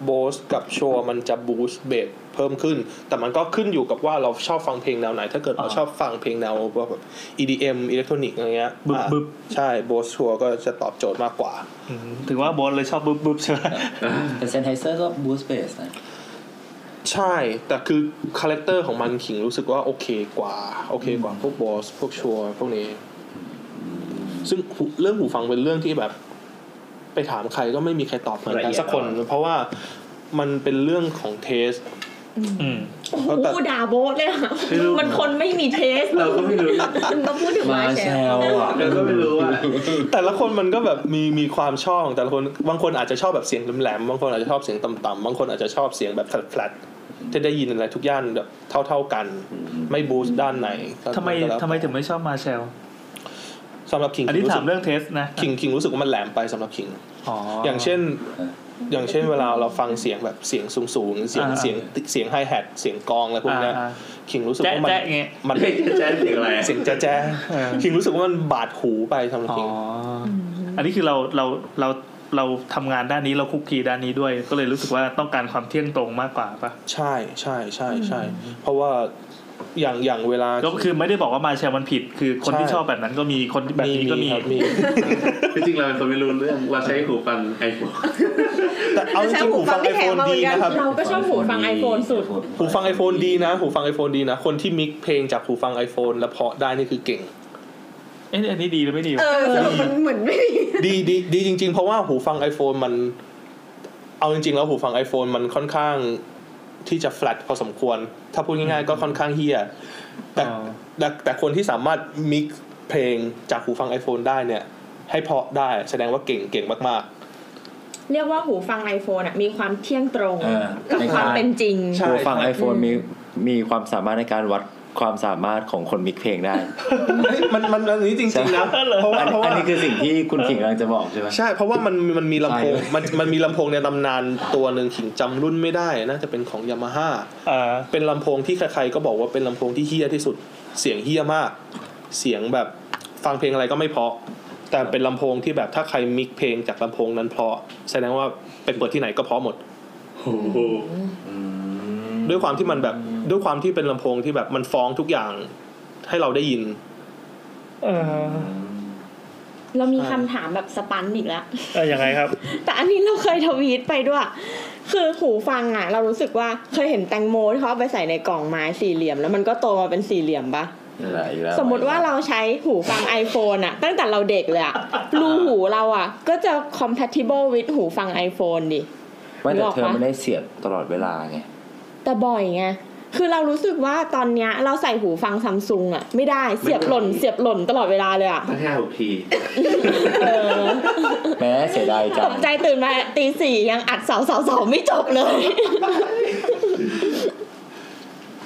Speaker 6: โบสกับชัวมันจะบูสเบสเพิ่มขึ้น แต่มันก็ขึ้นอยู่กับว่าเราชอบฟังเพลงแนวไหน ถ้าเกิดเรา
Speaker 3: อ่า
Speaker 6: ชอบฟังเพลงแนวแบบ EDM อิเล็กทรอนิกส์อะไรเงี้ย
Speaker 3: บึบ
Speaker 6: อ่ะ
Speaker 3: บึบ
Speaker 6: ใช่โบสชัวก็จะตอบโจทย์มากกว่า
Speaker 3: อืมถึงว่าโบอสเลยชอบบุ๊บบุ๊บใช่ไหม
Speaker 8: แต่เซนไฮเซอร์ก็บูสเบสนะ
Speaker 6: ใช่ แต่คือคาแรคเตอร์ของมันขิงรู้สึกว่าโอเคกว่า โอเคกว่าพวกบอสพวกชัวพวกนี้ ซึ่งหูเรื่องหูฟังเป็นเรื่องที่แบบ ไปถามใครก็ไม่มีใครตอบเหมือนกันสักคน เพราะว่ามันเป็นเรื่องของเทส
Speaker 3: อืม
Speaker 7: โอ้โหด่าโบสเลยอะ
Speaker 1: ไม่รู้
Speaker 7: มันคนไม่มีเทส
Speaker 1: เราก็ไม่รู้
Speaker 4: มันต้องพูดถึง
Speaker 8: มา
Speaker 4: มาแช
Speaker 8: แช
Speaker 4: ร์
Speaker 8: ลอ่ะ
Speaker 1: เราก็ไม่รู้ว่า
Speaker 6: แต่ละคนมันก็แบบมีมีความชอบของแต่ละคนบางคนอาจจะชอบแบบเสียงแหลมๆบางคนอาจจะชอบเสียงต่ำๆบางคนอาจจะชอบเสียงแบบแฟลตๆที่ได้ยินอะไรทุกย่านแบบเท่า ๆกัน ไม่บูสต์ด้านไหนก็
Speaker 3: ทำไม
Speaker 6: ก็แล้ว
Speaker 3: ทำไมถึงไม่ชอบมาแชล
Speaker 6: สำหรับคิง
Speaker 3: อันนี้
Speaker 6: รู้
Speaker 3: ถา
Speaker 6: สึ
Speaker 3: ม
Speaker 6: ก
Speaker 3: เรื่องเทสนะ
Speaker 6: คิงคิงรู้สึกว่ามันแหลมไปสำหรับคิง
Speaker 3: อ๋ออ
Speaker 6: อย่างเช่น อย่างเช่นเวลาเราฟังเสียงแบบเสียงสูงๆเสียง
Speaker 3: อ่า
Speaker 6: เสียงเสียงไฮแฮทเสียงกลองอะไรพวกเนี้ย
Speaker 3: อ่า
Speaker 6: คิงรู้สึก
Speaker 3: แจ๊ะ
Speaker 6: ว่ามัน
Speaker 3: แจ๊ะเงี้ย
Speaker 6: มัน
Speaker 1: ไม่ใช่เสียงอะไร
Speaker 6: เสียงแจ๊ะแจ๊ะ
Speaker 3: เออ
Speaker 6: คิงรู้สึกว่ามันบาดหูไปสำหรับ
Speaker 3: อ๋อ
Speaker 6: คิง
Speaker 3: ออันนี้คือเราเราเราเราทำงานด้านนี้เราคุกคีด้านนี้ด้วย ก็เลยรู้สึกว่าต้องการความเที่ยงตรงมากกว่าปะ
Speaker 6: ใช่ใช่ใช่ใช่เพราะว่าอย่างอย่างเวลา
Speaker 3: ก็คือไม่ได้บอกว่ามาแชลมันผิด คือคนที่
Speaker 6: ใช่
Speaker 3: ชอบแบบนั้นก็มีคนแบบนี้ก็มี
Speaker 6: ครับมี
Speaker 1: จริงๆเราเป็นคนไม่รู้เรื่องเราใช้หูฟังไอโฟน
Speaker 6: แต่เอาจริงๆหูฟังไอโฟนดีนะครับ
Speaker 7: เราก็ชอบหูฟัง iPhone สุด
Speaker 6: หูฟังไอโฟนดีนะหูฟังไอโฟนดีนะ คนที่มิกซ์เพลงจากหูฟังไอโฟนแล้วเพาะได้นี่คือเก่ง
Speaker 3: เอ๊ะอันนี้ดีหรือไม่ดี
Speaker 4: เอ
Speaker 3: วะ
Speaker 4: อสรุปมันเหมือนไม่ดี
Speaker 6: ดีดีดีจริง ๆ เพราะว่าหูฟังไอโฟนมัน เอาจริงๆแล้วหูฟังไอโฟนมันค่อนข้างที่จะแฟลตพอสมควร ถ้าพูดง่ายๆก็ค่อนข้างเฮียแต่
Speaker 3: อ๋อ
Speaker 6: แต่แต่คนที่สามารถมิกซ์เพลงจากหูฟังไอโฟนได้เนี่ย ให้เพาะได้แสดงว่าเก่งเก่งมากๆ
Speaker 7: เรียกว่าหูฟัง iPhone อะมีความเที่ยงตรง
Speaker 8: เออ
Speaker 7: กับ
Speaker 8: ใน
Speaker 7: ค
Speaker 8: การ
Speaker 7: วามเป็นจริง
Speaker 6: ใช่
Speaker 5: หูฟัง iPhone มีมีความสามารถในการวัดความสามารถของคนมิกเพลงได้
Speaker 6: เฮ้ยมันมันอันนี้จริงๆนะเพราะว่า
Speaker 5: อัน
Speaker 6: เพราะ
Speaker 5: อัน
Speaker 6: ว่า
Speaker 5: นี้คือสิ่งที่คุณขิงกำลังจะบอกใช่ไหม
Speaker 6: ใช่เพราะว่ามันมันมีลำโพง
Speaker 5: ใช่
Speaker 6: มันมันมีลำโพงในตำนานตัวหนึ่งขิงจำรุ่นไม่ได้น่าจะเป็นของยามาฮ่า
Speaker 3: อ่า
Speaker 6: เป็นลำโพงที่ใครๆก็บอกว่าเป็นลำโพงที่เฮี้ยที่สุดเสียงเฮี้ยมาก เสียงแบบฟังเพลงอะไรก็ไม่เพราะ แต่เป็นลำโพงที่แบบถ้าใครมิกเพลงจากลำโพงนั้นเพราะแสดงว่าเป็นเปิดที่ไหนก็เพราะหมด
Speaker 1: โอ้โห
Speaker 6: ด้วยความที่มันแบบด้วยความที่เป็นลำโพงที่แบบมันฟ้องทุกอย่างให้เราได้ยิน
Speaker 3: เออ
Speaker 7: เรามีคำถามแบบสปันอีกแล้ว
Speaker 3: เออยังไงครับ
Speaker 7: แต่อันนี้เราเคยทวีตไปด้วย คือหูฟังอ่ะ เรารู้สึกว่าเคยเห็นแตงโมที่เขาเอาไปใส่ในกล่องไม้สี่เหลี่ยม แล้วมันก็โตมาเป็นสี่เหลี่ยมปะ
Speaker 5: อะไรอีกแล้ว
Speaker 7: สมมติว่าเราใช้หูฟัง iPhone อ่ะ ตั้งแต่เราเด็กเลยอ่ะรูหูเราอ่ะ ก็จะ compatible with หูฟัง iPhone ดิ
Speaker 5: ไม่แต่
Speaker 7: นึกออก
Speaker 5: เธอ
Speaker 7: ปะ
Speaker 5: ไม่ได้เสียบตลอดเวลาไง
Speaker 7: แต่บ่อยไง คือเรารู้สึกว่าตอนเนี้ยเราใส่หูฟังซัมซุงอะไม่ได้เสียบหล่นเสียบหล่นตลอดเวลาเลยอะ
Speaker 1: ตั้งห้าหกที
Speaker 7: เออ
Speaker 5: แม้เสียดายจั
Speaker 7: ต
Speaker 5: ง
Speaker 7: กใจตื่นมาตีสี่ยังอัดเสาเสาเสาไม่จบเลย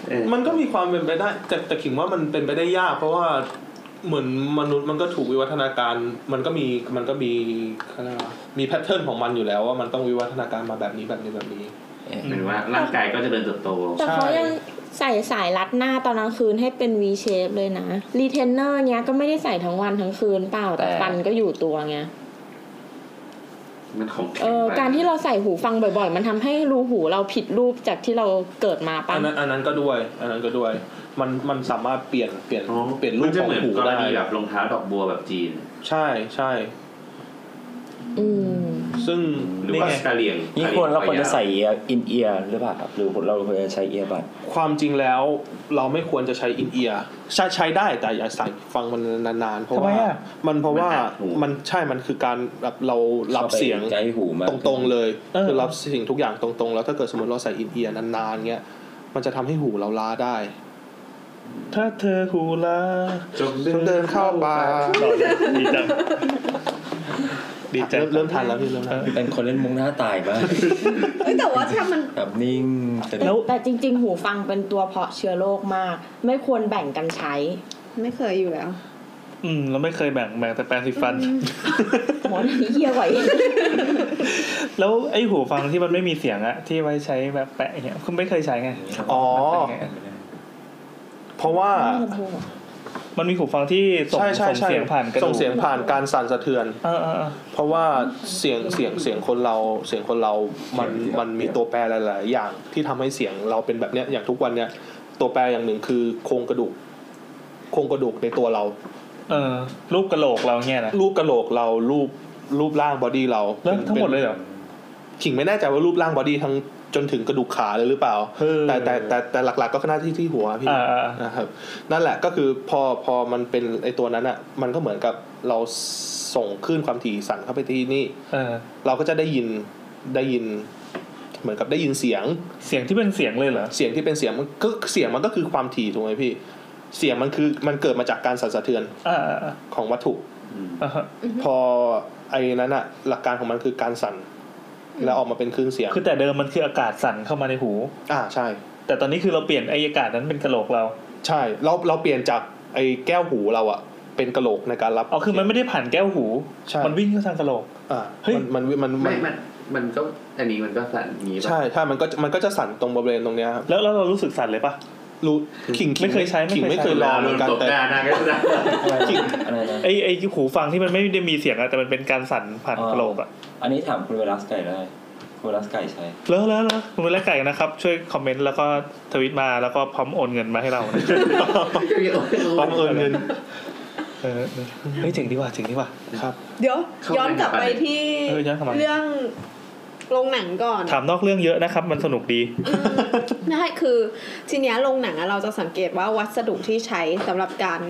Speaker 1: เออ
Speaker 6: มันก็มีความเป็นไปได้ แต่แต่ขิงว่ามันเป็นไปได้ยาก เพราะว่าเหมือนมนุษย์มันก็ถูกวิวัฒนาการ มันก็มีมันก็มีเขาเรียกว่ามีแพทเทิร์นของมันอยู่แล้วว่ามันต้องวิวัฒนาการมาแบบนี้แบบนี้แบบนี้
Speaker 1: หมายถึงว่าร่างกายก็เจะเริญเติบโต
Speaker 7: แต่เขายังใส่สายรัดหน้าตอนกลางคืนให้เป็น V shape เลยนะรีเทนเนอร์เนี้ยก็ไม่ได้ใส่ทั้งวันทั้งคืนเปล่าแต่ฟันก็อยู่ตัวไง
Speaker 1: มันของแข็
Speaker 7: เอง อ
Speaker 1: ไป
Speaker 7: การที่เราใส่หูฟังบ่อยๆ มันทำให้รูหูเราผิดรูปจากที่เราเกิดมาปะ
Speaker 6: อันนั้นอันนั้นก็ด้วย อันนั้นก็ด้วย มันมันสามารถเปลี่ยนเปลี่ยน
Speaker 1: อ๋อ
Speaker 6: เปลี่ยนรู
Speaker 1: มั
Speaker 6: ป
Speaker 1: จะ
Speaker 6: ของ
Speaker 1: เหมือน
Speaker 6: หู
Speaker 1: กร
Speaker 6: ได้
Speaker 1: ณีแบบรองเท้าดอกบัวแบบจีน
Speaker 6: ใช่ใช่
Speaker 7: อืม
Speaker 6: ซึ่ง
Speaker 1: หรือ
Speaker 6: นี่
Speaker 1: ว่า
Speaker 6: ไง
Speaker 1: กะเหรี่ยง
Speaker 5: นี่ควรเราควรจะใส่
Speaker 1: กะเหย
Speaker 5: อินเอียร์หรือเปล่าครับหรือเราควรจะใช้เอียร์บัด
Speaker 6: ความจริงแล้วเราไม่ควรจะใช้อินเอียร์ใช้ใช้ได้แต่อย่าใส่ฟังมันนานๆเพราะ
Speaker 3: ทำไม
Speaker 6: ว่า
Speaker 3: อะ
Speaker 6: มันเพราะว่ามันใช่มันคือการแบบเรารับเสียง
Speaker 5: ใช้หูมาก
Speaker 6: ตรงๆเลย
Speaker 3: เออ
Speaker 6: คือรับสิ่งทุกอย่างตรงๆ แล้วถ้าเกิดสมมติเราใส่อินเอียร์นานๆเงี้ยมันจะทำให้หูเราล้าได้
Speaker 3: ถ้าเธอหูลา
Speaker 1: จง
Speaker 6: ต้องเดินเข้าป่า
Speaker 3: หล่อเลยดีจังดีจัง
Speaker 6: เริ่มเริ่มทันแล้วพี่เริ่มแล้ว
Speaker 5: เป็นคนเล่นมุกหน้าตายมาก
Speaker 4: เอ้ยแต่ว่าถ้ามัน
Speaker 5: แบบนิ่งสนิท
Speaker 7: แต่แต่จริง ๆ หูฟังเป็นตัวเพาะเชื้อโรคมาก ไม่ควรแบ่งกันใช้
Speaker 4: ไม่เคยอยู่แล้ว
Speaker 3: อืมเราไม่เคยแบ่งแบ่งแต่แปรงสีฟัน
Speaker 7: หมอนี่เยี่ยไหว
Speaker 3: แล้วไอ้หูฟังที่มันไม่มีเสียงอะที่ไว้ใช้แบบแปะอย่างเงี้ยคุณไม่เคยใช้ไง
Speaker 6: อ๋อ
Speaker 3: มันเป็นไง
Speaker 6: เพราะว่า
Speaker 3: มันมีหูฟังที่ส่ง
Speaker 6: ใช่ใช่
Speaker 3: ส่ง
Speaker 6: ใช่
Speaker 3: เสียงผ่านกระดูก
Speaker 6: ส่งเสียงผ่านการสั่นสะเทือน
Speaker 3: เออเออเออ
Speaker 6: เพราะว่าเสียงเสียงเสียงคนเราเสียงคนเรา มันมันมีตัวแปรหลาย ๆ อย่างที่ทำให้เสียงเราเป็นแบบเนี้ยอย่างทุกวันเนี้ยตัวแปรอย่างหนึ่งคือโครงกระดูกโครงกระดูกในตัวเรา
Speaker 3: เออรูปกระโหลกเราเนี่ยนะ
Speaker 6: รูปกระโหลกเรารูปรูปร่างบอดี้เรา
Speaker 3: แล้ว
Speaker 6: ป็น
Speaker 3: ทั้งหมดเลยเหรอ
Speaker 6: ขิงไม่แน่ใจว่ารูปร่างบอดี้ทั้งจนถึงกระดูกขาเลยหรือเปล่า
Speaker 3: เออ
Speaker 6: แต่แต่แต่แต่หลัก ๆ ก็หน้าที่ที่หัวพี่
Speaker 3: อ่าอ่า
Speaker 6: นะครับนั่นแหละก็คือพอพอมันเป็นไอตัวนั้นอ่ะมันก็เหมือนกับเราส่งคลื่นความถี่สั่นเข้าไปที่นี่
Speaker 3: เออ
Speaker 6: เราก็จะได้ยินได้ยิน เหมือนกับได้ยินเสียง
Speaker 3: เสียงที่เป็นเสียงเลยเหรอ
Speaker 6: เสียงที่เป็นเสียงมันก็เสียงมันก็คือความถี่ถูกไหมพี่ เสียงมันคือมันเกิดมาจากการสั่นสะเทือน
Speaker 3: อ่าอ่าอ่า
Speaker 6: ของวัตถุ
Speaker 3: อ่าฮะ
Speaker 6: พอไอ้นั้นอะหลักการของมันคือการสั่น แล้วออกมาเป็นคลื่นเสียง
Speaker 3: คือแต่เดิมมันคืออากาศสั่นเข้ามาในหู
Speaker 6: อ่าใช่
Speaker 3: แต่ตอนนี้คือเราเปลี่ยนไออากาศนั้นเป็นกระโหลกเรา
Speaker 6: ใช่ เราเราเปลี่ยนจากไอ้แก้วหูเราอะเป็นกระโหลกในการรับ
Speaker 3: อ๋อคือมันไม่ได้ผ่านแก้วหู
Speaker 6: ใช่
Speaker 3: มันวิ่งเข้าทางกระโหลก
Speaker 6: อ่า
Speaker 3: เฮ้ย
Speaker 6: มันมันมันมั
Speaker 1: ไม่
Speaker 6: น
Speaker 1: มันมันก็อันนี้มันก็สั่นอย่างนี้ป่ะ
Speaker 6: ใช่ใช่มันก็มันก็จะสั่นตรงบริเวณตรงเนี้ยครับ
Speaker 3: แล้วแล้วเรารู้สึกสั่นเลยปะ
Speaker 6: รู้ขิง
Speaker 3: ไม่เคยใช้ไม่เคย
Speaker 6: ขิงไม่เคย
Speaker 3: ใช้
Speaker 6: ลอง
Speaker 1: ลาโด
Speaker 6: เหมือน นกัน
Speaker 1: ตบ
Speaker 6: แต่
Speaker 1: หน้าหน้าก็จะ
Speaker 6: ขิง
Speaker 5: อะไรนะ
Speaker 3: ไอไอหูฟังที่มันไม่ได้มีเสียงอะแต่มันเป็นการสั่นผ่านกระโหลกอะ
Speaker 5: อันนี้ถามคุณเวลัสไก่ได้ คุณเวลัสไก่ใช้
Speaker 3: แล้วแล้วแล้วคุณเป็นแรกไก่นะครับ ช่วยคอมเมนต์แล้วก็ทวิตมาแล้วก็พร้อมโอนเงินมาให้เรา นะ
Speaker 6: บังเอิญเงิน
Speaker 3: เออเออเฮ้ยเจ๋งดีว่ะเจ๋งดีว่ะ
Speaker 4: เดี๋ยวย้อนกลับไปที่
Speaker 3: เออย้อนกลับมา
Speaker 4: เรื่องโรงหนังก่อน
Speaker 3: ถามนอกเรื่องเยอะนะครับ มันสนุกดี
Speaker 4: ได้คือทีเนี้ยโรงหนังอะเราจะสังเกตว่าวัสดุที่ใช้สำหรับการ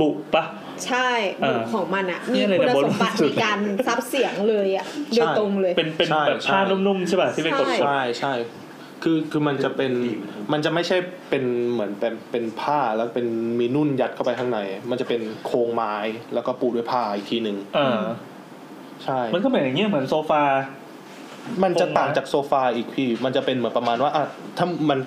Speaker 3: บุปะ
Speaker 4: ใช่
Speaker 3: เออ
Speaker 4: ของมันอะมี
Speaker 3: เนี่ยเลยนะ
Speaker 4: คุณ
Speaker 3: บน
Speaker 4: สมบัติ
Speaker 3: สุด
Speaker 4: ในการซับเสียงเลยอะโดยตรงเลย
Speaker 3: เป็นเป็น
Speaker 6: ใช่
Speaker 3: แบบ
Speaker 6: ใช่
Speaker 3: ผ้านุ่มๆใช่ป่ะที่ไปกด
Speaker 4: ใช่
Speaker 6: ใช่ใช่ คือคือมันจะเป็นมันจะไม่ใช่เป็นเหมือนเป็นเป็นผ้าแล้วเป็นมีนุ่นยัดเข้าไปข้างใน มันจะเป็นโครงไม้แล้วก็ปูด้วยผ้าอีกทีหนึ่ง
Speaker 3: เออ
Speaker 6: ใช่
Speaker 3: มันก็เป็นอย่างเงี้ยเหมือนโซฟา
Speaker 6: มันจะ
Speaker 3: โครงไม้
Speaker 6: ต่างจากโซฟาอีกพี่ มันจะเป็นเหมือนประมาณว่าอ่ะถ้ามัน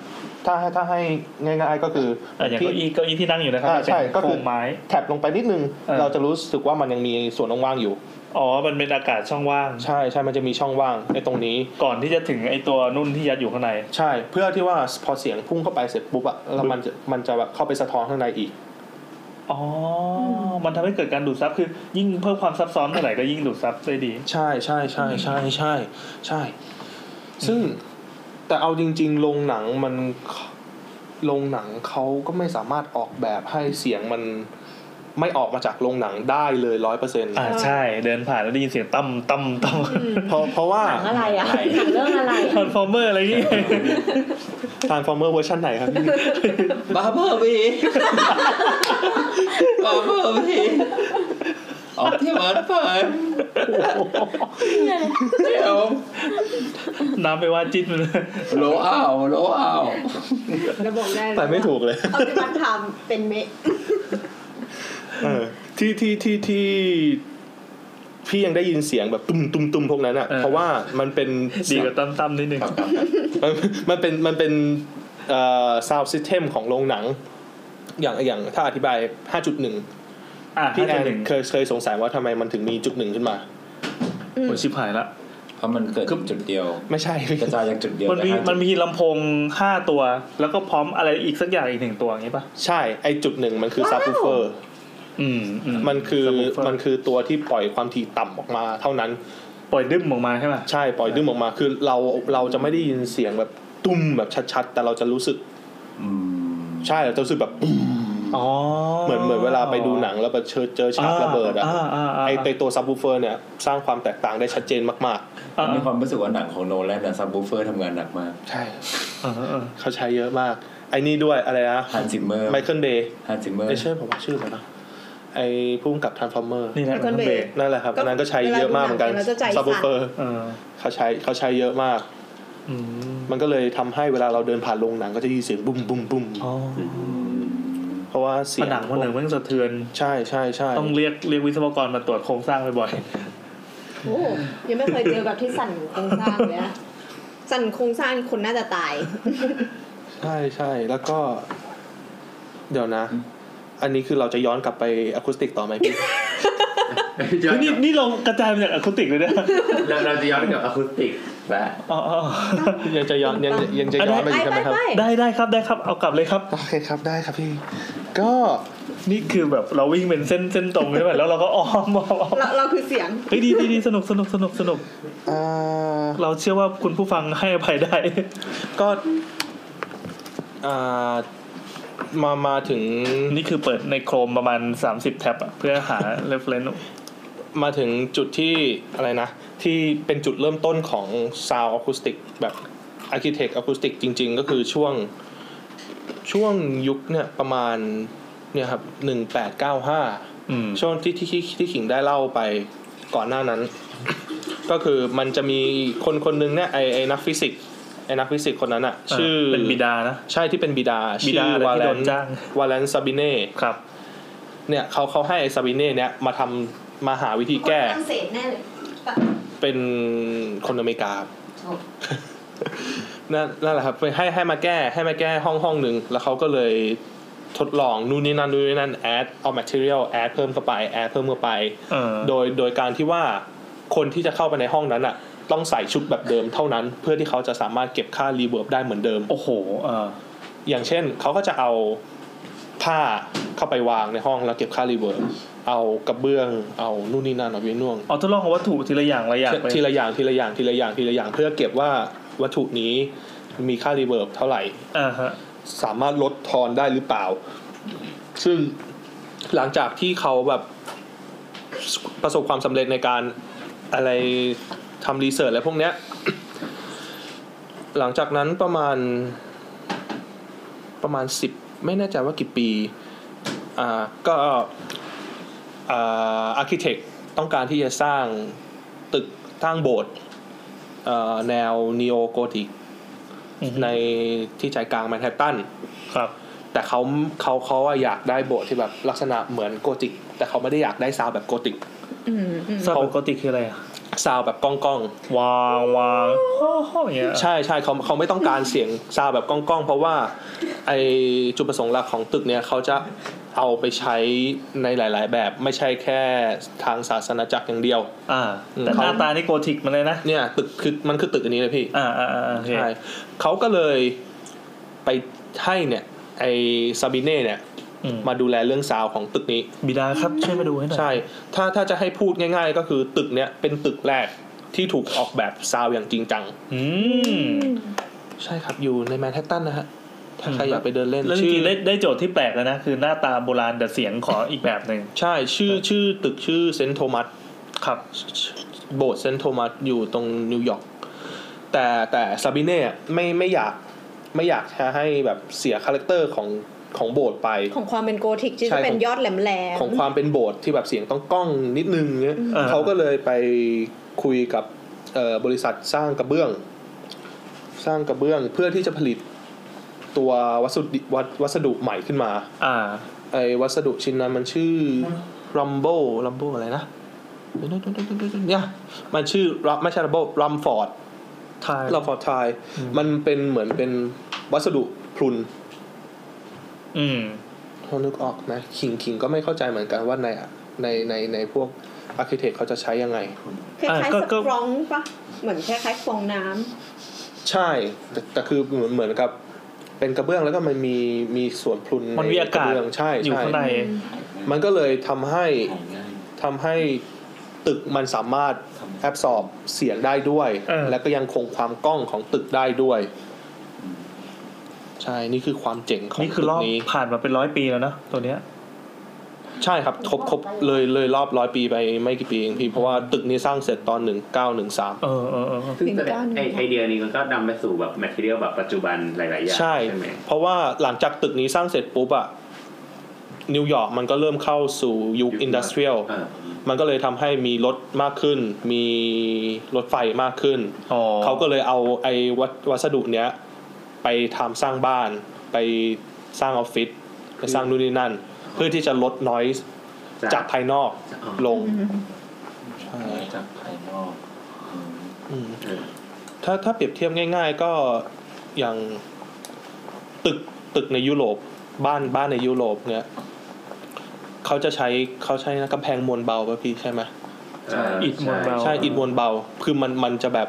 Speaker 6: ถ้าถ้าให้ง่ายๆก็คือ
Speaker 3: เอออย่าง
Speaker 6: ที่
Speaker 3: เก้าอี้เก้าอี้ที่นั่งอยู่นะครับ
Speaker 6: อ่าใช่
Speaker 3: เป็น
Speaker 6: ก็
Speaker 3: โค
Speaker 6: คื
Speaker 3: ร
Speaker 6: อ
Speaker 3: งไม้
Speaker 6: แถบลงไปนิดนึง
Speaker 3: เออ
Speaker 6: เราจะรู้สึกว่ามันยังมีส่วนว่างๆอยู่
Speaker 3: อ๋อมันเป็นอากาศช่องว่าง
Speaker 6: ใช่ใช่มันจะมีช่องว่างไอ้ตรงนี้
Speaker 3: ก่อนที่จะถึงไอตัวนุ่นที่ยัดอยู่ข้างใน
Speaker 6: ใช่ เพื่อที่ว่าพอเสียงพุ่งเข้าไปเสร็จปุ๊บอะแล้วมันจะมันจะแบบเข้าไปสะท้อนข้างในอีก
Speaker 3: อ๋ออมันทำให้เกิดการดูดซับคือ ยิ่งเพิ่มความซับซ้อนเท่าไหร่ก็ยิ่งดูดซับได้ดี
Speaker 6: ใช่ใช่ใช่ใช่ใช่ใช่ ซึ่งแต่เอาจริง ๆ โรงหนังมันโรงหนังเขาก็ไม่สามารถออกแบบให้เสียงมันไม่ออกมาจากโรงหนังได้เลยร้อยเปอร์เซ็นต์
Speaker 3: อ่าใช่ เดินผ่านแล้วได้ยินเสียงตั้มตั้มตั้ม
Speaker 6: เพราะเพราะว่า
Speaker 7: หนังอะไรอะหนังเรื่องอะไร
Speaker 3: ทอนฟอร์เมอร์อะไรอย่างเงี้ย
Speaker 6: Transformer เวอร์ชันไหนครับ
Speaker 5: บ้าเบอร์บีบ้าเบอร์บี
Speaker 9: ออกที่หวานฝันเดี๋ยว
Speaker 3: น้ำไปว่าจิ้นมันเลย
Speaker 9: โลอ้าวโลอ้าว
Speaker 4: ระบบได้
Speaker 6: ไปไม่ถูกเลย
Speaker 4: เอาไปมันทำเป็นเมะ
Speaker 6: เออที่ที่ที่ที่พี่ยังได้ยินเสียงแบบตุ้มตุ้มตุ้มพวกนั้นอ่ะ
Speaker 3: เออ
Speaker 6: เพราะว่ามันเป็น
Speaker 3: ดีกว่าตั้มตั้มๆนิดนึง
Speaker 6: มัน มันเป็นมันเป็นซาวด์ซิสเทมของโรงหนัง อย่างอย่างถ้าอธิบาย 5.1
Speaker 3: อ่ะ
Speaker 6: พี่
Speaker 3: พี่
Speaker 6: แอ
Speaker 3: แอน
Speaker 6: นเคยเคยสงสัยว่าทำไมมันถึงมีจุดหนึ่งขึ้นมา
Speaker 3: โอ้ยชิบหายละ
Speaker 8: เพราะมันเกิดจุดเดียว
Speaker 6: ไม่ใช่
Speaker 8: กระจายจากจุดเดียว
Speaker 3: มันมี
Speaker 8: ไปห้าจุด
Speaker 3: มันมีลำโพงห้าตัว แล้วก็พร้อมอะไรอีกสักอย่างอีกหนึ่งตัวอย่างนี้ป่ะ
Speaker 6: ใช่ ไอจุดหนึ่งมันคือซับวูเฟอร์
Speaker 3: อืม
Speaker 6: มันคือ
Speaker 3: สป
Speaker 6: มัน
Speaker 3: น
Speaker 6: คือตัวที่ปล่อยความถี่ต่ำออกมา เท่านั้น
Speaker 3: ปล่อยดึ้มออกมาใช่ไหม
Speaker 6: ใช่ปล่อยดึมออกมาคือเราเราจะไม่ได้ยินเสียงแบบตุ้มแบบชัดๆ แต่เราจะรู้สึก
Speaker 8: อืม
Speaker 6: ใช่เราจะรู้สึกแบบปุ้ม
Speaker 3: อ๋อ
Speaker 6: เหมือนเหมือนเวลาไปดูหนังแล้วแบบเจอเจอฉากระเบิดอะ
Speaker 3: าาา
Speaker 6: ไอไอตัวซับวูเฟอร์เนี่ย สร้างความแตกต่างได้ชัดเจนมาก
Speaker 3: อ่า
Speaker 8: มีความรู้สึกว่าหนังของโนแลนอะซับบูเฟอร์ทำงานหนักมาก
Speaker 6: ๆ ใช่
Speaker 3: อ่าอ่า
Speaker 6: เขาใช้เยอะมาก ไอนี่ด้วยอะไรนะ
Speaker 8: ฮันซิมเมอร์
Speaker 6: ไมเคิลเบย์
Speaker 8: ฮันซิมเมอร์
Speaker 6: ไอชื่อผมว่าชื่ออะไรนะไอพุ่มกับทรานส์ฟอร์เมอร์
Speaker 3: นี่แหละ
Speaker 4: คอนเบรก
Speaker 6: นั่นแหละครับ
Speaker 4: ก็
Speaker 6: อันนั้นก็ใช้เยอะมากเหมือนกัน
Speaker 4: เวลาดูหนังเราจะใจสั่น
Speaker 6: ซับวูเฟอร์
Speaker 3: เออ
Speaker 6: เขาใช้เขาใช้เยอะมาก
Speaker 3: อืม
Speaker 6: มันก็เลยทำให้เวลาเราเดินผ่านโรงหนังก็จะได้ยินเสียงบุ้มบุ้มบุ้ม
Speaker 3: อ๋อ
Speaker 6: เพราะว่าเสี
Speaker 3: ผ
Speaker 6: ยง
Speaker 3: นังผนังมันสะเทือน
Speaker 6: ใช่ใช่ใช่
Speaker 3: ต้องเรียกเรียกวิศวกรมาตรวจโครงสร้างบ่อย
Speaker 4: โอ้ยังไม่เคยเจอแบบที่สั่นโครงสร้างเลยอะสั่นโครงสร้างคนน่าจะตาย
Speaker 6: ใช่ใช่แล้วก็ เดี๋ยวนะ อันนี้คือเราจะย้อนกลับไปอะคูสติกต่อไหมพี่
Speaker 3: ๆคือนี่นี่เรากระจายมาจากอะคูติกเลยเนี่ย
Speaker 1: เราเราจะย้อนกลับอะคูสติกและ
Speaker 3: อ๋ออ๋อ
Speaker 6: ยังจะย้อนยังยังจะย้อน
Speaker 4: ไป
Speaker 6: ไปอีกใช่
Speaker 4: ไป
Speaker 6: ไหมครับ
Speaker 4: ไป
Speaker 3: ได้ได้ครับได้ครับเอากลับเลยครับ
Speaker 6: โอเคครับได้ครับพี่ ก็
Speaker 3: นี่คือแบบเราวิ่งเป็นเส้นเส้นตรงใช่ไหมแล้วเราก็อ้อมอ้อมอ้อม
Speaker 4: เราเราคือเสียง
Speaker 3: เฮ้ยดีดีดีสนุกสนุกสนุกสนุก
Speaker 6: อ่า
Speaker 3: เราเชื่อว่าคุณผู้ฟังให้อภัยได้
Speaker 6: ก็ อ่า มามาถึง
Speaker 3: นี่คือเปิดในโครมประมาณ 30 แท็บอะเพื่อหา reference
Speaker 6: มาถึงจุดที่อะไรนะ ที่เป็นจุดเริ่มต้นของซาวอะคูสติกแบบอาร์เคเต็กอะคูสติกจริง ๆ ก็คือช่วงช่วงยุคเนี่ยประมาณเนี่ยครับหนึ่งแปดเก้าห้า
Speaker 3: อืม
Speaker 6: ช่วงที่ที่ที่ที่ขิงได้เล่าไปก่อนหน้านั้น ก็คือมันจะมีคนคนหนึงเนี่ยไอไอนักฟิสิกส์ไอนักฟิสิกส์คนนั้นอะชื่อ
Speaker 3: เป็นบิดานะ
Speaker 6: ใช่ที่เป็นบิดา
Speaker 3: บิ
Speaker 6: ชื่
Speaker 3: ดา
Speaker 6: อ
Speaker 3: และ
Speaker 6: วา
Speaker 3: ที่
Speaker 6: เล
Speaker 3: โด
Speaker 6: น
Speaker 3: นจ้าง
Speaker 6: วาเลนซาบิเน่
Speaker 3: ครับ
Speaker 6: เนี่ยเขาเขาให้ไอซาบิเน่เนี่ยมาทำมาหาวิธีแก้
Speaker 4: ฝรั่งเศสแน่เลย
Speaker 6: เป็นคนอเมริกาครับนั่นนั่นแหละครับไปให้ให้มาแก้ให้มาแก้ห้องห้องหนึ่งแล้วเขาก็เลยทดลองนู่นนี่นั่นนู่นนี่นั่นแอดเอา material แอดเพิ่มเข้าไปแอดเพิ่มเข้าไป
Speaker 3: เออ
Speaker 6: โดยโดยการที่ว่าคนที่จะเข้าไปในห้องนั้นอ่ะ ต้องใส่ชุดแบบเดิมเท่านั้น เพื่อที่เขาจะสามารถเก็บค่ารีเวิร์บได้เหมือนเดิม
Speaker 3: โอ้โหเออ
Speaker 6: อย่างเช่นเขาก็จะเอาผ้าเข้าไปวางในห้องแล้วเก็บค่ารีเวิร์บเอากระเบื้องเอานู่นนี่นั่นเอาวิน่วง
Speaker 3: เอาทดลองของวัตถุทีละอย่างละอย่างไป
Speaker 6: ทีละอย่างทีละอย่างทีละอย่างทีละอย่างเพื่อเก็บว่าวัตถุนี้มีค่ารีเวิร์บเท่าไหร่
Speaker 3: อ่าฮะ
Speaker 6: สามารถลดทอนได้หรือเปล่า ซึ่งหลังจากที่เขาแบบประสบความสำเร็จในการอะไรทำรีเสิร์ชอะไรพวกเนี้ย หลังจากนั้นประมาณประมาณสิบไม่แน่ใจว่ากี่ปีอ่าก็อ่าอาร์เคเต็กต้องการที่จะสร้างตึกสร้างโบสถ์เอ่อแนวนีโอโกธิก
Speaker 3: อือฮึ
Speaker 6: ในที่ใจกลางแมนฮัตตัน
Speaker 3: ครับ
Speaker 6: แต่เขาเขาเขาอะอยากได้โบสถ์ที่แบบลักษณะเหมือนโกธิก แต่เขาไม่ได้อยากได้ซาวด์แบบโกธิก
Speaker 4: อืมอืม
Speaker 3: ซา
Speaker 6: เขา
Speaker 3: ปกติคืออะไรอะ
Speaker 6: ซาวด์แบบก้องก้อง
Speaker 3: วางวางโอ้โหอย่างเงี้ย
Speaker 6: ๆใช่ใช่เขาเขาไม่ต้องการเสียงซาวด์แบบก้องก้องๆเพราะว่าไอจุดประสงค์หลักของตึกเนี่ยเขาจะเอาไปใช้ในหลาย ๆ แบบไม่ใช่แค่ทางศาสนาจักรอย่างเดียว
Speaker 3: อ่า แต่ห
Speaker 6: อืมเขา
Speaker 3: น้าตานี่โกธิกมาเลยนะ
Speaker 6: เนี่ยตึกคือมันคือตึกอันนี้เลยพี่
Speaker 3: อ่าอ่าอ่าโอเค
Speaker 6: ใช่เขาก็เลยไปให้เนี่ยไอซาบิเน่เนี่ย
Speaker 3: อืม
Speaker 6: มาดูแลเรื่องซาวด์ของตึกนี้
Speaker 3: บิดาครับช่วยมาดูให้หน่อย
Speaker 6: ใช่ ถ้าถ้าจะให้พูดง่าย ๆ ก็คือตึกเนี้ยเป็นตึกแรกที่ถูกออกแบบซาวอย่างจริงจัง
Speaker 3: อืม
Speaker 6: ใช่ครับ อยู่ในแมนฮัตตันนะฮะ ถ้าใคร
Speaker 3: อืม
Speaker 6: อยากไปเดินเล่น
Speaker 3: แล้วจ
Speaker 6: ชื่
Speaker 3: ริงๆได้ได้โจทย์ที่แปลกแล้วนะ คือหน้าตาโบราณแต่เสียงขออีกแบบหนึ่ง
Speaker 6: ใช่ชื่อชื่อตึกชื่อเซนต์โทมัส
Speaker 3: ครับ
Speaker 6: โบสถ์เซนต์โทมัสอยู่ตรงนิวยอร์กแต่แต่ซาบิเน่ไม่ไม่อยากไม่อยากจะให้แบบเสียคาแรคเตอร์ของ ของโบสถ์ไป
Speaker 4: ของความเป็นโกธิกที่
Speaker 6: ใช่
Speaker 4: จะเป็นยอดแหลมแหลม
Speaker 6: ของความเป็นโบสถ์ที่แบบเสียงต้องก้องนิดนึงเงี้ย
Speaker 3: เออ
Speaker 6: เขาก็เลยไปคุยกับเอ่อบริษัทสร้างกระเบื้อง สร้างกระเบื้องเพื่อที่จะผลิตตัววัสดุวัสวัสดุใหม่ขึ้นมา
Speaker 3: อ่า
Speaker 6: ไอ้วัสดุชิ้นนั้นมันชื่อ Rumble Rumble อะไรนะเนี่ยมันชื่อ Rum- ไม่ใช่ Rumble Rumford
Speaker 3: ไทย
Speaker 6: Rumford Tile
Speaker 3: อืม
Speaker 6: มันเป็นเหมือนเป็นวัสดุพรุน
Speaker 3: อืม
Speaker 6: พอนึกออกไหมขิงขิงก็ไม่เข้าใจเหมือนกันว่าในในในในพวกอาร์เคเต็กเขาจะใช้ยังไง
Speaker 4: คล้ายๆ
Speaker 3: ก็
Speaker 4: ส
Speaker 3: ก็
Speaker 4: ปรองปะเหมือนคล้ายๆฟองน้ำ
Speaker 6: ใช่แต่แต่คือเหมือนเหมือนกับ เป็นกระเบื้องแล้วก็มันมีมีส่วนพลุน
Speaker 3: มันมีอากาศ
Speaker 6: ใระเบื้งใช่
Speaker 3: อยู่
Speaker 6: ใช่
Speaker 3: ข้างใน
Speaker 6: มันก็เลยทำให้
Speaker 8: หายง่าย
Speaker 6: ทำให้ตึกมันสามารถแอบสอบเสียงได้ด้วย
Speaker 3: เออ
Speaker 6: และก็ยังคงความกล้องของตึกได้ด้วย ใช่นี่คือความเจ๋งของ
Speaker 3: นี่คือ
Speaker 6: ตึ
Speaker 3: ร
Speaker 6: ก
Speaker 3: อบ
Speaker 6: นี้
Speaker 3: ผ่านมาเป็นร้อยปีแล้วนะตัวเนี้ย
Speaker 6: ใช่ครับครบครบเลยเลยรอบร้อยปีไปไม่กี่ปีเองพี่เพราะว่าตึกนี้สร้างเสร็จตอนหนึ่งเก้าหนึ่งสาม
Speaker 3: เออเออเออ
Speaker 1: ซึ่งแสดงไอไอเดียนี้มันก็นำไปสู่แบบแมทเทียลแบบปัจจุบันหลายๆอย่าง
Speaker 6: ใช่
Speaker 1: ไหม
Speaker 6: เพราะว่าหลังจากตึกนี้สร้างเสร็จปุ๊บอะนิวยอร์กมันก็เริ่มเข้าสู่ยุคอินดัสเทรียล
Speaker 1: เออ
Speaker 6: มันก็เลยทำให้มีรถมากขึ้น มีรถไฟมากขึ้น
Speaker 3: อ๋อ
Speaker 6: เขาก็เลยเอาไอ้วัสวัสดุเนี้ย ไปทำสร้างบ้าน ไปสร้างออฟฟิศไปสร้างนู่นนี่นั่น เพื่อที่จะลดนอยส์จากภายนอกลง ใช่
Speaker 8: จากภายนอกอืม
Speaker 6: อืมถ้าถ้าเปรียบเทียบง่าย ๆ ก็อย่างตึกตึกในยุโรปบ้านบ้านในยุโรปเนี่ยเขาจะใช้เขาใช้กำแพงมวลเบาป่ะพี่ใช่ไหม
Speaker 1: เออ
Speaker 3: อิดมวลเบา
Speaker 6: ใช่อิฐมวลเบา คือมันมันจะแบบ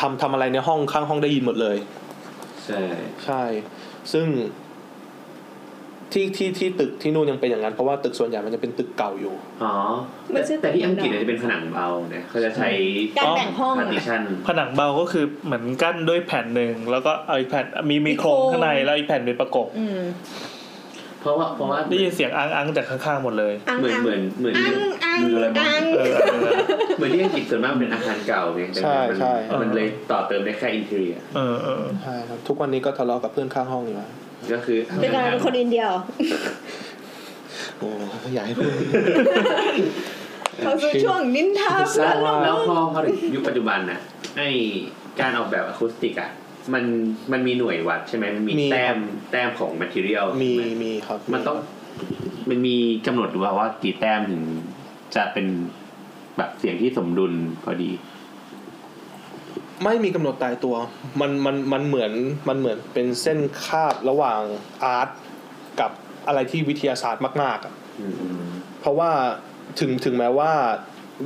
Speaker 6: ทำทำอะไรในห้องข้างห้องได้ยินหมดเลย
Speaker 1: ใช่
Speaker 6: ใช่ ซึ่งที่ที่ที่ตึกที่นู่นยังเป็นอย่างนั้น เพราะว่าตึกส่วนใหญ่มันจะเป็นตึกเก่าอยู่
Speaker 1: อ๋อ
Speaker 4: มันชื่อ
Speaker 1: แต่ที่อังกฤษเนี่ยจะเป็นผนังเบาเนี่ยเขาจะใช้
Speaker 4: การแบ่งห้อง
Speaker 1: พา
Speaker 4: อะ
Speaker 1: ร์ติชัน
Speaker 3: ผนังเบาก็คือเหมือนกั้นด้วยแผ่นหนึ่งแล้วก็เอาอีกแผ่นมีมีโครง
Speaker 4: มีโครง
Speaker 3: ข้างในแล้วอีกแผ่นเป็นประกบ
Speaker 4: อืม
Speaker 1: เพราะว่าเพราะว่า
Speaker 3: ได้ยินเสียงอ้างอ้างๆจากข้างๆหมดเลย
Speaker 4: อัง
Speaker 1: เหมือน
Speaker 4: อัง
Speaker 1: เหมือนเหมือน
Speaker 4: อังอังอัง
Speaker 3: เออเออ
Speaker 1: เหมือนที่อังกฤษส่วนมากมันเป็นอาคารเก่าไงดังนั้นมัน
Speaker 6: ใช่ใช่
Speaker 1: มันเลยต่อเติมได้แค่อินเทอร์เนีย
Speaker 3: เออเออ
Speaker 6: ใช่ครับทุกวันนี้ก็ทะเลาะกับเพื่อนข้างห้องอยู่นะ
Speaker 1: ก็คือ
Speaker 4: เป็นอะไรเป็นคนอินเดียเหรอ
Speaker 6: โอ้อยากให้พูด
Speaker 4: เขาสู่ช่วงนินทาเพื่
Speaker 1: แล้
Speaker 4: อร่ว
Speaker 1: วน
Speaker 4: ม
Speaker 1: แล้
Speaker 4: โล
Speaker 1: ว
Speaker 4: ก
Speaker 1: พอพอถึงยุคปัจจุบันน่ะไอการออกแบบอะคูสติกอ่ะมันมันมีหน่วยวัดใช่ไหมมันมี
Speaker 6: มี
Speaker 1: แต้มแต้มของแมทเทียล
Speaker 6: มีมีครับ
Speaker 1: มันต้องมันมีกำหนดหรือเปล่าว่ากี่แต้มถึงจะเป็นแบบเสียงที่สมดุลพอดี
Speaker 6: ไม่มีกำหนดตายตัว มันมันมันเหมือนมันเหมือนเป็นเส้นคาบระหว่างอาร์ตกับอะไรที่วิทยาศาสตร์มากๆอะเพราะว่าถึงถึงแม้ว่า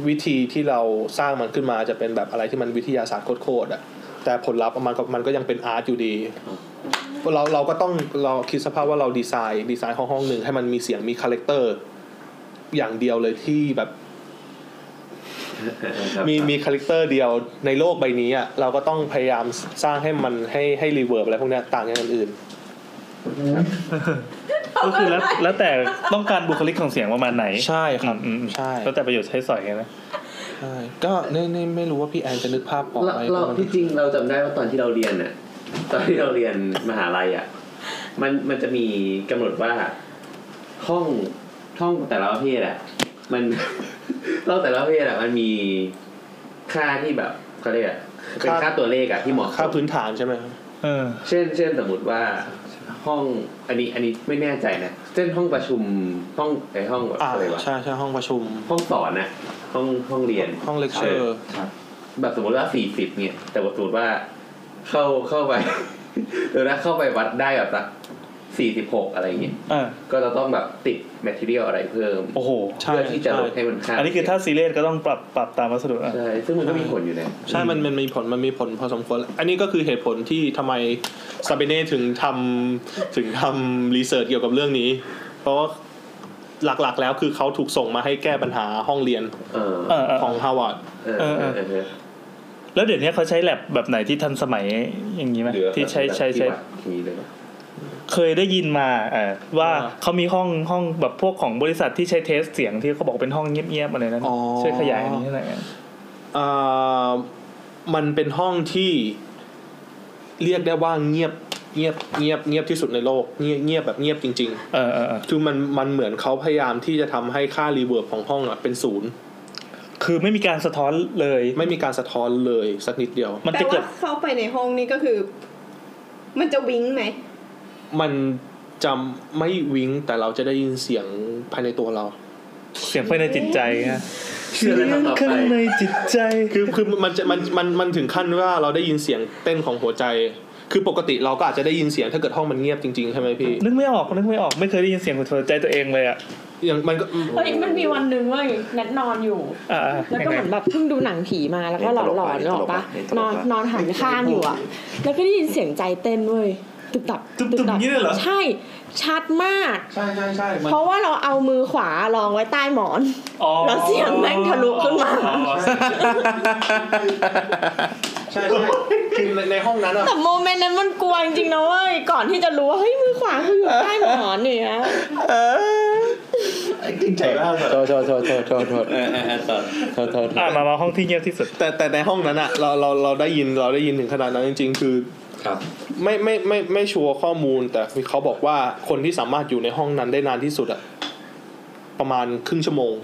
Speaker 6: วิธีที่เราสร้างมันขึ้นมาจะเป็นแบบอะไรที่มันวิทยาศาสตร์โคตรๆอะแต่ผลลัพธ์มันก็มันก็ยังเป็นอาร์ตอยู่ดี เราเราก็ต้องเราคิดสภาพว่าเราดีไซน์ดีไซน์ห้องห้องหนึ่งให้มันมีเสียงมีคาแรคเตอร์อย่างเดียวเลยที่แบบ มีมีคาแรคเตอร์เดียวในโลกใบนี้อ่ะเราก็ต้องพยายามสร้างให้มันให้ให้รีเวิร์บอะไรพวกเนี้ยต่างจากคนอื่น
Speaker 3: ก็คือแล้วแล้วแต่ต้องการบุคลิกของเสียงประมาณไหน
Speaker 6: ใช่ครับ
Speaker 3: อืมอืม
Speaker 6: ใช่
Speaker 3: แล้วแต่ประโยชน์ใช้สอยไงนะ
Speaker 6: ใช่ก็ในในไม่รู้ว่าพี่แอนจะนึกภาพออก
Speaker 1: เรา
Speaker 6: ไหม
Speaker 1: เรา
Speaker 6: ว่ามัน
Speaker 1: ที่จริงเราจำได้ว่าตอนที่เราเรียนน่ะ ตอนที่เราเรียนมหาลัยอ่ะมันมันจะมีกำหนดว่าห้องห้องแต่ละประเภทอ่ะ มัน เราแต่ละประเภทอ่ะมันมีค่าที่แบบเขาเรียกอะเป็นค่าตัวเลขอ่ะที่เหมาะสม
Speaker 6: ค่าพื้นฐานใช่ไหมครับ
Speaker 3: เออ
Speaker 1: เช่น เช่น สมมติว่าห้องอันนี้อันนี้ไม่แน่ใจนะ เช่นห้องประชุมห้องไอห้องแบบ
Speaker 6: อ่า
Speaker 1: อะไรวะ
Speaker 6: ใช่ใช่ห้องประชุม
Speaker 1: ห้องสอนน่ะห้องห้องเรียน
Speaker 6: ห้องเลคเชอร์
Speaker 1: แบบสมมติว่าสี่สิบเนี่ย แต่ว่าสมมติว่าเข้าเข้าไป หรือถ้าเข้าไปวัดได้แบบสักสี่สิบหกอะไรเงี้ย
Speaker 3: อ่า
Speaker 1: ก็จะต้องแบบติดแมทเทียลอะไรเพิ่ม
Speaker 3: โอ้โห
Speaker 6: ใช่
Speaker 1: เพื่อที่จะลดให้มันค่า
Speaker 3: อันนี้คือถ้าซีเรียสก็ต้องปรับปรับตามวัสดุอ่ะ
Speaker 1: ใช่ซึ่งมันก็มีผลอยู่นะ
Speaker 6: ใช่ มันมันมีผลมันมีผลพอสมควร อันนี้ก็คือเหตุผลที่ทำไมซาเบเน่ถึงทำถึงทำรีเสิร์ชเกี่ยวกับเรื่องนี้ เพราะว่าหลักๆแล้วคือเขาถูกส่งมาให้แก้ปัญหาห้องเรียน
Speaker 1: เออ
Speaker 3: เออเออ
Speaker 6: ของฮาวาด
Speaker 1: เออเออเออเออ
Speaker 3: แล้วเดี๋ยวนี้เขาใช้แลบแบบไหนที่ทันสมัยอย่างนี้ไหม
Speaker 1: เหลือ
Speaker 3: ที่ใช้ใช้ใช้
Speaker 1: ที่วัดทีนี้เลยปะ
Speaker 3: เคยได้ยินมาเอ่อว่า
Speaker 6: อ่า
Speaker 3: เขามีห้องห้องแบบพวกของบริษัทที่ใช้เทสเสียงที่เขาบอกเป็นห้องเงียบๆอะไรนั้น
Speaker 6: อ๋อ
Speaker 3: ช่วยขยายอันนี้ให้หน่อยอ่ะ
Speaker 6: อ่ามันเป็นห้องที่เรียกได้ว่าเงียบ เงียบเงียบเงียบที่สุดในโลกเงียบเงียบแบบเงียบจริง
Speaker 3: เออเออเออ
Speaker 6: ๆ คือมันมันเหมือนเขาพยายามที่จะทำให้ค่ารีเวิร์บของห้องอะเป็นศูนย์
Speaker 3: คือไม่มีการสะท้อนเลย
Speaker 6: ไม่มีการสะท้อนเลยสักนิดเดียว
Speaker 3: มัน
Speaker 10: แต่
Speaker 3: จะเกิ
Speaker 10: ว่า
Speaker 3: ด
Speaker 10: เข้าไปในห้องนี้ก็คือ มันจะวิ้งไหม
Speaker 6: มันจะไม่วิ้งแต่เราจะได้ยินเสียงภายในตัวเรา
Speaker 3: เสียงภายในจิตใจฮะ
Speaker 1: เชื่อเลยครับต่อ
Speaker 3: ข้าง
Speaker 1: ไป
Speaker 3: ในจิตใจ
Speaker 6: คือคือมันจะมันมันมันถึงขั้นว่าเราได้ยินเสียงเต้นของหัวใจ คือปกติเราก็อาจจะได้ยินเสียงถ้าเกิดห้องมันเงียบจริงๆใช่ไหมพี่
Speaker 3: นึกไม่ออกนึกไม่ออกไม่เคยได้ยินเสียงหัวใจตัวเองเลยอ่ะ
Speaker 6: อย่างมันก็
Speaker 7: เฮ้ยมันมีวันหนึ่งเว้ยแนทนอนอยู่
Speaker 3: อ่าอ่า
Speaker 7: แล้วก็เหมือนแบบเพิ่งดูหนังผีมาแล้วก็หลอนๆนกออกปะนอนนอนหันข้างอยู่อะแล้วก็ได้ยินเสียงใจเต้นเว้ยตุบตับ
Speaker 3: ตุ่มๆอย่างนี้เลยเหรอ
Speaker 7: ใช่ชัดมาก
Speaker 6: ใช่ใช่ใช่มัน
Speaker 7: เพราะว่าเราเอามือขวารองไว้ใต้หมอน
Speaker 3: อ๋อ
Speaker 7: แล้วเสียงแม่งทะลุขึ้นมา
Speaker 3: อ๋ออ๋อ
Speaker 6: ใช่ใช่คือในในห้องนั้นอะ
Speaker 7: แต่โมเมนต์นั้นมันกลัวจริงๆนะเว้ยก่อนที่จะรู้ว่าเฮ้ยมือขวาคืออยู่ใต้หมอนเนี่ยนะ
Speaker 8: จริงใจมาก
Speaker 5: โทษโทษโทษโทษโทษโทษ
Speaker 9: เออเออเออต่อ
Speaker 5: โทษโทษ
Speaker 3: อ่ะมามาห้องที่เงียบที่สุด
Speaker 6: แต่แต่ในห้องนั้นอะเราเราเราได้ยินเราได้ยินถึงขนาดนั้นจริง ๆ คือ
Speaker 9: ครับ
Speaker 6: ไม่ไม่ไม่ไม่ชัวร์ข้อมูล แต่เขาบอกว่าคนที่สามารถอยู่ในห้องนั้นได้นานที่สุดอะประมาณครึ่งชั่วโมง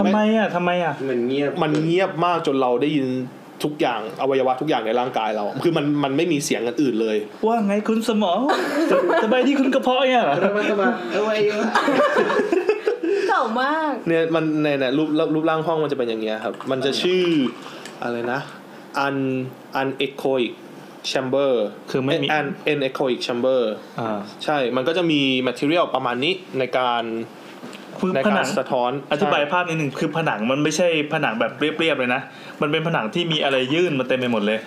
Speaker 3: ทำไมอ่ะทำไมอ่ะ
Speaker 1: มันเงียบ
Speaker 6: มันเงียบมากจนเราได้ยินทุกอย่างอวัยวะทุกอย่างในร่างกายเรา คือมันมันไม่มีเสียงอันอื่นเลย
Speaker 3: ว่าไงคุณสมอง สบายดีคุณกระเพาะเนี่ยเหรอ
Speaker 10: เก่ามาก
Speaker 6: เนี่ยมันในเนี่ยรูปรูปรูปร่างห้องมันจะเป็นอย่างเงี้ยครับ มันจะชื่ออะไรนะ un un echoic chamber
Speaker 3: คือไม่มี
Speaker 6: un un echoic chamber
Speaker 3: อ่า
Speaker 6: ใช่ มันก็จะมี material ประมาณนี้ในการ
Speaker 3: คือ
Speaker 6: ใน
Speaker 3: ผ
Speaker 6: กา
Speaker 3: นั
Speaker 6: รง สะท้อน
Speaker 3: อธิบาย
Speaker 6: ใช่
Speaker 3: ภาพนิดหนึ่งคือผนังมันไม่ใช่ผนังแบบเรียบๆเลยนะ มันเป็นผนังที่มีอะไรยื่นมาเต็มไปหมดเลย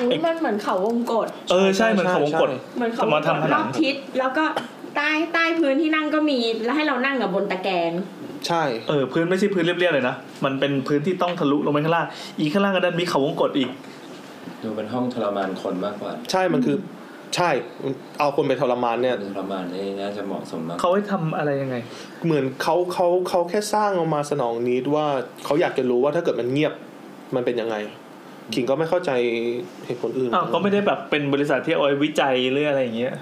Speaker 7: อุ๊ยมันเหมือนเขาวงกด
Speaker 3: เออใช่เหมือนเขาวงกด
Speaker 7: เหมือนเขา
Speaker 3: สมม
Speaker 7: ว
Speaker 3: ติ
Speaker 7: งกด
Speaker 3: ทำผ
Speaker 7: ร
Speaker 3: นั
Speaker 7: อง บทิศแล้วก็ใต้ใต้พื้นที่นั่งก็มีแล้วให้เรานั่งกับบนตะแกรง
Speaker 6: ใช่
Speaker 3: เออพื้นไม่ใช่พื้นเรียบๆเลยนะ มันเป็นพื้นที่ต้องทะลุลงไปข้างล่าง อีกข้างล่างก็ดันมีเขาวงกดอีก
Speaker 8: ดูเป็นห้องทรมานคนมากกว่า
Speaker 6: ใช่มันคือใช่เอาคนไปทรมานเนี่ย
Speaker 8: ทรมานนี่น่าจะเหมาะสมมาก
Speaker 3: เขาให้ทำอะไรยังไง
Speaker 6: เหมือนเขาเขาเขาแค่สร้างออกมาสนองนิดว่าเขาอยากจะรู้ว่าถ้าเกิดมันเงียบมันเป็นยังไงขิงก็ไม่เข้าใจเหตุผลอื่น
Speaker 3: อ้าวก็ไม่ได้แบบเป็นบริษัทที่เอาไว้วิจัยหรืออะไรอย่างเงี้ย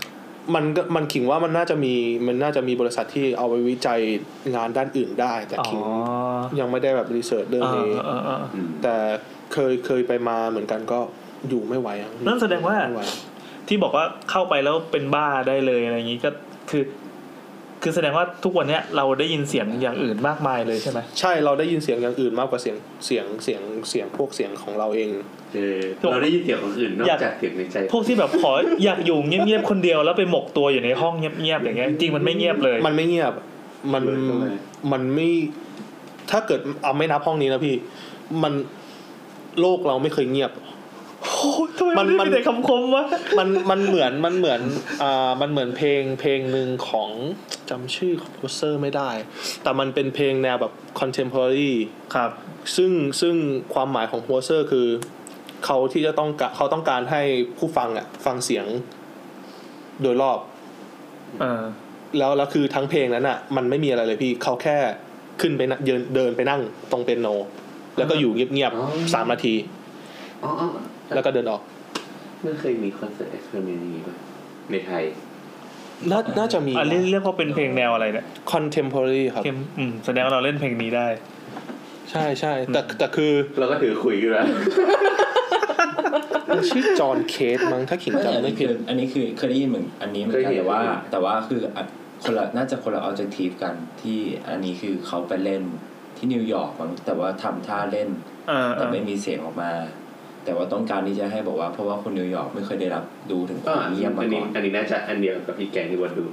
Speaker 6: มันก็มันขิงว่ามันน่าจะมีมันน่าจะมีบริษัทที่เอาไปวิจัยงานด้านอื่นได้ แต่
Speaker 3: อ๋อ
Speaker 6: ขิงยังไม่ได้แบบรีเสิร์ชเรื่อง
Speaker 3: เอ
Speaker 6: นี้
Speaker 3: อเออเออ
Speaker 6: แต่เคยเคยไปมาเหมือนกันก็อยู่ไม่ไหวอะ
Speaker 3: นั่นแสดงว่า
Speaker 6: ไม่ไห
Speaker 3: ที่บอกว่าเข้าไปแล้วเป็นบ้าได้เลยอะไรอย่างงี้ก็คือ คือแสดงว่าทุกวันเนี้ยเราได้ยินเสียงอย่างอื่นมากมายเลยใช่ไหม
Speaker 6: ใช่เราได้ยินเสียงอย่างอื่นมากกว่าเสียงเสียงเสียงเสียงพวกเสียงของเราเอง
Speaker 1: เออเราได้ยินเสียงของอื่นนอก
Speaker 3: อยาก
Speaker 1: จากเสียงในใจ
Speaker 3: พวกที่แบบขอ อยากอยู่เงียบๆคนเดียวแล้วไปหมกตัวอยู่ในห้องเงียบๆอย่างเงี้ยจริงๆมันไม่เงียบเลย
Speaker 6: มันไม่เงียบ มัน
Speaker 1: เลยทำไม
Speaker 6: มันไม่ ถ้าเกิดเอาไม่นับห้องนี้นะพี่ มันโลกเราไม่เคยเงียบ
Speaker 3: โอ้ยทำไม
Speaker 6: มั
Speaker 3: มัน
Speaker 6: น
Speaker 3: ไม่
Speaker 6: มัน
Speaker 3: มีแต่คำคมวะ
Speaker 6: มัน มันเหมือน มันเหมือน อ่า มันเหมือนเพลง เพลงหนึ่งของจำชื่อของโปรเซอร์ไม่ได้ แต่มันเป็นเพลงแนวแบบ contemporary
Speaker 3: ครับ
Speaker 6: ซึ่ง ซึ่งความหมายของโปรเซอร์คือ เขาที่จะต้องกะเขาต้องการให้ผู้ฟังอ่ะ ฟังเสียงโดยรอบ
Speaker 3: เออ
Speaker 6: แล้วแล้วคือทั้งเพลงนั้นอ่ะ มันไม่มีอะไรเลยพี่เขาแค่ขึ้นไปนั่งเดินเดินไปนั่งตรงเปียโน แล้วก็อยู่เงียบ
Speaker 1: อ๋อ
Speaker 6: ๆสามนาที
Speaker 1: อ๋ออ๋อ
Speaker 6: แล้วก็เดินออก
Speaker 1: ไม่เคยมีคอนเสิร์ตเอ็กซ์เพร์เมนต์อย่างนี้ป่ะในไทย
Speaker 6: น่าน่าจะมี
Speaker 3: อันนี้เรียกว่าเป็นเพลงแนวอะไรเนี่ย
Speaker 6: contemporary ครับ
Speaker 3: เข้มอืมแสดงว่าเราเล่นเพลงนี้ได้
Speaker 6: ใช่ใช่แต่แต่คือ
Speaker 1: เราก็ถือคุยอยู่แล้ว
Speaker 6: มันชื่อจอห์นเคสมั้งถ้าขิงจำไม่ผิด
Speaker 8: อันนี้คือเคยได้ยินเหมือนอันนี้เหมือนกัน
Speaker 1: เคยเห็น
Speaker 8: แต่ว่า แต่ว่าคืออ่ะคนละน่าจะคนละออบเจกตีฟกันที่อันนี้คือเขาไปเล่นที่นิวยอร์กมั้งแต่ว่าทำท่าเล่น
Speaker 3: เออเอ
Speaker 8: แต่
Speaker 3: อ
Speaker 8: ไม่มีเสียงออกมา แต่ว่าต้องการที่จะให้บอกว่า เพราะว่าคนนิวยอร์กไม่เคยได้รับดูถึงความเงียบ
Speaker 1: อั
Speaker 8: มาน
Speaker 1: นี้
Speaker 8: ก่อน
Speaker 1: อันนี้น่าจะอันเดียวกับพี่แกงที่วันดู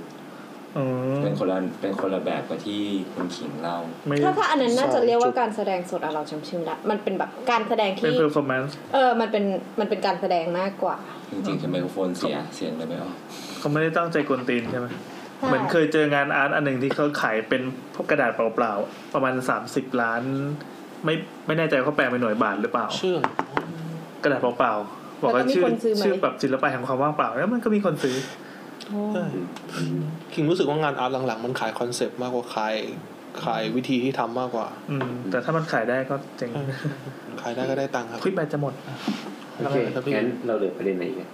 Speaker 3: อืม
Speaker 8: เป็นคนละเป็นคนละแบบกับที่คุณขิงเล่า
Speaker 3: ไม่
Speaker 4: ถ้าถ้าอันนั้นน่าจะ
Speaker 6: ใช่
Speaker 4: เรียกว่าการแสดงสดอะเราจำชื่อไม่ได้มันเป็นแบบการแสดง
Speaker 3: เป็น
Speaker 4: ที่
Speaker 3: เพอร์ฟอร์แมนซ์
Speaker 4: เออ มันเป็น มันเป็นการแสดงมากกว่า
Speaker 8: จริงๆคือไมโครโฟนเสียเสียงเลยไม่ออก
Speaker 3: เขาไม่ได้ตั้งใจกวนตีนใช่ไหมเหมือนเคยเจองานอาร์ตอันหนึ่งที่เขาขายเป็นพวกกระดาษเปล่าๆ ประมาณ 30 ล้าน ไม่ไม่แน่ใจว่าเขาแปลเป็นหน่วยบาทหรือเปล่า
Speaker 6: ชื่อก
Speaker 3: ระดาษเปล่าๆบอกว่า
Speaker 4: แล้วก็มี
Speaker 3: ชื่อ
Speaker 4: คนซื้อไหม
Speaker 3: ชื่อแบบศิลปะแห่งความว่างเปล่าแล้วมันก็มีคนซื้อ
Speaker 6: ใช่ขิงรู้สึกว่างานอาร์ตหลังๆ มันขายคอนเซปต์มากกว่าขายขายวิธีที่ทำมากกว่า
Speaker 3: อืมแต่ถ้ามันขายได้ก็เจ๋ง
Speaker 6: ขายได้ก็ได้ตังค์ครับ
Speaker 3: ควิปแบตจะหมด
Speaker 1: โอเค
Speaker 6: ครับพี่
Speaker 1: งั้นเราเหลือประเด็นไหนอีกอะ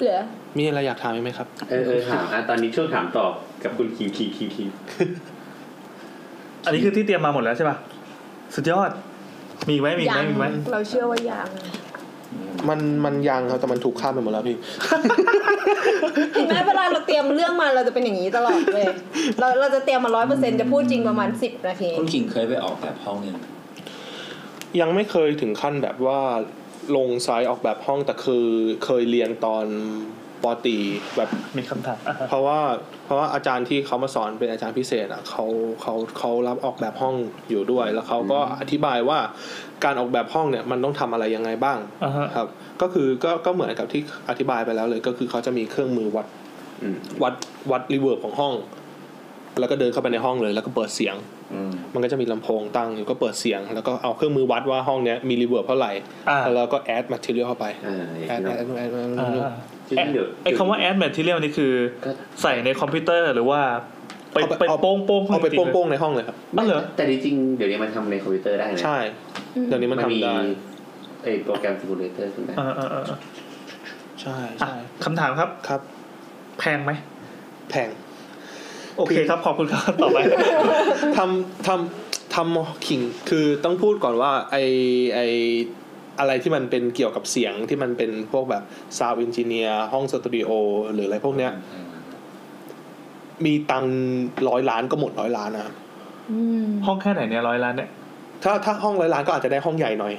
Speaker 4: เหลือ
Speaker 6: มีอะไรอยากถามอีกไหมครับ
Speaker 1: เออเออถามอ่ะตอนนี้ช่วงถามตอบกับคุณคิงคิงคิงคิง
Speaker 3: อันนี้คือที่เตรียมมาหมดแล้วใช่ป่ะ สุดยอด มีอีกไหมมีอีกไหมมีอีกไหม
Speaker 10: เราเชื่อว่ายัง
Speaker 6: มันมันยังครับแต่มันถูกข้ามไปหมดแล้วพี่
Speaker 4: เห็นไหมเวลาเราเตรียมเรื่องมาเราจะเป็นอย่างนี้ตลอดเลย เราเราจะเตรียมมาร้อยเปอร์เซ็นต์จะพูดจริงประมาณสิบนาที
Speaker 8: คุณขิงเคยไปออกแบบห้องยัง
Speaker 6: ยังไม่เคยถึงขั้นแบบว่าลงไซต์ออกแบบห้องแต่คือเคยเรียนตอนปอตรีแบบ
Speaker 3: มีคำถามอ่ะ
Speaker 6: เพราะว่าเพราะว่าอาจารย์ที่เขามาสอนเป็นอาจารย์พิเศษอ่ะเขาเขาเขารับออกแบบห้องอยู่ด้วย แล้วเขาก็อธิบายว่าการออกแบบห้องเนี่ยมันต้องทำอะไรยังไงบ้าง
Speaker 3: อ่าฮะ
Speaker 6: ครับ ก็คือก็ก็เหมือนกับที่อธิบายไปแล้วเลย ก็คือเขาจะมีเครื่องมือวัด
Speaker 1: อืม
Speaker 6: วัดวัดรีเวิร์บของห้อง แล้วก็เดินเข้าไปในห้องเลย แล้วก็เปิดเสียง
Speaker 8: อืม
Speaker 6: มันก็จะมีลำโพงตั้งอยู่ก็เปิดเสียง แล้วก็เอาเครื่องมือวัดว่าห้องเนี้ยมีรีเวิร์บเท่าไหร่
Speaker 3: อ่า
Speaker 6: แล้วเราก็แอดมาทีเรียเข้าไป
Speaker 1: เอออย่าง
Speaker 6: แอด
Speaker 1: ที่เรา
Speaker 3: อ่า
Speaker 6: แอดแอดแอดแอด
Speaker 3: อ่า
Speaker 1: ที่เดี๋ยว
Speaker 3: ไอคำว่า add material นี่คือ
Speaker 1: ก็
Speaker 3: ใส่ในคอมพิวเตอร์หรือว่า ไปไปโป้งโป้ง
Speaker 6: เอาไป
Speaker 3: จริๆลย
Speaker 6: โป้งๆในห้องเลยครับ
Speaker 3: อ๋อเหรอ
Speaker 1: แต่จริงๆเดี๋ยวนี้มันทำในคอมพิวเตอร์ได้นะ
Speaker 6: ใช่เดี๋ยวนี้มัน
Speaker 1: มันมี
Speaker 6: ทำได้
Speaker 1: ไอโปรแกรมซิมูเลเตอร์ใช่ไหม
Speaker 3: อ่าอ่าอ่าอ่า
Speaker 6: ใช่
Speaker 3: อ่ะ
Speaker 6: ใช่
Speaker 3: คำถามครับ
Speaker 6: ครับ
Speaker 3: แพงไหม
Speaker 6: แพง
Speaker 3: โอเคครับ ขอบคุณครับต่อไป
Speaker 6: ทำทำทำขิงคือต้องพูดก่อนว่าไอไออะไรที่มันเป็นเกี่ยวกับเสียงที่มันเป็นพวกแบบซาว n d อินจิเนียร์ห้องสตูดิโอหรืออะไรพวกเนี้ย มีตังร้อยล้านก็หมดร้อยล้านนะครับ
Speaker 4: อืม
Speaker 3: ห้องแค่ไหนเนี่ยร้อยล้านเนี่ย
Speaker 6: ถ้าถ้าห้องร้อยล้านก็อาจจะได้ห้องใหญ่หน่อย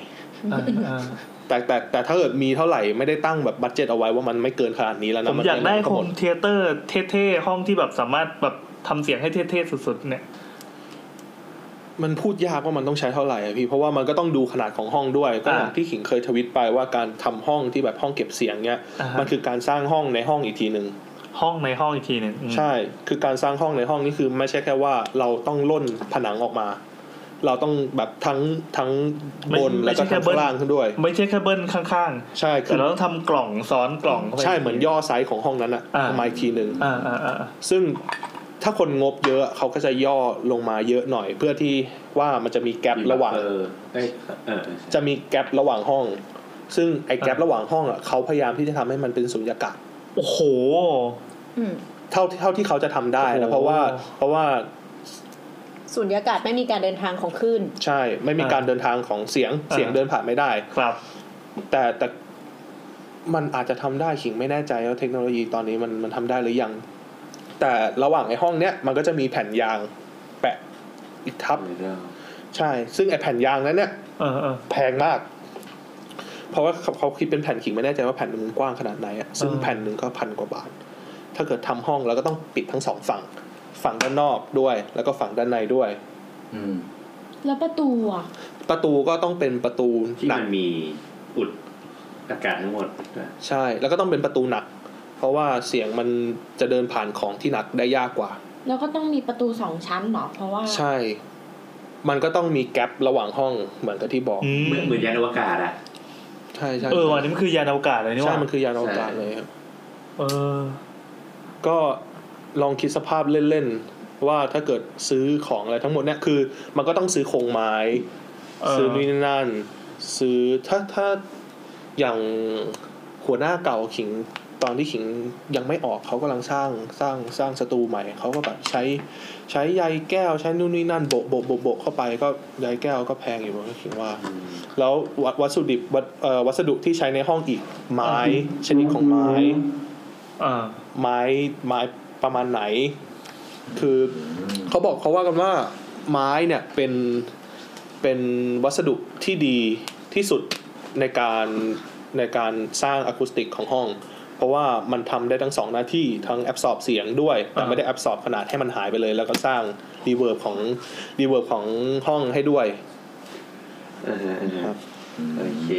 Speaker 3: อ่าอ่า
Speaker 6: แต่แต่แต่ถ้าเกิดมีเท่าไหร่ไม่ได้ตั้งแบบบัตเจ็ตเอาไว้ว่ามันไม่เกินขนาดนี้แล้ว
Speaker 3: ผ
Speaker 6: นะ
Speaker 3: ม
Speaker 6: น
Speaker 3: อยากได้
Speaker 6: ก็
Speaker 3: โฮ
Speaker 6: หม
Speaker 3: ม
Speaker 6: ด
Speaker 3: เทเตอร์เท่ๆห้องที่แบบสามารถแบบทำเสียงให้เท่ๆสุดๆเนี่ย
Speaker 6: มันพูดยากว่ามันต้องใช้เท่าไหร่อะพี่เพราะว่ามันก็ต้องดูขนาดของห้องด้วยก็อย่าง
Speaker 3: อ่า
Speaker 6: ที่ขิงเคยทวิตไปว่าการทำห้องที่แบบห้องเก็บเสียงเนี้ย
Speaker 3: อ่าฮะ
Speaker 6: มันคือการสร้างห้องในห้องอีกทีหนึ่ง
Speaker 3: ห้องในห้องอีกทีหนึ่งอืม
Speaker 6: ใช่ คือการสร้างห้องในห้องนี่คือไม่ใช่แค่ว่าเราต้องล่นผนังออกมา เราต้องแบบทั้งทั้งบนแล้วก็ทั้งข้างล่างขึ้นด้วย
Speaker 3: ไม่ใช่แค่เบิ้ลข้าง
Speaker 6: ใช่
Speaker 3: ๆ
Speaker 6: คื
Speaker 3: แต่
Speaker 6: อ
Speaker 3: เราต้องทำกล่องซ้อนกล่องข้าไป
Speaker 6: ใช่เหมือนย่อไซส์ของห้องนั้นอะ
Speaker 3: อ่า
Speaker 6: มาอีกทีหนึ่ง
Speaker 3: อ่าอ่าอ่า
Speaker 6: ซึ่งถ้าคนงบเยอะเขาก็จะย่อลงมาเยอะหน่อย เพื่อที่ว่ามันจะมีแกลบระหว่าง
Speaker 1: เออเอ้ยเออเออ
Speaker 6: จะมีแกลบระหว่างห้อง ซึ่งไอ้แกลบระหว่างห้องอะเขาพยายามที่จะทำให้มันเป็นสุญญากาศ
Speaker 3: โอ้โห
Speaker 4: อืม
Speaker 6: เท่าเท่าที่เขาจะทำได้นะเพราะว่า
Speaker 3: โอ้โห
Speaker 6: เพราะว่า
Speaker 4: สุญญากาศไม่มีการเดินทางของคลื่น
Speaker 6: ใช่ไม่มี
Speaker 3: อ่า
Speaker 6: การเดินทางของเสียง
Speaker 3: อ่า
Speaker 6: เสียงเดินผ่านไม่ได้
Speaker 3: ครับ
Speaker 6: แต่แต่มันอาจจะทำได้ขิงไม่แน่ใจว่าเทคโนโลยีตอนนี้มันมันทำได้หรือยัง แต่ระหว่างไอ้ห้องเนี้ยมันก็จะมีแผ่นยางแปะอีกทับ
Speaker 1: เรื่อง
Speaker 6: ใช่ ซึ่งไอ้แผ่นยางนั้นเนี่ย
Speaker 3: เออเออ
Speaker 6: แพงมาก เพราะว่าเขาเขาคิดเป็นแผ่นขิงไม่แน่ใจว่าแผ่นหนึ่งมันกว้างขนาดไหนอะซึ่ง
Speaker 3: อ่า
Speaker 6: แผ่นหนึ่งก็พันกว่าบาท ถ้าเกิดทำห้องแล้วก็ต้องปิดทั้งสองฝั่ง ฝั่งด้านนอกด้วย แล้วก็ฝั่งด้านในด้วย
Speaker 8: อืม
Speaker 7: แล้วประตูอ่ะ
Speaker 6: ประตูก็ต้องเป็นประตู
Speaker 1: ที่
Speaker 6: หนั
Speaker 1: มั
Speaker 6: ก
Speaker 1: นมีอุดอากาศทั้งหมดด้วย
Speaker 6: ใช่ แล้วก็ต้องเป็นประตูหนัก เพราะว่าเสียงมันจะเดินผ่านของที่หนักได้ยากกว่า
Speaker 7: แล้วก็ต้องมีประตูสองชั้นเหรอเพราะว่า
Speaker 6: ใช่ มันก็ต้องมีแกลบระหว่างห้องเหมือนกับที่บอก
Speaker 3: อืม
Speaker 1: เหมือนเหมือนยานอวกาศอ่ะ
Speaker 6: ใช่ใช่
Speaker 3: เออวันนี้มันคือยานอวกาศเลยนี่ห
Speaker 6: ใช่
Speaker 3: ว่า
Speaker 6: มันคือยานอวกาศเลยครับ
Speaker 3: เออ
Speaker 6: ก็ลองคิดสภาพเล่นๆ ว่าถ้าเกิดซื้อของอะไรทั้งหมดเนี่ยคือ มันก็ต้องซื้อโครงไม้
Speaker 3: เออ
Speaker 6: ซื้อนู่นนนั่น ซื้อถ้าถ้าอย่างหัวหน้าเก่าขิงตอนที่ขิงยังไม่ออกเขากำลังสร้างสร้างสร้างสตูใหม่เขาก็แบบใช้ใช้ใยแก้วใช้นู่นนี่นั่นโบะโบะโบะโบะเข้าไปก็ใยแก้วก็แพงอยู่นะขิงว่า แล้ววัสวัสดุดิบวัสเอ่อวัสดุที่ใช้ในห้องอีกไม้ชนิดของไม้
Speaker 3: อ่า
Speaker 6: ไม้ไม้ประมาณไหน คือเขาบอกเขาว่ากันว่าไม้เนี่ยเป็นเป็นวัสดุที่ดีที่สุดในการในการสร้างอะคูสติกของห้อง เพราะว่ามันทำได้ทั้งสองหน้าที่ทั้งแอบซอบเสียงด้วย แต่ไม่ได้แอบซอบขนาดให้มันหายไปเลย แล้วก็สร้างรีเวิร์บของรีเวิร์บของห้องให้ด้วย
Speaker 1: เออเออเออ
Speaker 6: ครับ
Speaker 1: โอเค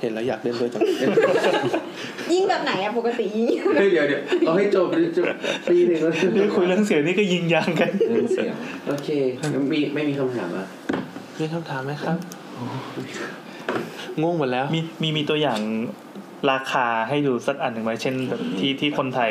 Speaker 6: เห็นแล้วอยากเล่น ด้วยจัง
Speaker 4: ยิ่งแบบไหนอะปกติยิ่ง
Speaker 1: เฮ้ยเดี๋ยวเดี๋ยวเอาให้จบจบตีหนึ่งแล้ว
Speaker 3: เรื่องคุยเรื่องเสียงนี่ก็ยิงยางกัน
Speaker 8: เรื่องเสียง
Speaker 1: โอเคมีไม่มีคำถามอ่ะ
Speaker 6: มีคำถามไหมครับง่วงหมดแล้ว
Speaker 3: มีมีมีตัวอย่างราคาให้ดูสักอันหนึ่งไหมเช่นแบบที่ที่คนไทย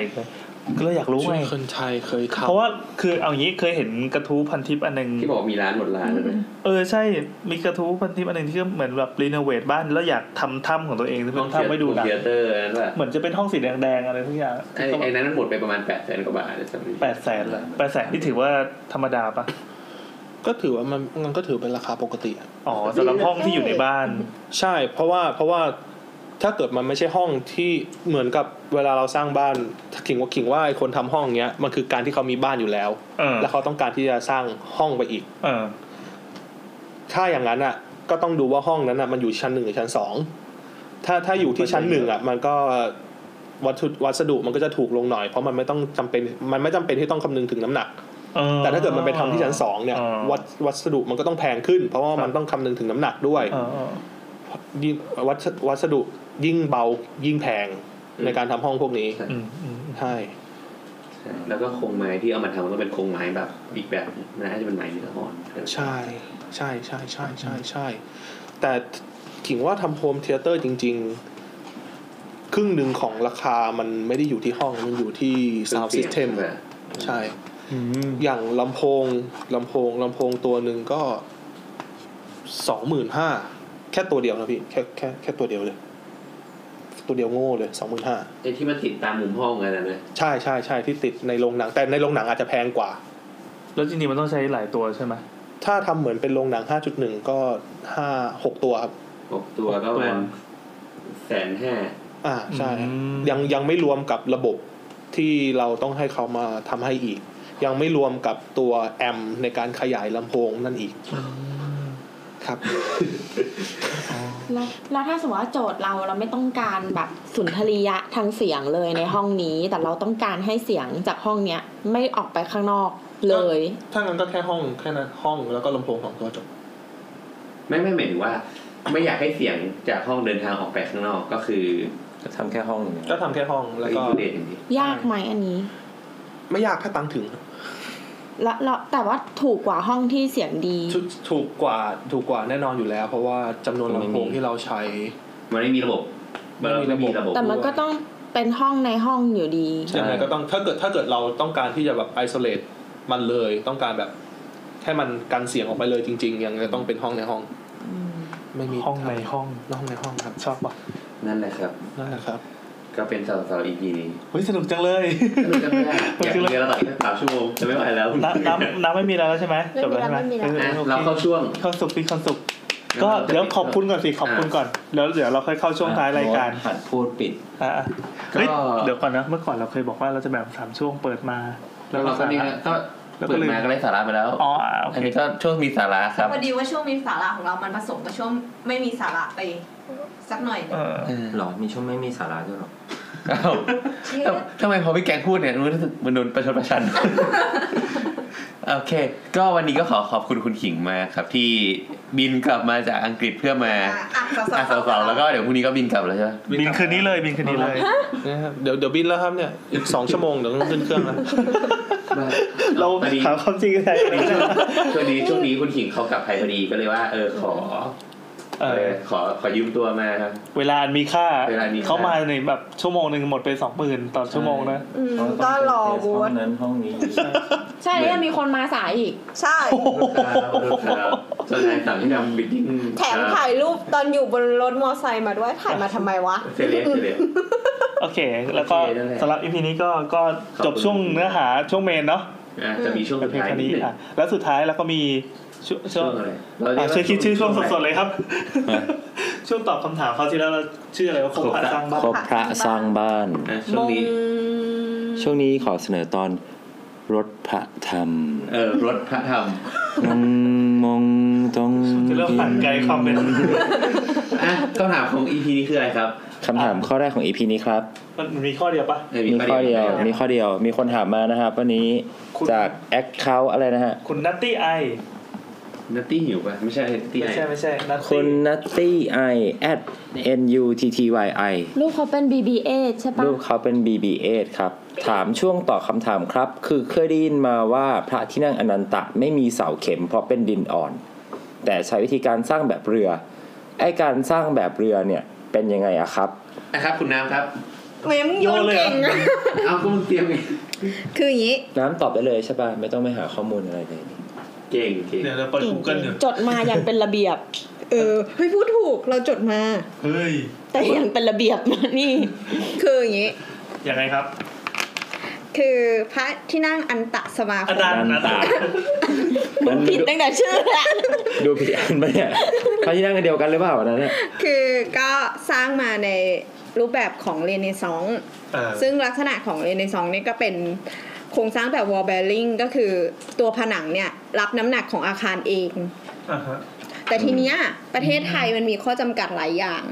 Speaker 3: ก็เลยอยากรู้ไง
Speaker 6: ซึ่งคนไทยเคยทำ
Speaker 3: เพราะว่าคือเอางี้เคยเห็นกระทู้พันทิปอันหนึ่ง
Speaker 1: ที่บอกมีร้านหมดร้านเลยนะ
Speaker 3: เออใช่มีกระทู้พันทิปอันหนึ่งที่เหมือนแบบรีโนเวทบ้านแล้วอยากทำถ้ำของตัวเองที่เป็นถ้ำไม่ดูดัง
Speaker 1: เทเตอร์นั่นแหละ
Speaker 3: เหมือนจะเป็นห้องสีแดงๆอะไรทุกอย่าง
Speaker 1: ไอ้ไอ้นั้นมันหมดไปประมาณแปดแสนกว่าบาทเลยจำไม่
Speaker 3: แป
Speaker 1: ได้
Speaker 3: ดแสนละแปดแสนที่ถือว่าธรรมดาปะ
Speaker 6: ก็ถือว่ามันมันก็ถือเป็นราคาปกติอะ
Speaker 3: อ๋อสำหรับห้องที่อยู่ในบ้าน
Speaker 6: ใช่เพราะว่าเพราะว่าถ้าเกิดมันไม่ใช่ห้องที่เหมือนกับเวลาเราสร้างบ้านขิงว่าขิงว่าไอ้คนทำห้องเนี้ยมันคือการที่เขามีบ้านอยู่แล้ว
Speaker 3: เออ
Speaker 6: แล้วเขาต้องการที่จะสร้างห้องไปอีก
Speaker 3: เออ
Speaker 6: ถ้าอย่างนั้นอ่ะ ก็ต้องดูว่าห้องนั้นอ่ะมันอยู่ชั้นหนึ่งหรือชั้นสองถ้าถ้าอยู่ที่ชั้นหนึ่งอ่ะ มันก็วัตถุวัสดุมันก็จะถูกลงหน่อยเพราะมันไม่ต้องจำเป็นมันไม่จำเป็นที่ต้องคำนึงถึงน้ำหนัก
Speaker 3: อ๋อ
Speaker 6: แต่ถ้าเกิดมันไปทำที่ชั้นสองเนี่ย
Speaker 3: อ๋อ
Speaker 6: วัสวัสดุมันก็ต้องแพงขึ้น เพราะว่า
Speaker 3: ครับ
Speaker 6: มันต้องคำนึงถึงน้ำหนักด้วย
Speaker 3: เออเออ
Speaker 6: ยิ่งวัสวัสดุยิ่งเบายิ่งแพงในการทำห้องพวกนี้
Speaker 3: อืมอืม
Speaker 6: ใช่
Speaker 1: ใช่แล้วก็โครงไม้ที่เอามาทำมันก็เป็นโครงไม้แบบอีกแบบมันน่าจะเป็นไม้เนื้ออ่อน
Speaker 6: ใช่ใช่ใช่ใช่ใช่ใช่แต่ถิงว่าทำโฮมเทเตอร์จริง ๆ ครึ่งหนึ่งของราคามันไม่ได้อยู่ที่ห้องมันอยู่ที่ sound system
Speaker 1: แบบ
Speaker 6: ใช่ อย่างลำโพงลำโพงลำโพงตัวหนึ่งก็สองหมื่นห้าแค่ตัวเดียวนะพี่แค่แค่แค่ตัวเดียวเลย ตัวเดียวโง่เลยสองหมื่นห้า
Speaker 1: ไอ้ที่มันติดตามมุมห้องอะไรนะเนี่ย
Speaker 6: ใช่ใช่ใช่ที่ติดในโรงหนัง แต่ในโรงหนังอาจจะแพงกว่า
Speaker 3: แล้วจริงๆมันต้องใช้หลายตัวใช่ไหม
Speaker 6: ถ้าทำเหมือนเป็นโรงหนังห้าจุดหนึ่งก็ห้าหกตัวครับ
Speaker 1: หกตัวก็ประมาณแสนห้า
Speaker 6: อ่าใช่
Speaker 3: อืม
Speaker 6: ยังยังไม่รวมกับระบบที่เราต้องให้เขามาทำให้อีก ยังไม่รวมกับตัวแอมป์ในการขยายลำโพงนั่นอีกครับ
Speaker 7: แล้วแล้วถ้าสมมติว่าโจทย์เราเราไม่ต้องการแบบสุนทรียะทางเสียงเลยในห้องนี้ แต่เราต้องการให้เสียงจากห้องเนี้ยไม่ออกไปข้างนอกเลย
Speaker 6: ถ้างั้นก็แค่ห้องแค่นั้นห้องแล้วก็ลำโพงสองตัวจบ
Speaker 1: ไม่ไม่หมายถึงว่า ไม่อยากให้เสียงจากห้องเดินทางออกไปข้างนอกก็คือ
Speaker 5: ทำแค่ห้องเนี่ย
Speaker 6: ก็ทำแค่ห้องแล้วก็
Speaker 1: อินเดทอย่างนี้
Speaker 7: ยากไหมอันนี้
Speaker 6: ไม่ยากถ้าตังค์ถึง
Speaker 7: แล้วแล้วแต่ว่าถูกกว่าห้องที่เสียงดี
Speaker 6: ถูกถูกกว่าถูกกว่าแน่นอนอยู่แล้ว เพราะว่าจำนวนลำโพงที่เราใช้
Speaker 1: มันไม่มีระบบมันไม่มีระบบ
Speaker 7: แต่มันก็ต้องเป็นห้องในห้องอยู่ดี
Speaker 6: ยังไงก็ต้องถ้าเกิดถ้าเกิดเราต้องการที่จะแบบไอโซเลตมันเลยต้องการแบบให้มันกันเสียงออกไปเลยจริง ๆ ยังไงต้องเป็นห้องในห้อง ไม่มี
Speaker 3: ห้องในห้อง
Speaker 6: ห้องในห้องครับ
Speaker 3: ชอบปะ
Speaker 1: นั่นแหละครับ
Speaker 6: นั่นแหละครับ
Speaker 1: ก็เป็นสาวสาว EP นี้
Speaker 3: เฮ้ยสนุกจังเลย
Speaker 1: สนุกจังเลยอะอยากเรียนระดับสามชั่วโมงจะไม่ไหวแล้ว
Speaker 3: น้ำน้ำน้ำไม่มีแล้วใช่ไหมจบแล้วใช่ไหม
Speaker 4: ไม่มีแล้ว
Speaker 3: อ
Speaker 1: อ่ะ
Speaker 3: อโอค
Speaker 1: เราเข้าช่วง
Speaker 3: เข้าสุกพี่เข้าสุกก็
Speaker 1: เราจะ
Speaker 3: เดี๋ยวขอบคุณก่อนสิขอบคุณก่อนแล้วเดี๋ยวเราค่อยเข้าช่วงท้ายรายการ
Speaker 8: หัดพูดปิด
Speaker 3: อ่ะอ่ะเฮ้ย
Speaker 1: ก็
Speaker 3: เดี๋ยวก่อนนะเมื่อก่อนเราเคยบอกว่าเราจะแบ่งสามช่วงเปิดมา
Speaker 1: แล้วเราก็นี่นะก็
Speaker 3: แล้วก็
Speaker 1: เปิด
Speaker 3: ลืม
Speaker 1: มาก็ได้สาระไปแล้ว
Speaker 3: อ๋ออ่ะโอ
Speaker 1: อัน
Speaker 3: เค
Speaker 1: นี้ก็ช่วงมีสาระครับ
Speaker 10: พอดีว่าช่วงมีสาระของเรามันผสมกับช่วงไม่มีสาระไปสักหน่อย
Speaker 3: เออ
Speaker 8: หรอ มีช่วงไม่มีสาระด้วยหรอ
Speaker 1: เอ้าทำไมพอพี่แกงพูดเนี่ยรู้สึกมันโดนประชดประชัน โอเค ก็วันนี้ก็ขอขอบคุณคุณขิงมากครับ ที่บินกลับมาจากอังกฤษเพื่อมา
Speaker 10: อ่ะ
Speaker 1: อ่ะ
Speaker 10: สาว
Speaker 1: สาวๆแล้วก็เดี๋ยวพรุ่งนี้ก็บินกลับแล้วใช่ไหม
Speaker 3: บินคืนนี้เลยบินคืนนี้เลย
Speaker 6: นะครับเดี๋ยวเดี๋ยวบินแล้วครับเนี่ยอีกสองชั่วโมงเดี๋ยวต้องขึ้นเครื่องแล้ว
Speaker 3: เรา
Speaker 1: พอดี
Speaker 3: ถามความจริงกันได้ไหม
Speaker 1: ช่วงนี้ช่วงนี้คุณขิงเขากลับไทยพอดีก็เลยว่า เออขอ
Speaker 3: เออ
Speaker 1: ขอขอยืมตัวมาครับ
Speaker 3: เวลาอันมีค่า
Speaker 1: เวลาอันมีค่า
Speaker 3: เขามาในแบบชั่วโมงหนึ่งหมดไปสองหมื่นต่อชั่วโมงนะ
Speaker 4: อืมก็รอ
Speaker 8: ห้
Speaker 4: บู
Speaker 8: อ
Speaker 4: ธ
Speaker 8: งนั้นห้องนี้
Speaker 7: ใช่แล้วยังมีคนมาสายอีก
Speaker 4: ใช่
Speaker 1: ครับครับสถานสามที่นำบิดดิ้ง
Speaker 4: แถมถ่ายรูปตอนอยู่บนรถมอไซค์มาด้วยถ่ายมาทำไมวะ
Speaker 1: เซเลสเซเลส
Speaker 3: โอเค แล้วก็
Speaker 1: โอเคนั่นแหละ
Speaker 3: สำหรับอีพีนี้ก็ก็จบ
Speaker 1: ขอบคุณ
Speaker 3: ช่วงเนื้อหาช่วงเมนเนาะ
Speaker 1: อ่ะจะมีช่วง
Speaker 3: แต่
Speaker 1: สุด
Speaker 3: เพียง
Speaker 1: ท้าย
Speaker 3: แค่
Speaker 1: นิด
Speaker 3: นี้
Speaker 1: หนึ่ง
Speaker 3: อ่ะแล้วสุดท้ายเราก็มีช่วงช่
Speaker 1: ช่
Speaker 3: ว
Speaker 1: ว
Speaker 3: ง
Speaker 1: งอะไรเราเรี
Speaker 3: อ่ะ
Speaker 1: กา
Speaker 3: ช่วยคิดชื่อช่วงสดๆเลยครับ
Speaker 5: ฮะ
Speaker 3: ช่วงตอบคำถามคราวที่แล้วเราชื่ออะไรว่าคงผ่านสร้างบ้าน
Speaker 5: ครบพระสร้างบ้าน
Speaker 1: อ่ะช่วงนี้
Speaker 5: ช่วงนี้ขอเสนอตอนรถพระธรรม
Speaker 1: เออรถพระธรรม
Speaker 5: มันมองตรง
Speaker 3: จะเริ่มผ่านไกลความ เป็น
Speaker 1: อ่ะคำถามของ EP นี้คืออะไรครับ
Speaker 5: คำถามข้อแรกของ EP นี้ครับ
Speaker 3: มันมีข้อเดียวปะ
Speaker 1: เอ้ย
Speaker 5: มีข้อเดียว
Speaker 1: ประน
Speaker 5: มีข้อเดียว มีคนถามมานะครับวันนี้
Speaker 3: คุณ
Speaker 5: จากแอคเคาท์อะไรนะฮะ
Speaker 3: คุณนัตตี้ไอ
Speaker 1: นัตตี้หิวป่ะไม่ใช่นัตตี้
Speaker 3: ไม่
Speaker 1: ไอ
Speaker 3: ใช่ไม่ใช่นัต
Speaker 5: คุ
Speaker 3: ตี้
Speaker 5: ณนัตตี้ไอ at n u t t y i
Speaker 7: ลูกเขาเป็น BBA ใช่ปะ
Speaker 5: รูปเขาเป็น BB8 ครับ ถามช่วงต่อบคำถามครับ คือเคยได้ยินมาว่าพระที่นั่งอนันตะไม่มีเสาเข็มเพราะเป็นดินอ่อน แต่ใช้วิธีการสร้างแบบเรือ ไอการสร้างแบบเรือเนี่ยเป็นยังไงอะครับ
Speaker 1: นะครับ คุณน้ำครับ
Speaker 4: แหมมึงโยนเก่งนะ
Speaker 1: เอาก็มึงเตรียมไง
Speaker 4: คืออย่างนี้
Speaker 5: น้ำตอบได้เลยใช่ป่ะ ไม่ต้องไปหาข้อมูลอะไรเลยนี่
Speaker 1: เก่งเก่ง
Speaker 3: เดี๋ยวเราเปิด Google อยู่
Speaker 7: จดมาอย่างเป็นระเบียบ
Speaker 4: เออเฮ้ยพูดถูกเราจดมา
Speaker 3: เฮ้ย
Speaker 7: แต่อย่างเป็นระเบียบนะนี่
Speaker 4: คืออย่างนี้
Speaker 3: ยังไงครับ
Speaker 4: คือพระที่นั่งอันตะสมาค
Speaker 3: อาม จารย์อาจารย์
Speaker 5: มัน
Speaker 7: ผิดตั้งแต่ชื่อแล้ว
Speaker 5: ดูผิดอันปะเนี่ยพระที่นั่งกันเดียวกันหรือเปล่าวันนั้นน่ะ
Speaker 4: คือก็สร้างมาในรูปแบบของเรเนซองส์
Speaker 3: อ่า
Speaker 4: ซึ่งลักษณะของเรเนซองส์เนี่ยก็เป็นโครงสร้างแบบ wall bearing ก็คือตัวผนังเนี่ยรับน้ำหนักของอาคารเอง
Speaker 3: อ่าฮะ
Speaker 4: แต่ทีเนี้ยประเทศไทยมันมีข้อจำกัดหลายอย่าง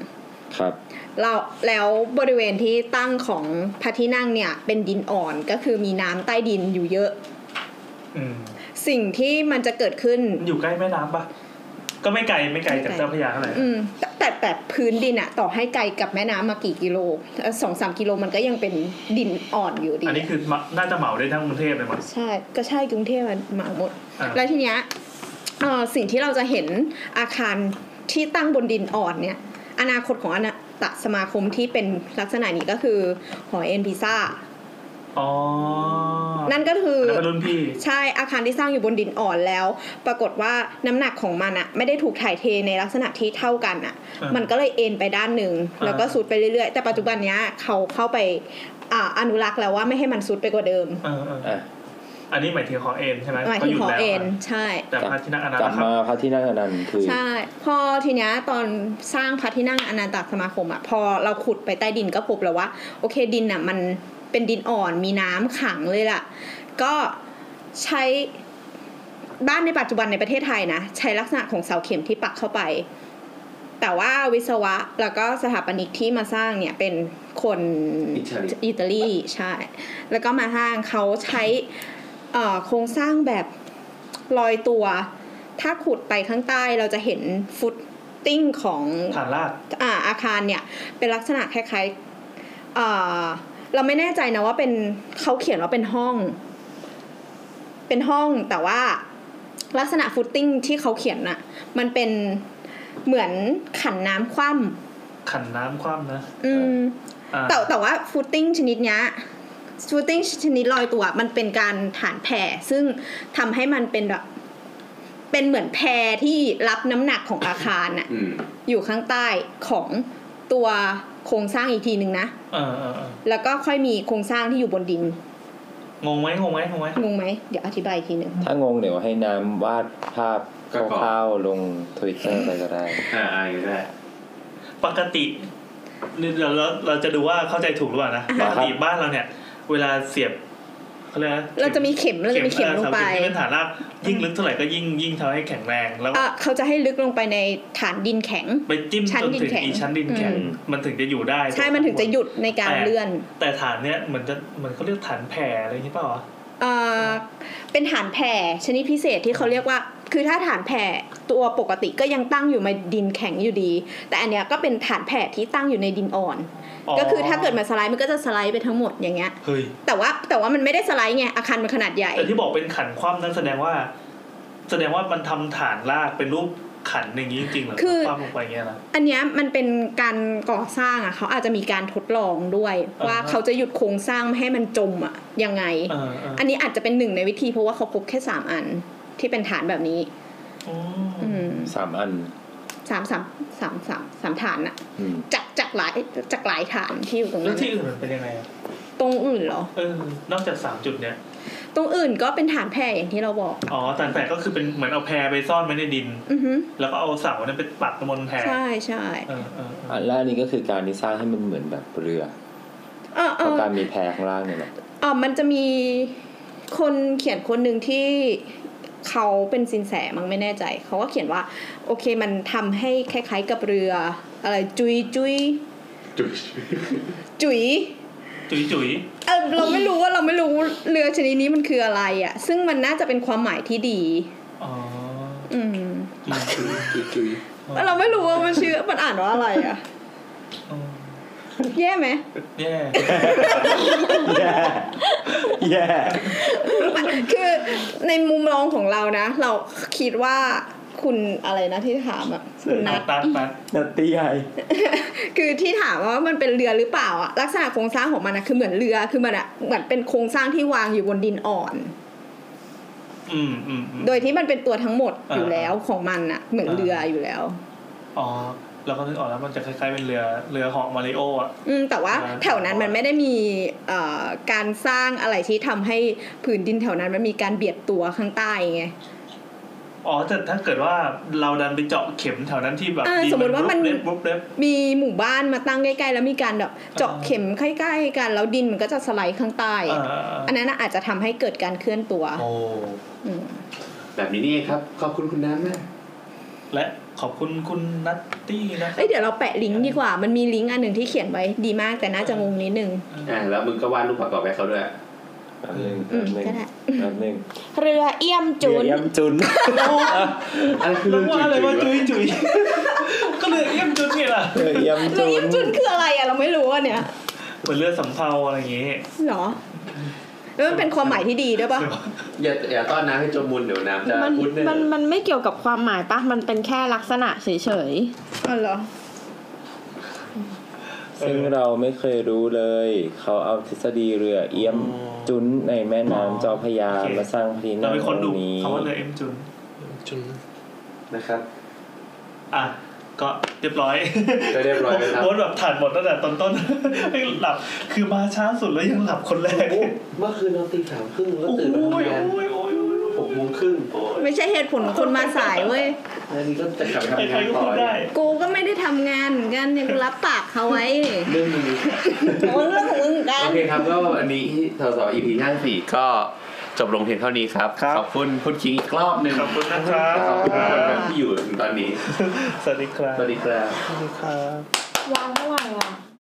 Speaker 5: ครับ
Speaker 4: เราแล้วบริเวณที่ตั้งของพระที่นั่งเนี่ยเป็นดินอ่อนก็คือมีน้ำใต้ดินอยู่เยอะ
Speaker 3: อืม
Speaker 4: สิ่งที่มันจะเกิดขึ้น
Speaker 3: มันอยู่ใกล้แม่น้ำปะก็ไม่ไกลไม่ไกลจากเจ้าพระยาเท่าไหร่
Speaker 4: อืมแต่แต่แต่พื้นดินอะต่อให้ไกลกับแม่น้ำมากี่กิโลสองสามกิโลมันก็ยังเป็นดินอ่อนอยู่ดี
Speaker 3: อันนี้คือมะน่าจะเหมาได้ทั้งกรุงเทพเลยมั้ง
Speaker 4: ใช่ก็ใช่กรุงเทพมันมาหมด
Speaker 3: อ่า
Speaker 4: แล้วทีเนี้ยเอ่อสิ่งที่เราจะเห็นอาคารที่ตั้งบนดินอ่อนเนี่ย อนาคตของอนาตสมาคมที่เป็นลักษณะนี้ก็คือหอเอ็นพิซ่า
Speaker 3: อ๋อ
Speaker 4: นั่นก็คือ
Speaker 3: แล้ว
Speaker 4: อ
Speaker 3: ก็รุ่นพี่
Speaker 4: ใช่อาคารที่สร้างอยู่บนดินอ่อนแล้ว ปรากฏว่าน้ำหนักของมันอะไม่ได้ถูกถ่ายเทในลักษณะที่เท่ากันอะ
Speaker 3: อ่ามั
Speaker 4: มันก็เลยเอ็นไปด้านหนึ่ง
Speaker 3: อ่า
Speaker 4: แล้วก็สุดไปเรื่อยๆ แต่ปัจจุบันเนี้ยเขาเข้าไปอ่าอนุรักษ์แล้วว่าไม่ให้มันสุดไปกว่าเดิม
Speaker 3: เออเออ
Speaker 5: อ่ะ
Speaker 3: อันนี้หมายถึงของเอ็นใช่ไหม
Speaker 4: หมาย
Speaker 3: เขา
Speaker 4: ถึง
Speaker 3: อยู่
Speaker 4: หอ
Speaker 3: แล้ว
Speaker 4: เอ็นใช่
Speaker 3: แต่พระที่นั่งอนัน
Speaker 5: ก
Speaker 3: ต
Speaker 5: ลับ
Speaker 3: ครับ
Speaker 5: มาพระที่นั่งอนันต์คือ
Speaker 4: ใช่ พอทีเนี้ยตอนสร้างพระที่นั่งอนันตสมาคมอะพอเราขุดไปใต้ดินก็พบแล้วว่า โอเคดินอะมันเป็นดินอ่อนมีน้ำขังเลยล่ะ ก็ใช้บ้านในปัจจุบันในประเทศไทยนะใช้ลักษณะของเสาเข็มที่ปักเข้าไป แต่ว่าวิศวะแล้วก็สถาปนิกที่มาสร้างเนี่ยเป็นคน
Speaker 1: อิตาลี
Speaker 4: อิตาลีใช่ แล้วก็มาสร้างเขาใช้เอ่อโครงสร้างแบบลอยตัว ถ้าขุดไปข้างใต้เราจะเห็นฟุตติ้งของ
Speaker 3: ฐานราก
Speaker 4: อาอาคารเนี่ย เป็นลักษณะคล้ายๆเอ่อเราไม่แน่ใจนะว่าเป็นเขาเขียนว่าเป็นห้อง เป็นห้องแต่ว่าลักษณะฟุตติ้งที่เขาเขียนน่ะ มันเป็นเหมือนขันน้ำคว่
Speaker 3: ขันน้ำคว่ำนะ
Speaker 4: ำอืม
Speaker 3: อ่า
Speaker 4: แต่แต่ว่าฟูตติ้งชนิดเนี้ยฟูตติ้งชนิดลอยตัวมันเป็นการฐานแผ่ซึ่งทำให้มันเป็นแบบเป็นเหมือนแพรที่รับน้ำหนักของอาคารน่ะ
Speaker 1: อืม
Speaker 4: อยู่ข้างใต้ของตัวโครงสร้างอีกทีหนึ่งนะ
Speaker 3: เออเออเออ
Speaker 4: แล้วก็ค่อยมีโครงสร้างที่อยู่บนดิน
Speaker 3: งงไหมงงไหมงงไหม
Speaker 4: งงไหมเดี๋ยวอธิบายอีกทีหนึ่ง
Speaker 5: ถ้างงเดี๋ยวให้น้ำวาดภาพคร่าวๆลงทวิตเตอร์ไปก็ได้
Speaker 1: อ่าอ่าอย่างนี้ก็ได้
Speaker 3: ปกติเดี๋ยวเราเราจะดูว่าเข้าใจถูกหรือเปล่านะป
Speaker 5: มาครั
Speaker 3: ก
Speaker 5: บ
Speaker 3: ติบ้านเราเนี่ย เวลาเสียบเขาเรียกน
Speaker 4: เราจะมีเข็มเราจะมีเข็มลงไป
Speaker 3: เสาเข็มที่เป็นฐานรากยิ่งลึกเท่าไหร่ก็ยิ่งยิ่งทำให้แข็งแรงแล้วก็
Speaker 4: อ่ะเขาจะให้ลึกลงไปในฐานดินแข็ง
Speaker 3: ไปจิ้ม
Speaker 4: ชั้น
Speaker 3: จน
Speaker 4: ดิน
Speaker 3: ถึง
Speaker 4: แข็ง
Speaker 3: อีชั้นดินแข็ง
Speaker 4: อืม
Speaker 3: มันถึงจะอยู่ได้
Speaker 4: ใช่มันถึงจะหยุดในการ
Speaker 3: แต่
Speaker 4: เลื่อน
Speaker 3: แต่ฐานเนี้ยเหมือนจะเหมือนเขาเรียกฐานแผ่อะไรอย่างนี้เปล่าวะ
Speaker 4: เอ่อเป็นฐานแผ่ชนิดพิเศษที่เขาเรียกว่า คือถ้าฐานแผ่ตัวปกติก็ยังตั้งอยู่ในดินแข็งอยู่ดี แต่อันเนี้ยก็เป็นฐานแผ่ที่ตั้งอยู่ในดินอ่อน ก็คือถ้าเกิดมาสไลด์มันก็จะสไลด์ไปทั้งหมดอย่างเงี้ย
Speaker 3: เฮ้ย
Speaker 4: แต่ว่าแต่ว่ามันไม่ได้สไลด์ไงอาคารมันขนาดให ญ่
Speaker 3: แต่ที่บอกเป็นขันคว่ำนั่นแสดงว่า แสดงว่ามันทำฐานรากเป็นรูปขันอย่างนี้จริงๆเหรอ
Speaker 4: คือ
Speaker 3: คว่ำลงไปอย่างเงี้ยนะ
Speaker 4: อันเนี้ยมันเป็นการก่อสร้างอ่ะเขาอาจจะมีการทดลองด้วย
Speaker 3: อ่าฮะ
Speaker 4: ว่าเขาจะหยุดโครงสร้างไม่ให้มันจมอ่ะยังไง
Speaker 3: เออเออ
Speaker 4: อันนี้อาจจะเป็นหนึ่งในวิธีเพราะว่าเขาพบแค่สามอันที่เป็นฐานแบบนี้
Speaker 3: อื
Speaker 4: อื
Speaker 3: ม
Speaker 4: ม
Speaker 5: สามอัน
Speaker 4: สามสามสามสามสามฐานอะ
Speaker 5: อืม
Speaker 4: จากจากหลายจากหลายฐานที่อยู่ตรง
Speaker 3: แล้
Speaker 4: นั้
Speaker 3: วน ที่อื่นมันเป็นยังไงอะ
Speaker 4: ตรงอื่นเหรอ
Speaker 3: เออนอกจากสามจุดเนี้ย
Speaker 4: ตรงอื่นก็เป็นฐานแพรอย่างที่เราบอก
Speaker 3: อ๋อฐานแผ่ก็คือเป็นเหมือนเอาแพรไปซ่อนไว้ในดิน
Speaker 4: อือฮึ
Speaker 3: แล้วก็เอาเสาเนี่ยไปปักบนแพร
Speaker 4: ใช่ใช่
Speaker 3: เออเออเอ
Speaker 5: อั
Speaker 3: อน
Speaker 5: แรกนี่ก็คือการที่สร้างให้มันเหมือนแบบเรือ
Speaker 4: เออเอ
Speaker 5: เพราะ
Speaker 4: อ
Speaker 5: การมีแพข้างล่างเนี่ยแหละ
Speaker 4: เออมันจะมีคนเขียนคนหนึ่งที่เขาเป็นสินแสมั้งไม่แน่ใจ เขาก็เขียนว่า โอเคมันทำให้คล้าย ๆ กับเรือ อะไรจุยจุย
Speaker 1: จุด
Speaker 4: จุย
Speaker 3: จุ๋ยจุ๋ย
Speaker 4: เออเราไม่รู้ว่าเราไม่รู้เรือชนิดนี้มันคืออะไรอ่ะ ซึ่งมันน่าจะเป็นความหมายที่ดี
Speaker 3: อ๋อ
Speaker 4: อืม
Speaker 1: จุดจุด
Speaker 4: เราไม่รู้ว่ามันชื่อมันอ่านว่าอะไรอ่ะ
Speaker 3: อ๋อ
Speaker 4: แย่ไหม
Speaker 3: แย่
Speaker 5: แย่แย่
Speaker 4: คือในมุมมองของเรานะ เราคิดว่า คุณอะไรนะที่ถามอ่ะคุณนัท
Speaker 3: ตัดตัด
Speaker 5: นัตตี้ไฮ
Speaker 4: คือที่ถามว่ามันเป็นเรือหรือเปล่าอะลักษณะโครงสร้างของมันอะคือเหมือนเรือคือมันอะเหมือนเป็นโครงสร้างที่วางอยู่บนดินอ่อน
Speaker 3: อืมอืมอืม
Speaker 4: โดยที่มันเป็นตัวทั้งหมด
Speaker 3: อ่า
Speaker 4: อยู่แล้วของมันอะเหมือนเรืออยู่แล้ว
Speaker 3: อ๋อเราก็นึกออกแล้วมันจะคล้ายๆเป็นเรือเรือเหาะมาริโออ่ะ
Speaker 4: อืมแต่ว่า
Speaker 3: อ่า
Speaker 4: แถวนั้นมันไม่ได้มีเอ่อการสร้างอะไรที่ทำให้ผืนดินแถวนั้นมันมีการเบียดตัวข้างใต้ไง
Speaker 3: อ๋อแต่ถ้าเกิดว่าเราดันไปเจาะเข็มแถวนั้นที่แบบ
Speaker 4: เออ
Speaker 3: ดิ
Speaker 4: สมมติว่ามัน
Speaker 3: เล็บปุ๊บเล็บ
Speaker 4: มีหมู่บ้านมาตั้งใกล้ๆแล้วมีการแบบเจาะ
Speaker 3: อ่า
Speaker 4: เข็มใกล้ๆกันแล้วดินมันก็จะสไลด์ข้างใต้
Speaker 3: เอ
Speaker 4: อะ
Speaker 3: อ
Speaker 4: อันนั้นน่ะอาจจะทำให้เกิดการเคลื่อนตัว
Speaker 3: โอ้
Speaker 4: อืม
Speaker 1: แบบนี้นี่เองครับ ขอบคุณคุณน้ำมาก
Speaker 3: และขอบคุณคุณนัตตี้นะ
Speaker 4: เอ้ยเดี๋ยวเราแปะลิงก์ดีกว่า มันมีลิงก์อันหนึ่งที่เขียนไว้ดีมากแต่น่าจะงงนิดนึง
Speaker 1: อ่าแล้วมึงก็วาดรูปประกอบไปเขาด้วย
Speaker 5: แป๊บนึง
Speaker 4: อื
Speaker 5: แป๊
Speaker 4: ม
Speaker 5: บนึง
Speaker 4: ก็ได้
Speaker 5: แป๊บนึง
Speaker 7: เรือเอี้ยมจุน
Speaker 5: เดี๋ยวเยี่ยมจุน
Speaker 1: อะไรคือ
Speaker 3: แล้ว
Speaker 1: เรื่อง
Speaker 3: ว่า
Speaker 1: จุ๋ย
Speaker 3: อะไรว่า
Speaker 1: จุ๋
Speaker 3: จุ
Speaker 1: ย
Speaker 3: ยจุยก็เลยเอี้ยมจุนไงล่ะ
Speaker 5: เดี๋ยวเยี่ยม
Speaker 4: เรื
Speaker 5: จุ
Speaker 4: อเอี๊ย
Speaker 5: น
Speaker 4: มจุนคืออะไรอะเราไม่รู้อะเนี่ย
Speaker 3: เหมือนเรือสำเภาอะไรอย่างงี้
Speaker 4: หรอแล้วมันเป็นความหมายที่ดีด้วยปะ
Speaker 1: อย่าอย่าต้อนน้ำให้จมมุนเดี๋ยวน้ำจะ
Speaker 7: มัน
Speaker 1: พูดเนี่ย
Speaker 7: มันมันไม่เกี่ยวกับความหมายปะมันเป็นแค่ลักษณะเฉย
Speaker 4: อ๋อเหรอ
Speaker 5: ซึ่งเราไม่เคยรู้เลย เขาเอาทฤษฎีเรือเอี่ยมจุนในแม่น้ำเจ้าพระยามาสร้างพระที่
Speaker 3: เรา
Speaker 5: นั่ง
Speaker 3: เป็นคนดู
Speaker 5: องค์นี้
Speaker 3: คำว่าเรือเอี้ยมจุน
Speaker 6: จุน
Speaker 1: นะครับ
Speaker 3: อ่ะ ก็เรียบร้อย
Speaker 1: ก็เรียบร้อยนะครับ
Speaker 3: โบ๊ทแบบถ่านหมดตั้งแต่ตอน ต้นๆไม่หลับ คือมาช้าสุดแล้วยังหลับคนแรก
Speaker 1: โอ้เมื่อคืนนอนตีสามครึ่งแล้ว
Speaker 3: โอ้ย
Speaker 1: ตื่นมา
Speaker 3: โอ้
Speaker 1: ทำ
Speaker 3: ย
Speaker 1: งาน
Speaker 3: โอ้ยโอ้ย
Speaker 1: หกโมงครึ่ง
Speaker 4: ๆไม่ใช่เหตุผลของคนมาสายเว้ย
Speaker 1: แล้วนี่ก็จะกลับไป
Speaker 3: ใครใคร
Speaker 1: ทำานต่
Speaker 3: งๆก็
Speaker 1: อ
Speaker 3: พูด
Speaker 1: เนี่
Speaker 3: ได้
Speaker 1: ย
Speaker 4: กูก็ไม่ได้ทำงานเหมือนกันยังรับปากเขาไว้
Speaker 1: เรื่องนี้
Speaker 4: โอ้เรื่องของมึงเหมือนกัน
Speaker 1: โอเคครับก็วันนี้สสอีพีห้าสี่ก็จบลงเพียงเท่านี้ครับ
Speaker 3: ครับ
Speaker 1: ขอบคุณคุณคิงอีกรอบหนึ่ง
Speaker 3: ขอบคุณนะครับ
Speaker 1: ขอบคุณ
Speaker 3: ครับ
Speaker 1: ครับที่อยู่ถึงตอนนี้
Speaker 3: สวัสดีครับ
Speaker 1: สวัสดีครับ
Speaker 7: ๆวางเมื่อไหร่อะ